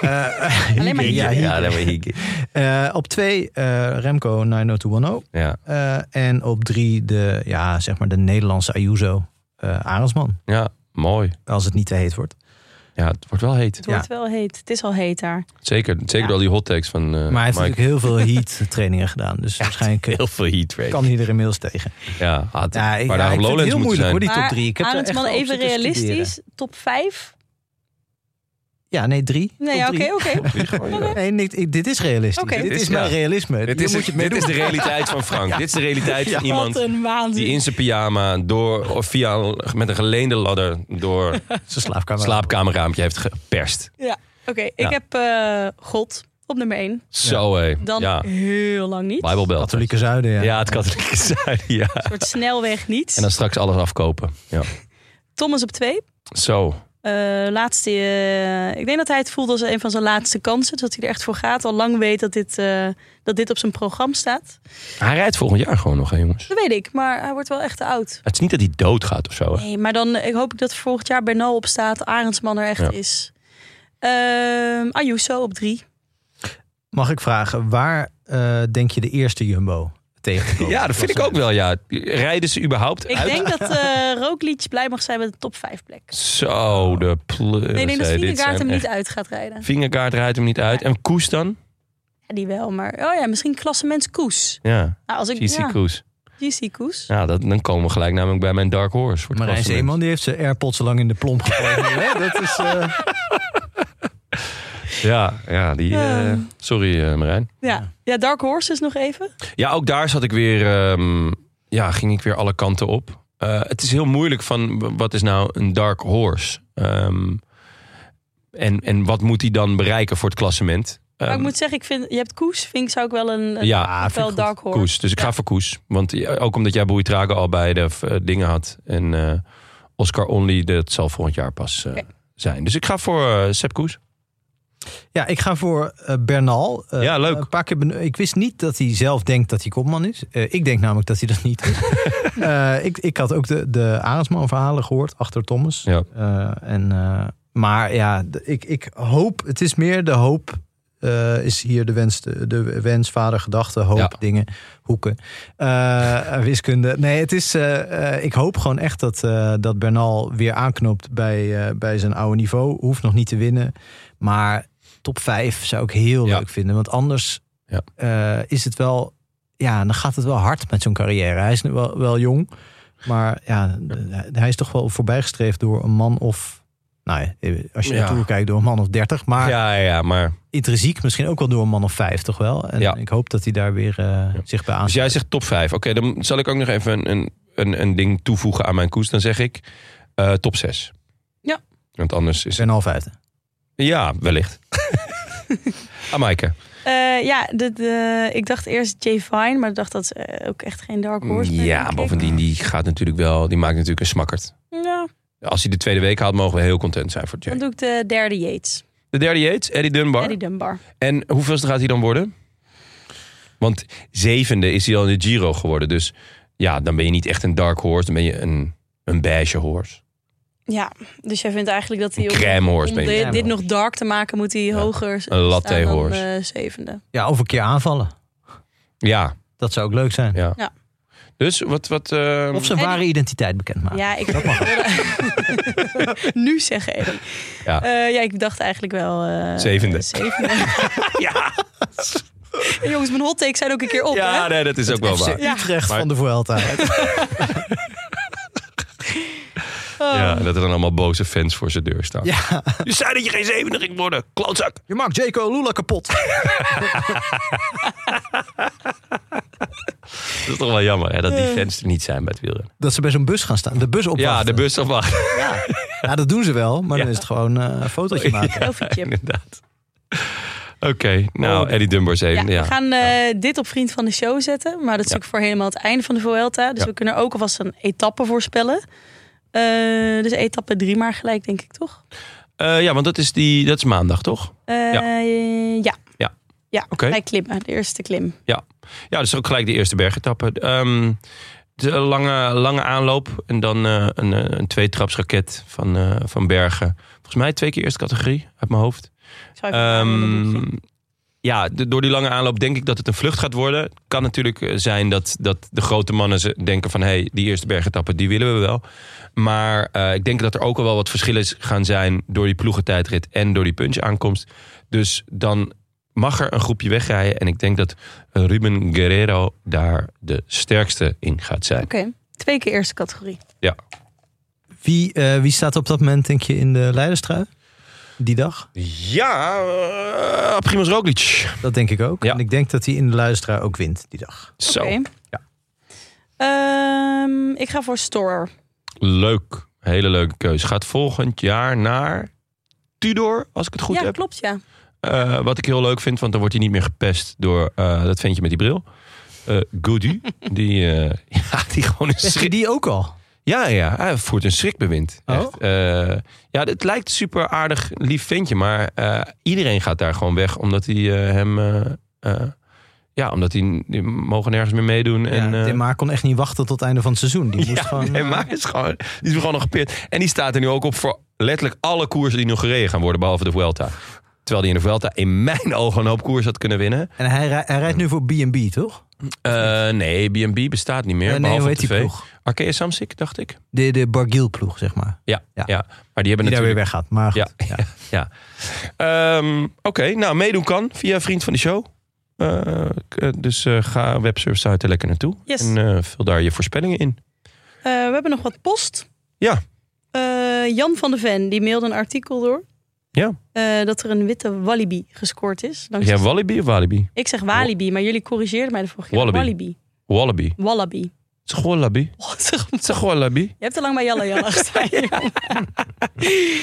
eh, Alleen maar ja, Hiege. Hiege. ja, dat ben ik. Eh, op twee eh, Remco 90210. Ja, Eh, en op drie de, ja, zeg maar de Nederlandse Ayuso eh Arendsman. ja, mooi. Als het niet te heet wordt. Eh, Ja, het wordt wel heet. Het wordt wel heet. Het is al heet daar. Zeker, zeker Ja. al die hot takes van eh maar hij Mike. heeft natuurlijk heel veel heat trainingen gedaan. Dus waarschijnlijk eh, Heel Ah, veel heat rate. kan hij er inmiddels tegen. Ja, had Ja, een ik, paar ja, dagen op ik vind Lowlands het heel moeten moeilijk zijn. hoor, die top Maar drie. Ik heb er echt Arendsman, wel op even zitten realistisch. studeren. Top 5? Ja, nee, drie. Nee, Top ja, drie. oké, oké. Nee, niks- ik- dit is realistisch. Oké. Dit Dit is is- mijn ja. realisme. Dit Hier is, moet je het mee dit doen. is de realiteit van Frank. Dit is de realiteit van Wat iemand een eh, waanzin. die in zijn pyjama door, of via, een- met een geleende ladder door het Zijn slaapkamer. slaapkamerraampje heeft geperst. Ja, oké. Ja. Ik heb eh, God op nummer 1. Zo hé. Dan Ja, heel lang niet. Een Bijbelbelt. Katholieke Zuiden, ja. Ja, het katholieke zuiden, ja. soort snelweg niets. En dan straks alles afkopen. Ja. Thomas op 2. Zo. Eh, laatste, eh, ik denk dat hij het voelt als een van zijn laatste kansen. Dus dat hij er echt voor gaat. Al lang weet dat dit, eh, dat dit op zijn programma staat. Hij rijdt volgend jaar gewoon nog, hè jongens. Dat weet ik, maar hij wordt wel echt te oud. Het is niet dat hij doodgaat of zo. Hè? Nee, maar dan eh, ik hoop ik dat volgend jaar Bernal op staat. Arendsman er echt Ja. is. Ehm Ayuso op 3. Mag ik vragen, waar eh, denk je de eerste Jumbo tegenkomt? Ja, dat vind ik ook wel, ja. Rijden ze überhaupt Ik uit? denk dat eh Roglic blij mag zijn met de top 5 plek. Zo, de pleurs. Nee, ik denk dat hè. Dit Vingegaard zijn hem niet echt- uit gaat rijden. Vingegaard rijdt hem niet uit. En Koes dan? Ja, die wel, maar oh ja, misschien klassemens Koes. Ja, Nou, als ik GC ja, Koes. GC Koes. Ja, dat, dan komen we gelijk namelijk bij mijn Dark Horse. Voor het Marijn klassement. Zeeman die heeft zijn AirPods lang in de plomp gegooid. hè? dat is, eh, Ja, ja die, Ja. eh, sorry eh, Marijn. Ja. ja, Dark Horses nog even. Ja, ook daar zat ik weer, ehm, ja, ging ik weer alle kanten op. Eh, het is heel moeilijk van w- wat is nou een dark horse? Ehm, en, en wat moet hij dan bereiken voor het klassement? Maar Ehm, ik moet zeggen, ik vind, je hebt Koes, vind ik zou ik wel een, een Ja, wel vind ik goed. Dark Horse. Koes. Dus ik ga voor Koes. Want ja, ook omdat jij Boei Tragen al bij de eh, dingen had. En eh, Oscar Only, dat zal volgend jaar pas eh, Oké. zijn. Dus ik ga voor eh Sepp Koes. ja, ik ga voor eh, Bernal. Eh, Ja, leuk. Een paar keer ben- ik wist niet dat hij zelf denkt dat hij kopman is. Eh, ik denk namelijk dat hij dat niet is. Eh, ik, ik had ook de, de Arendsman verhalen gehoord achter Thomas. Ja. Eh, en, eh, Maar ja, d- ik, ik hoop, het is meer de hoop eh, is hier de wens, de, de wens, vader, gedachte, hoop, Ja. dingen, hoeken, Eh, eh, wiskunde. Nee, het is, eh, eh, ik hoop gewoon echt dat, eh, dat Bernal weer aanknoopt bij, eh, bij zijn oude niveau. Hoeft nog niet te winnen, maar top 5 zou ik heel Ja. leuk vinden. Want anders Ja. eh, is het wel, ja, dan gaat het wel hard met zo'n carrière. Hij is nu wel, wel jong, maar ja, d- hij is toch wel voorbijgestreefd door een man of... Nou ja, als je Ja. naartoe kijkt door een man of 30, maar Ja, ja, maar... intrinsiek misschien ook wel door een man of vijf, toch wel? En Ja. ik hoop dat hij daar weer eh, zich bij Als aansluit. dus jij zegt top 5, oké, dan zal ik ook nog even een, een, een, een ding toevoegen aan mijn koers. Dan zeg ik eh, top 6. Ja. Want anders is het... zijn al vijfde. Ja, wellicht. Amaike. Eh, ja, de, de- ik dacht eerst Jay Vine, maar ik dacht dat is eh, ook echt geen dark horse. meer, denk Mm, Ja, ik. bovendien, die gaat natuurlijk wel... Die maakt natuurlijk een smakkerd. Ja, Als hij de tweede week haalt, mogen we heel content zijn voor dan Jay. doe ik de derde Yates. De derde Yates, Eddie Dunbar. Eddie Dunbar. En hoeveelste gaat hij dan worden? Want zevende is hij al in de Giro geworden. Dus ja, dan ben je niet echt een dark horse. Dan ben je een, een beige horse. Ja, dus jij vindt eigenlijk dat hij... Een op- crème horse Om ben je. dit, dit nog dark te maken, moet hij hoger een latte staan dan horse. eh, zevende. Ja, of een keer aanvallen. Ja, Dat zou ook leuk zijn. ja. Ja. Dus wat... wat eh, Of zijn En- ware identiteit Ah. bekendmaken. Ja, ik wilde- nu zeggen. Eddie. Ja. Eh, ja, ik dacht eigenlijk wel... eh, Zevende. zevende. ja, En jongens, mijn hot takes zijn ook een keer op, ja hè? nee, dat is ook wel FC waar. Ja. Utrecht Maar- van de Vuelta. Oh. Ja, dat er dan allemaal boze fans voor zijn deur staan. ja. Je zei dat je geen zevende ging worden. Klootzak. Je maakt Jaco Lula kapot. Dat is toch wel jammer hè, dat die fans er niet zijn bij het wielrennen. Dat ze bij zo'n bus gaan staan. De bus opwachten. Ja, de bus op wacht. Ja, dat doen ze wel. Maar Ja. dan is het gewoon eh, een fotootje maken. Selfie-chip. Inderdaad. Oké, nou Eddie Dunbar Ja, zevende. Ja, we gaan eh, dit op Vriend van de Show zetten. Maar dat is natuurlijk voor helemaal het einde van de Vuelta. Dus Ja. we kunnen ook alvast een etappe voorspellen. Eh, dus etappe drie maar gelijk, denk ik, toch? Eh, ja want dat is, die, dat is maandag toch? Eh, Ja. ja. Ja, Ja. ja Oké. bij klimmen, de eerste klim. Ja, dus ook gelijk de eerste bergetappe. Ehm de lange, lange aanloop en dan eh, een, eh, een tweetrapsraket van, eh, van Bergen. Volgens mij twee keer eerste categorie uit mijn hoofd. Ik zou even een Ehm, boekje. ja, de- door die lange aanloop denk ik dat het een vlucht gaat worden. Het kan natuurlijk eh, zijn dat, dat de grote mannen ze denken van... hé, hey, die eerste bergetappe, die willen we wel. Maar eh, ik denk dat er ook al wel wat verschillen is- gaan zijn... door die ploegentijdrit en door die punch-aankomst. Dus dan mag er een groepje wegrijden. En ik denk dat Ruben Guerrero daar de sterkste in gaat zijn. Oké, twee keer eerste categorie. Wie, eh, wie staat op dat moment, denk je, in de leiderstrui? Die dag? Ja, eh, Primoz Roglic. Dat denk ik ook. Ja. En ik denk dat hij in de luisteraar ook wint die dag. Zo, Oké. Ja. Ehm, ik ga voor Storer. leuk. Hele leuke keus. Gaat volgend jaar naar Tudor, als ik het goed ja, heb. klopt, ja. Eh, wat ik heel leuk vind, want dan wordt hij niet meer gepest door eh, dat ventje met die bril. Eh Gaudu, die, eh, ja, die gewoon een Zeg je schrik... die ook al? Ja, ja, hij voert een schrikbewind. Oh. Echt. Eh, ja, het lijkt super aardig, lief ventje, maar eh, iedereen gaat daar gewoon weg omdat hij eh, hem... eh, eh, ja, omdat die, die mogen nergens meer meedoen. en, ja, eh, Tim Maar kon echt niet wachten tot het einde van het seizoen. Die ja, moest gewoon... nee, eh, maar hij is gewoon, die is gewoon nog gepeerd. En die staat er nu ook op voor letterlijk alle koersen die nog gereden gaan worden, behalve de Vuelta. Terwijl die in de Vuelta in mijn ogen een hoop koers had kunnen winnen. En hij, rij- hij rijdt nu voor B&B, toch? Eh, nee, B&B bestaat niet meer. Eh, nee, behalve hoe op heet die tv. ploeg? Arkea Samsic, dacht ik. De, de Bargiel-ploeg, zeg maar. Ja, ja. Ja. maar die hebben Die daar natuurlijk... weer weggaat. Maar goed, ja. Ja. Ehm, Oké, nou, meedoen kan via Vriend van de Show. Eh, k- eh, dus eh, ga websurfsite er lekker naartoe. Yes. En eh, vul daar je voorspellingen in. Eh, we hebben nog wat post. Ja. Eh, Jan van de Ven, die mailde een artikel door. Ja. Eh, dat er een witte Walibi gescoord is. Zeg Dankzij jij Walibi of Walibi? Ik zeg Walibi, maar jullie corrigeerden mij de vorige keer. Wallaby. Wallaby. Het Walibi. Wallaby. is gewoon Wallaby. Oh, zeg, Het is gewoon Wallaby. je hebt te lang bij Jalla Jalla gestaan. jongen. Eh,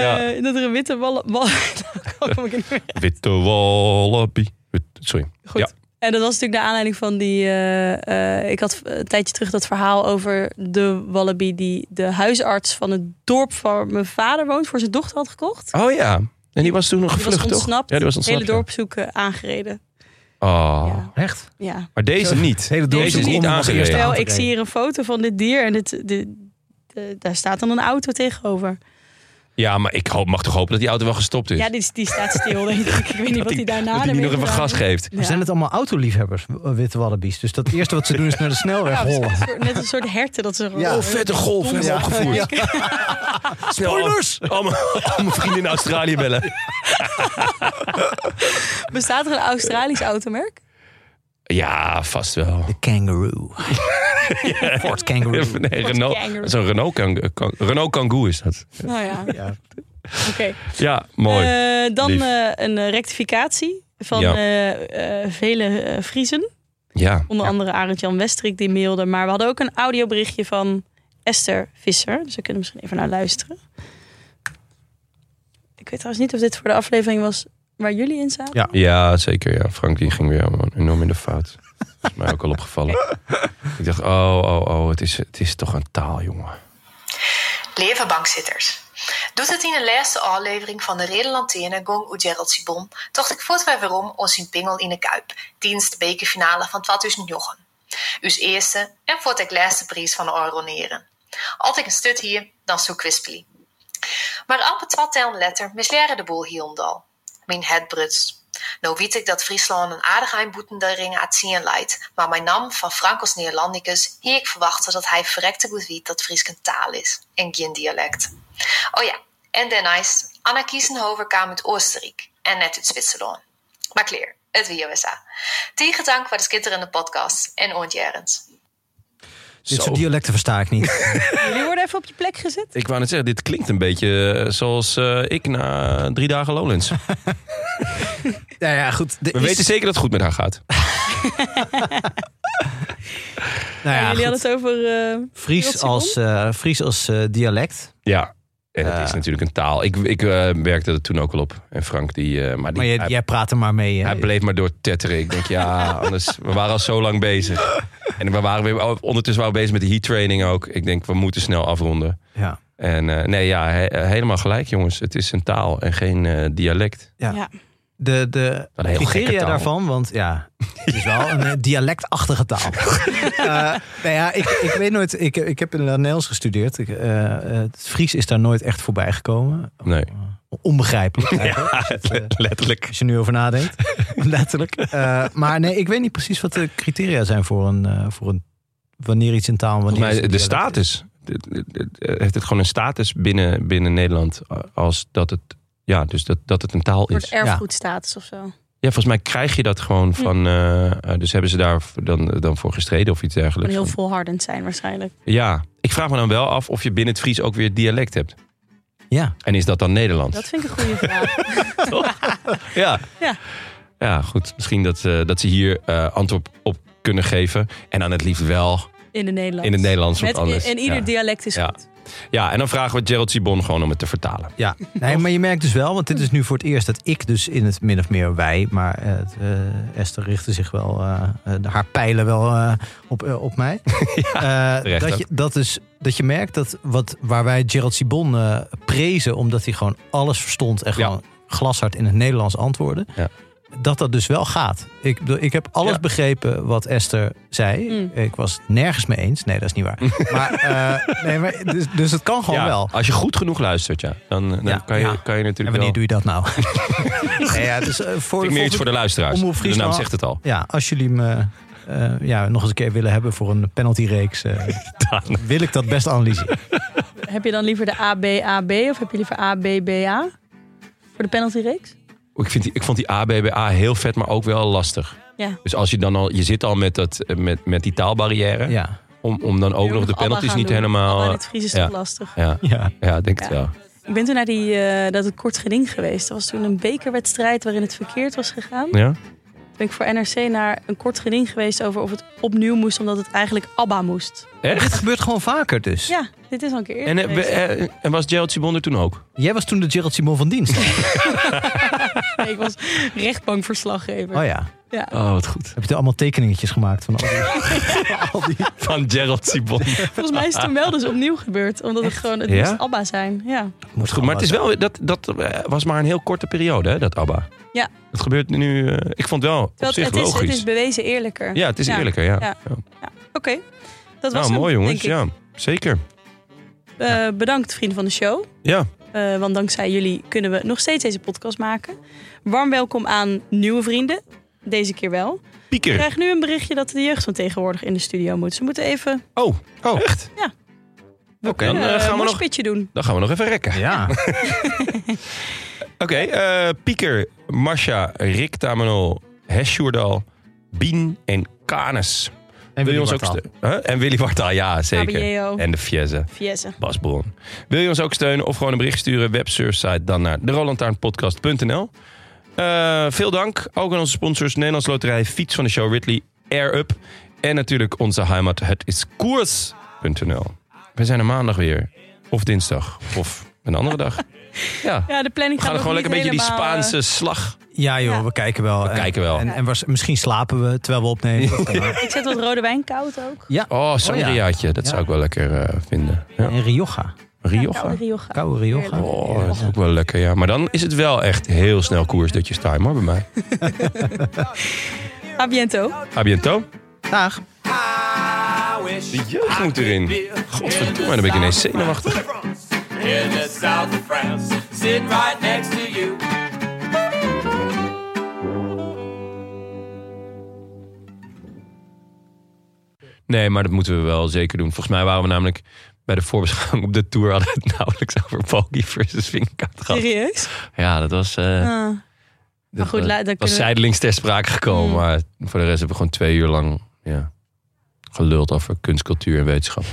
Ja. Dat er een witte Wallaby... kom ik er niet meer. Witte Wallaby. Wit- Sorry. Goed. Ja. En dat was natuurlijk de aanleiding van die... eh, eh, ik had een tijdje terug dat verhaal over de Wallaby... die de huisarts van het dorp waar mijn vader woont... voor zijn dochter had gekocht. Oh ja. En die was toen nog Die was gevlucht, toch? ontsnapt. Ja, die was Het ontsnapt. hele dorp zoeken, aangereden. ja. Oh. Ja. Echt? ja. Maar deze niet. hele dorp deze is zoekt niet om hem als aangereden. eerste. Ja, Stel, te ik rijden. zie hier een foto van dit dier en dit, dit- eh, daar staat dan een auto tegenover. Ja, maar ik hoop, mag toch hopen dat die auto wel gestopt is. Ja, die, die staat stil, denk ik. Ik weet niet Dus- dat wat hij die- daarna dat die ermee niet nog even gedaan gas heeft. geeft. Maar zijn het allemaal autoliefhebbers, w- witte wallabies? Dus dat eerste wat ze doen is naar de snelweg Ja, rollen. het is een soort- net een soort herten dat ze Ja. Oh, vette golf hebben we opgevoerd. Snel al- Spoilers! Oh, Al, mijn- al mijn vrienden in Australië bellen. Bestaat er een Australisch automerk? Ja, vast wel. De kangaroo. Ford kangaroo. Nee, kangaroo. Renault, zo'n Renault, kang, kang- Renault Kangoo is dat. Nou ja, oké. Ja. Ja, mooi. Eh, dan Lief. eh, een eh, rectificatie van Ja. eh, eh, vele eh, Friezen. ja. Onder andere Arend-Jan Westerik die mailde. Maar we hadden ook een audioberichtje van Esther Visser. Dus we kunnen misschien even naar luisteren. Ik weet trouwens niet of dit voor de aflevering was waar jullie in zaten. Ja. ja, zeker. Ja. Frank die ging weer enorm in de fout. Dat is mij ook al opgevallen. Ik dacht, oh, oh, oh, het is, het is toch een taal, jongen. Leven bankzitters. Doet het in de laatste aflevering van de Nederland Tene Gong u Gerald Sibon, tocht ik voort weer om ons in Pingel in de Kuip, dienst bekerfinale van 2009. Uw eerste en voor het laatste prijs van de Euro Neren. Als ik een stut hier, dan zoek wispeli. Maar amper twaalf letter misleren de boel hier al. Mijn het brutst. Nou weet ik dat Friesland een aardig einboetende ring aan zien leidt, maar mijn naam van Frankels Neerlandicus hier ik verwachten dat hij verrekte goed weet dat Fries een taal is en geen dialect. Oh ja, en daarnaast, Anna Kiesenhover kwam uit Oostenrijk en net uit Zwitserland. Maar clear, het wie USA. Tegen dank voor de schitterende podcast en ooit ergens. Dit Zo. soort dialecten versta ik niet. Jullie worden even op je plek gezet. Ik wou net zeggen, dit klinkt een beetje eh, zoals eh, ik na drie dagen Lowlands. We Nou ja, goed. We weten zeker dat het goed met haar gaat. Nou ja, jullie goed. hadden het over... eh, Fries Wilson? als, eh, Fries als eh, dialect. Ja, en het Ja. is natuurlijk een taal. Ik, ik eh, werkte er toen ook al op. En Frank, die, eh, maar die, Maar jij, hij, jij praat er maar mee. eh, hè? hij bleef maar door tetteren. Ik denk, ja, anders, we waren al zo lang bezig. En we waren weer, oh, ondertussen waren we bezig met de heat training ook. Ik denk, we moeten snel afronden. Ja. En eh, nee, ja, he- eh, helemaal gelijk, jongens. Het is een taal en geen eh, dialect. Ja. Ja. De, de Wel een heel gekke criteria taal. daarvan, want ja, het is wel een eh, dialectachtige taal. Eh, nou ja, ik, ik weet nooit, ik, ik heb inderdaad Nederlands gestudeerd. Ik, eh, eh, het Fries is daar nooit echt voorbij gekomen. Nee. Onbegrijpelijk eigenlijk. als je het, eh, Letterlijk. als je nu over nadenkt, letterlijk. Eh, maar nee, ik weet niet precies wat de criteria zijn voor een, eh, voor een wanneer iets een taal... Wanneer Volgens iets mij een de dialect is. status. Het- het- het- Heeft het gewoon een status binnen, binnen Nederland als dat het, ja, dus dat, dat het een taal Een soort is. erfgoedstatus of zo. Ja, volgens mij krijg je dat gewoon van. eh, eh, dus hebben ze daar dan, dan voor gestreden of iets Kan dergelijks. heel volhardend zijn waarschijnlijk. Ja, ik vraag me dan wel af of je binnen het Fries ook weer dialect hebt. Ja, En is dat dan Nederlands? Dat vind ik een goede vraag. Ja. Ja. Ja, goed. Misschien dat, eh, dat ze hier eh, antwoord op kunnen geven. En dan het liefst wel In het Nederlands. in het Nederlands. Met, want anders, en ieder ja. dialect is Ja. goed. ja, en dan vragen we Gerald Sibon gewoon om het te vertalen. Ja, nee, maar je merkt dus wel, want dit is nu voor het eerst dat ik dus in het min of meer wij, maar eh, het, eh, Esther richtte zich wel, eh, eh, haar pijlen wel eh, op, eh, op mij. Eh, terecht dat, ook. je, dat, is, dat je merkt dat wat, waar wij Gerald Sibon eh, prezen, omdat hij gewoon alles verstond en Ja. gewoon glashard in het Nederlands antwoordde, Ja. dat dat dus wel gaat. Ik, bedoel, ik heb alles Ja. begrepen wat Esther zei. Mm. Ik was het nergens mee eens. Nee, dat is niet waar. maar, eh, nee, maar dus, dus het kan gewoon ja, wel. Als je goed genoeg luistert, ja. Dan, eh, dan Ja, kan, je, ja. kan je natuurlijk En wanneer wel... doe je dat nou? nee, ja, dus, eh, voor, Ik meer iets voor de luisteraars. Omroep de naam Friesland. zegt het al. Ja, als jullie me eh, ja, nog eens een keer willen hebben voor een penaltyreeks, eh, wil ik dat best analyseren. Heb je dan liever de ABAB of heb je liever ABBA? Voor de penaltyreeks? Ik, vind die, ik vond die ABBA heel vet, maar ook wel lastig. Ja. Dus als je dan al, je zit al met, dat, eh, met, met die taalbarrière. Ja, Om, om dan ook Je nog moet de ABBA penalties gaan niet doen. ABBA in helemaal. eh, het Fries is ja. toch lastig. Ja, ja. ja, ik denk het Ja. wel. Ik ben toen naar die, eh, dat het kort geding geweest. Dat was toen een bekerwedstrijd waarin het verkeerd was gegaan. Ja? Toen ben ik voor NRC naar een kort geding geweest over of het opnieuw moest, omdat het eigenlijk ABBA moest. Echt? Dit gebeurt gewoon vaker dus. Ja, dit is al een keer eerder En, eh, geweest. we- eh, en was Gerald Sibon er toen ook? Jij was toen de Gerald Simon van dienst. Nee, ik was rechtbankverslaggever. Oh ja. ja. Oh, wat goed. Heb je er allemaal tekeningetjes gemaakt van al die... al die- Van Gerald Sibon. Volgens mij is het toen wel dus opnieuw gebeurd, omdat het gewoon, het Ja? moest ABBA zijn. Ja. Moet Goed, maar het is wel, dat, dat eh, was maar een heel korte periode, hè, dat ABBA. Ja. Het gebeurt nu, eh, ik vond het wel op Terwijl zich het, het, is, logisch. het is bewezen eerlijker. ja, het is Ja. eerlijker, ja. Ja. Ja. Oké, dat was Nou, hem, mooi jongens, denk ik. ja. Zeker. Eh, bedankt vrienden van de show. Ja, Eh, want dankzij jullie kunnen we nog steeds deze podcast maken. Warm welkom aan nieuwe vrienden. Deze keer wel. Ik Pieker. krijg nu een berichtje dat de jeugd van tegenwoordig in de studio moet. Ze moeten even Oh, oh. echt? Ja. Oké, dan, een eh, gaan we nog, pitje doen. dan gaan we nog even rekken. Ja. Oké, eh, Pieker, Masha, Rick Tamino, Hesjoerdal, Bien en Canes. En Wil je ons ook Bartaal. ste- Huh? En Willy Wartaal, ja zeker. HBO. En de Fieze, Fiesse. Bas Bron. Wil je ons ook steunen of gewoon een bericht sturen? Websurfsite dan naar derolantaarnpodcast.nl. Eh, veel dank ook aan onze sponsors Nederlands Loterij, Fiets van de Show Ridley, Air Up. En natuurlijk onze heimat, het is koers.nl. We zijn er maandag weer. Of dinsdag. Of een andere dag. Ja. Ja, de planning We gaan gaat gewoon nog lekker een beetje die niet helemaal, eh, Spaanse slag. Ja joh, Ja. we kijken wel. We en, kijken wel. En, en waars- misschien slapen we terwijl we opnemen. Ik zet wat rode wijn koud ook. ja. Oh, sangriaatje. Dat Ja. zou ik wel lekker eh, vinden. Ja. En Rioja. Ja, Rioja. koude Rioja. Koude Rioja. Heerlijk. Oh, dat is ook wel lekker, ja. Maar dan is het wel echt heel snel koersdutjes time, hoor, bij mij. A biento. A biento. Dag. I wish De jeugd moet erin. Godverdomme, dan ben ik ineens zenuwachtig. in the south of France, sitting right next to you. Nee, maar dat moeten we wel zeker doen. Volgens mij waren we namelijk bij de voorbeschouwing op de Tour... hadden we het nauwelijks over Poggi versus Vinkaat gehad. Serieus? Ja, dat was... eh, Ah. dat goed, was- laat- was Hmm. dan kunnen we- zijdelings ter sprake gekomen. Maar voor de rest hebben we gewoon twee uur lang ja, geluld over kunst, cultuur en wetenschap.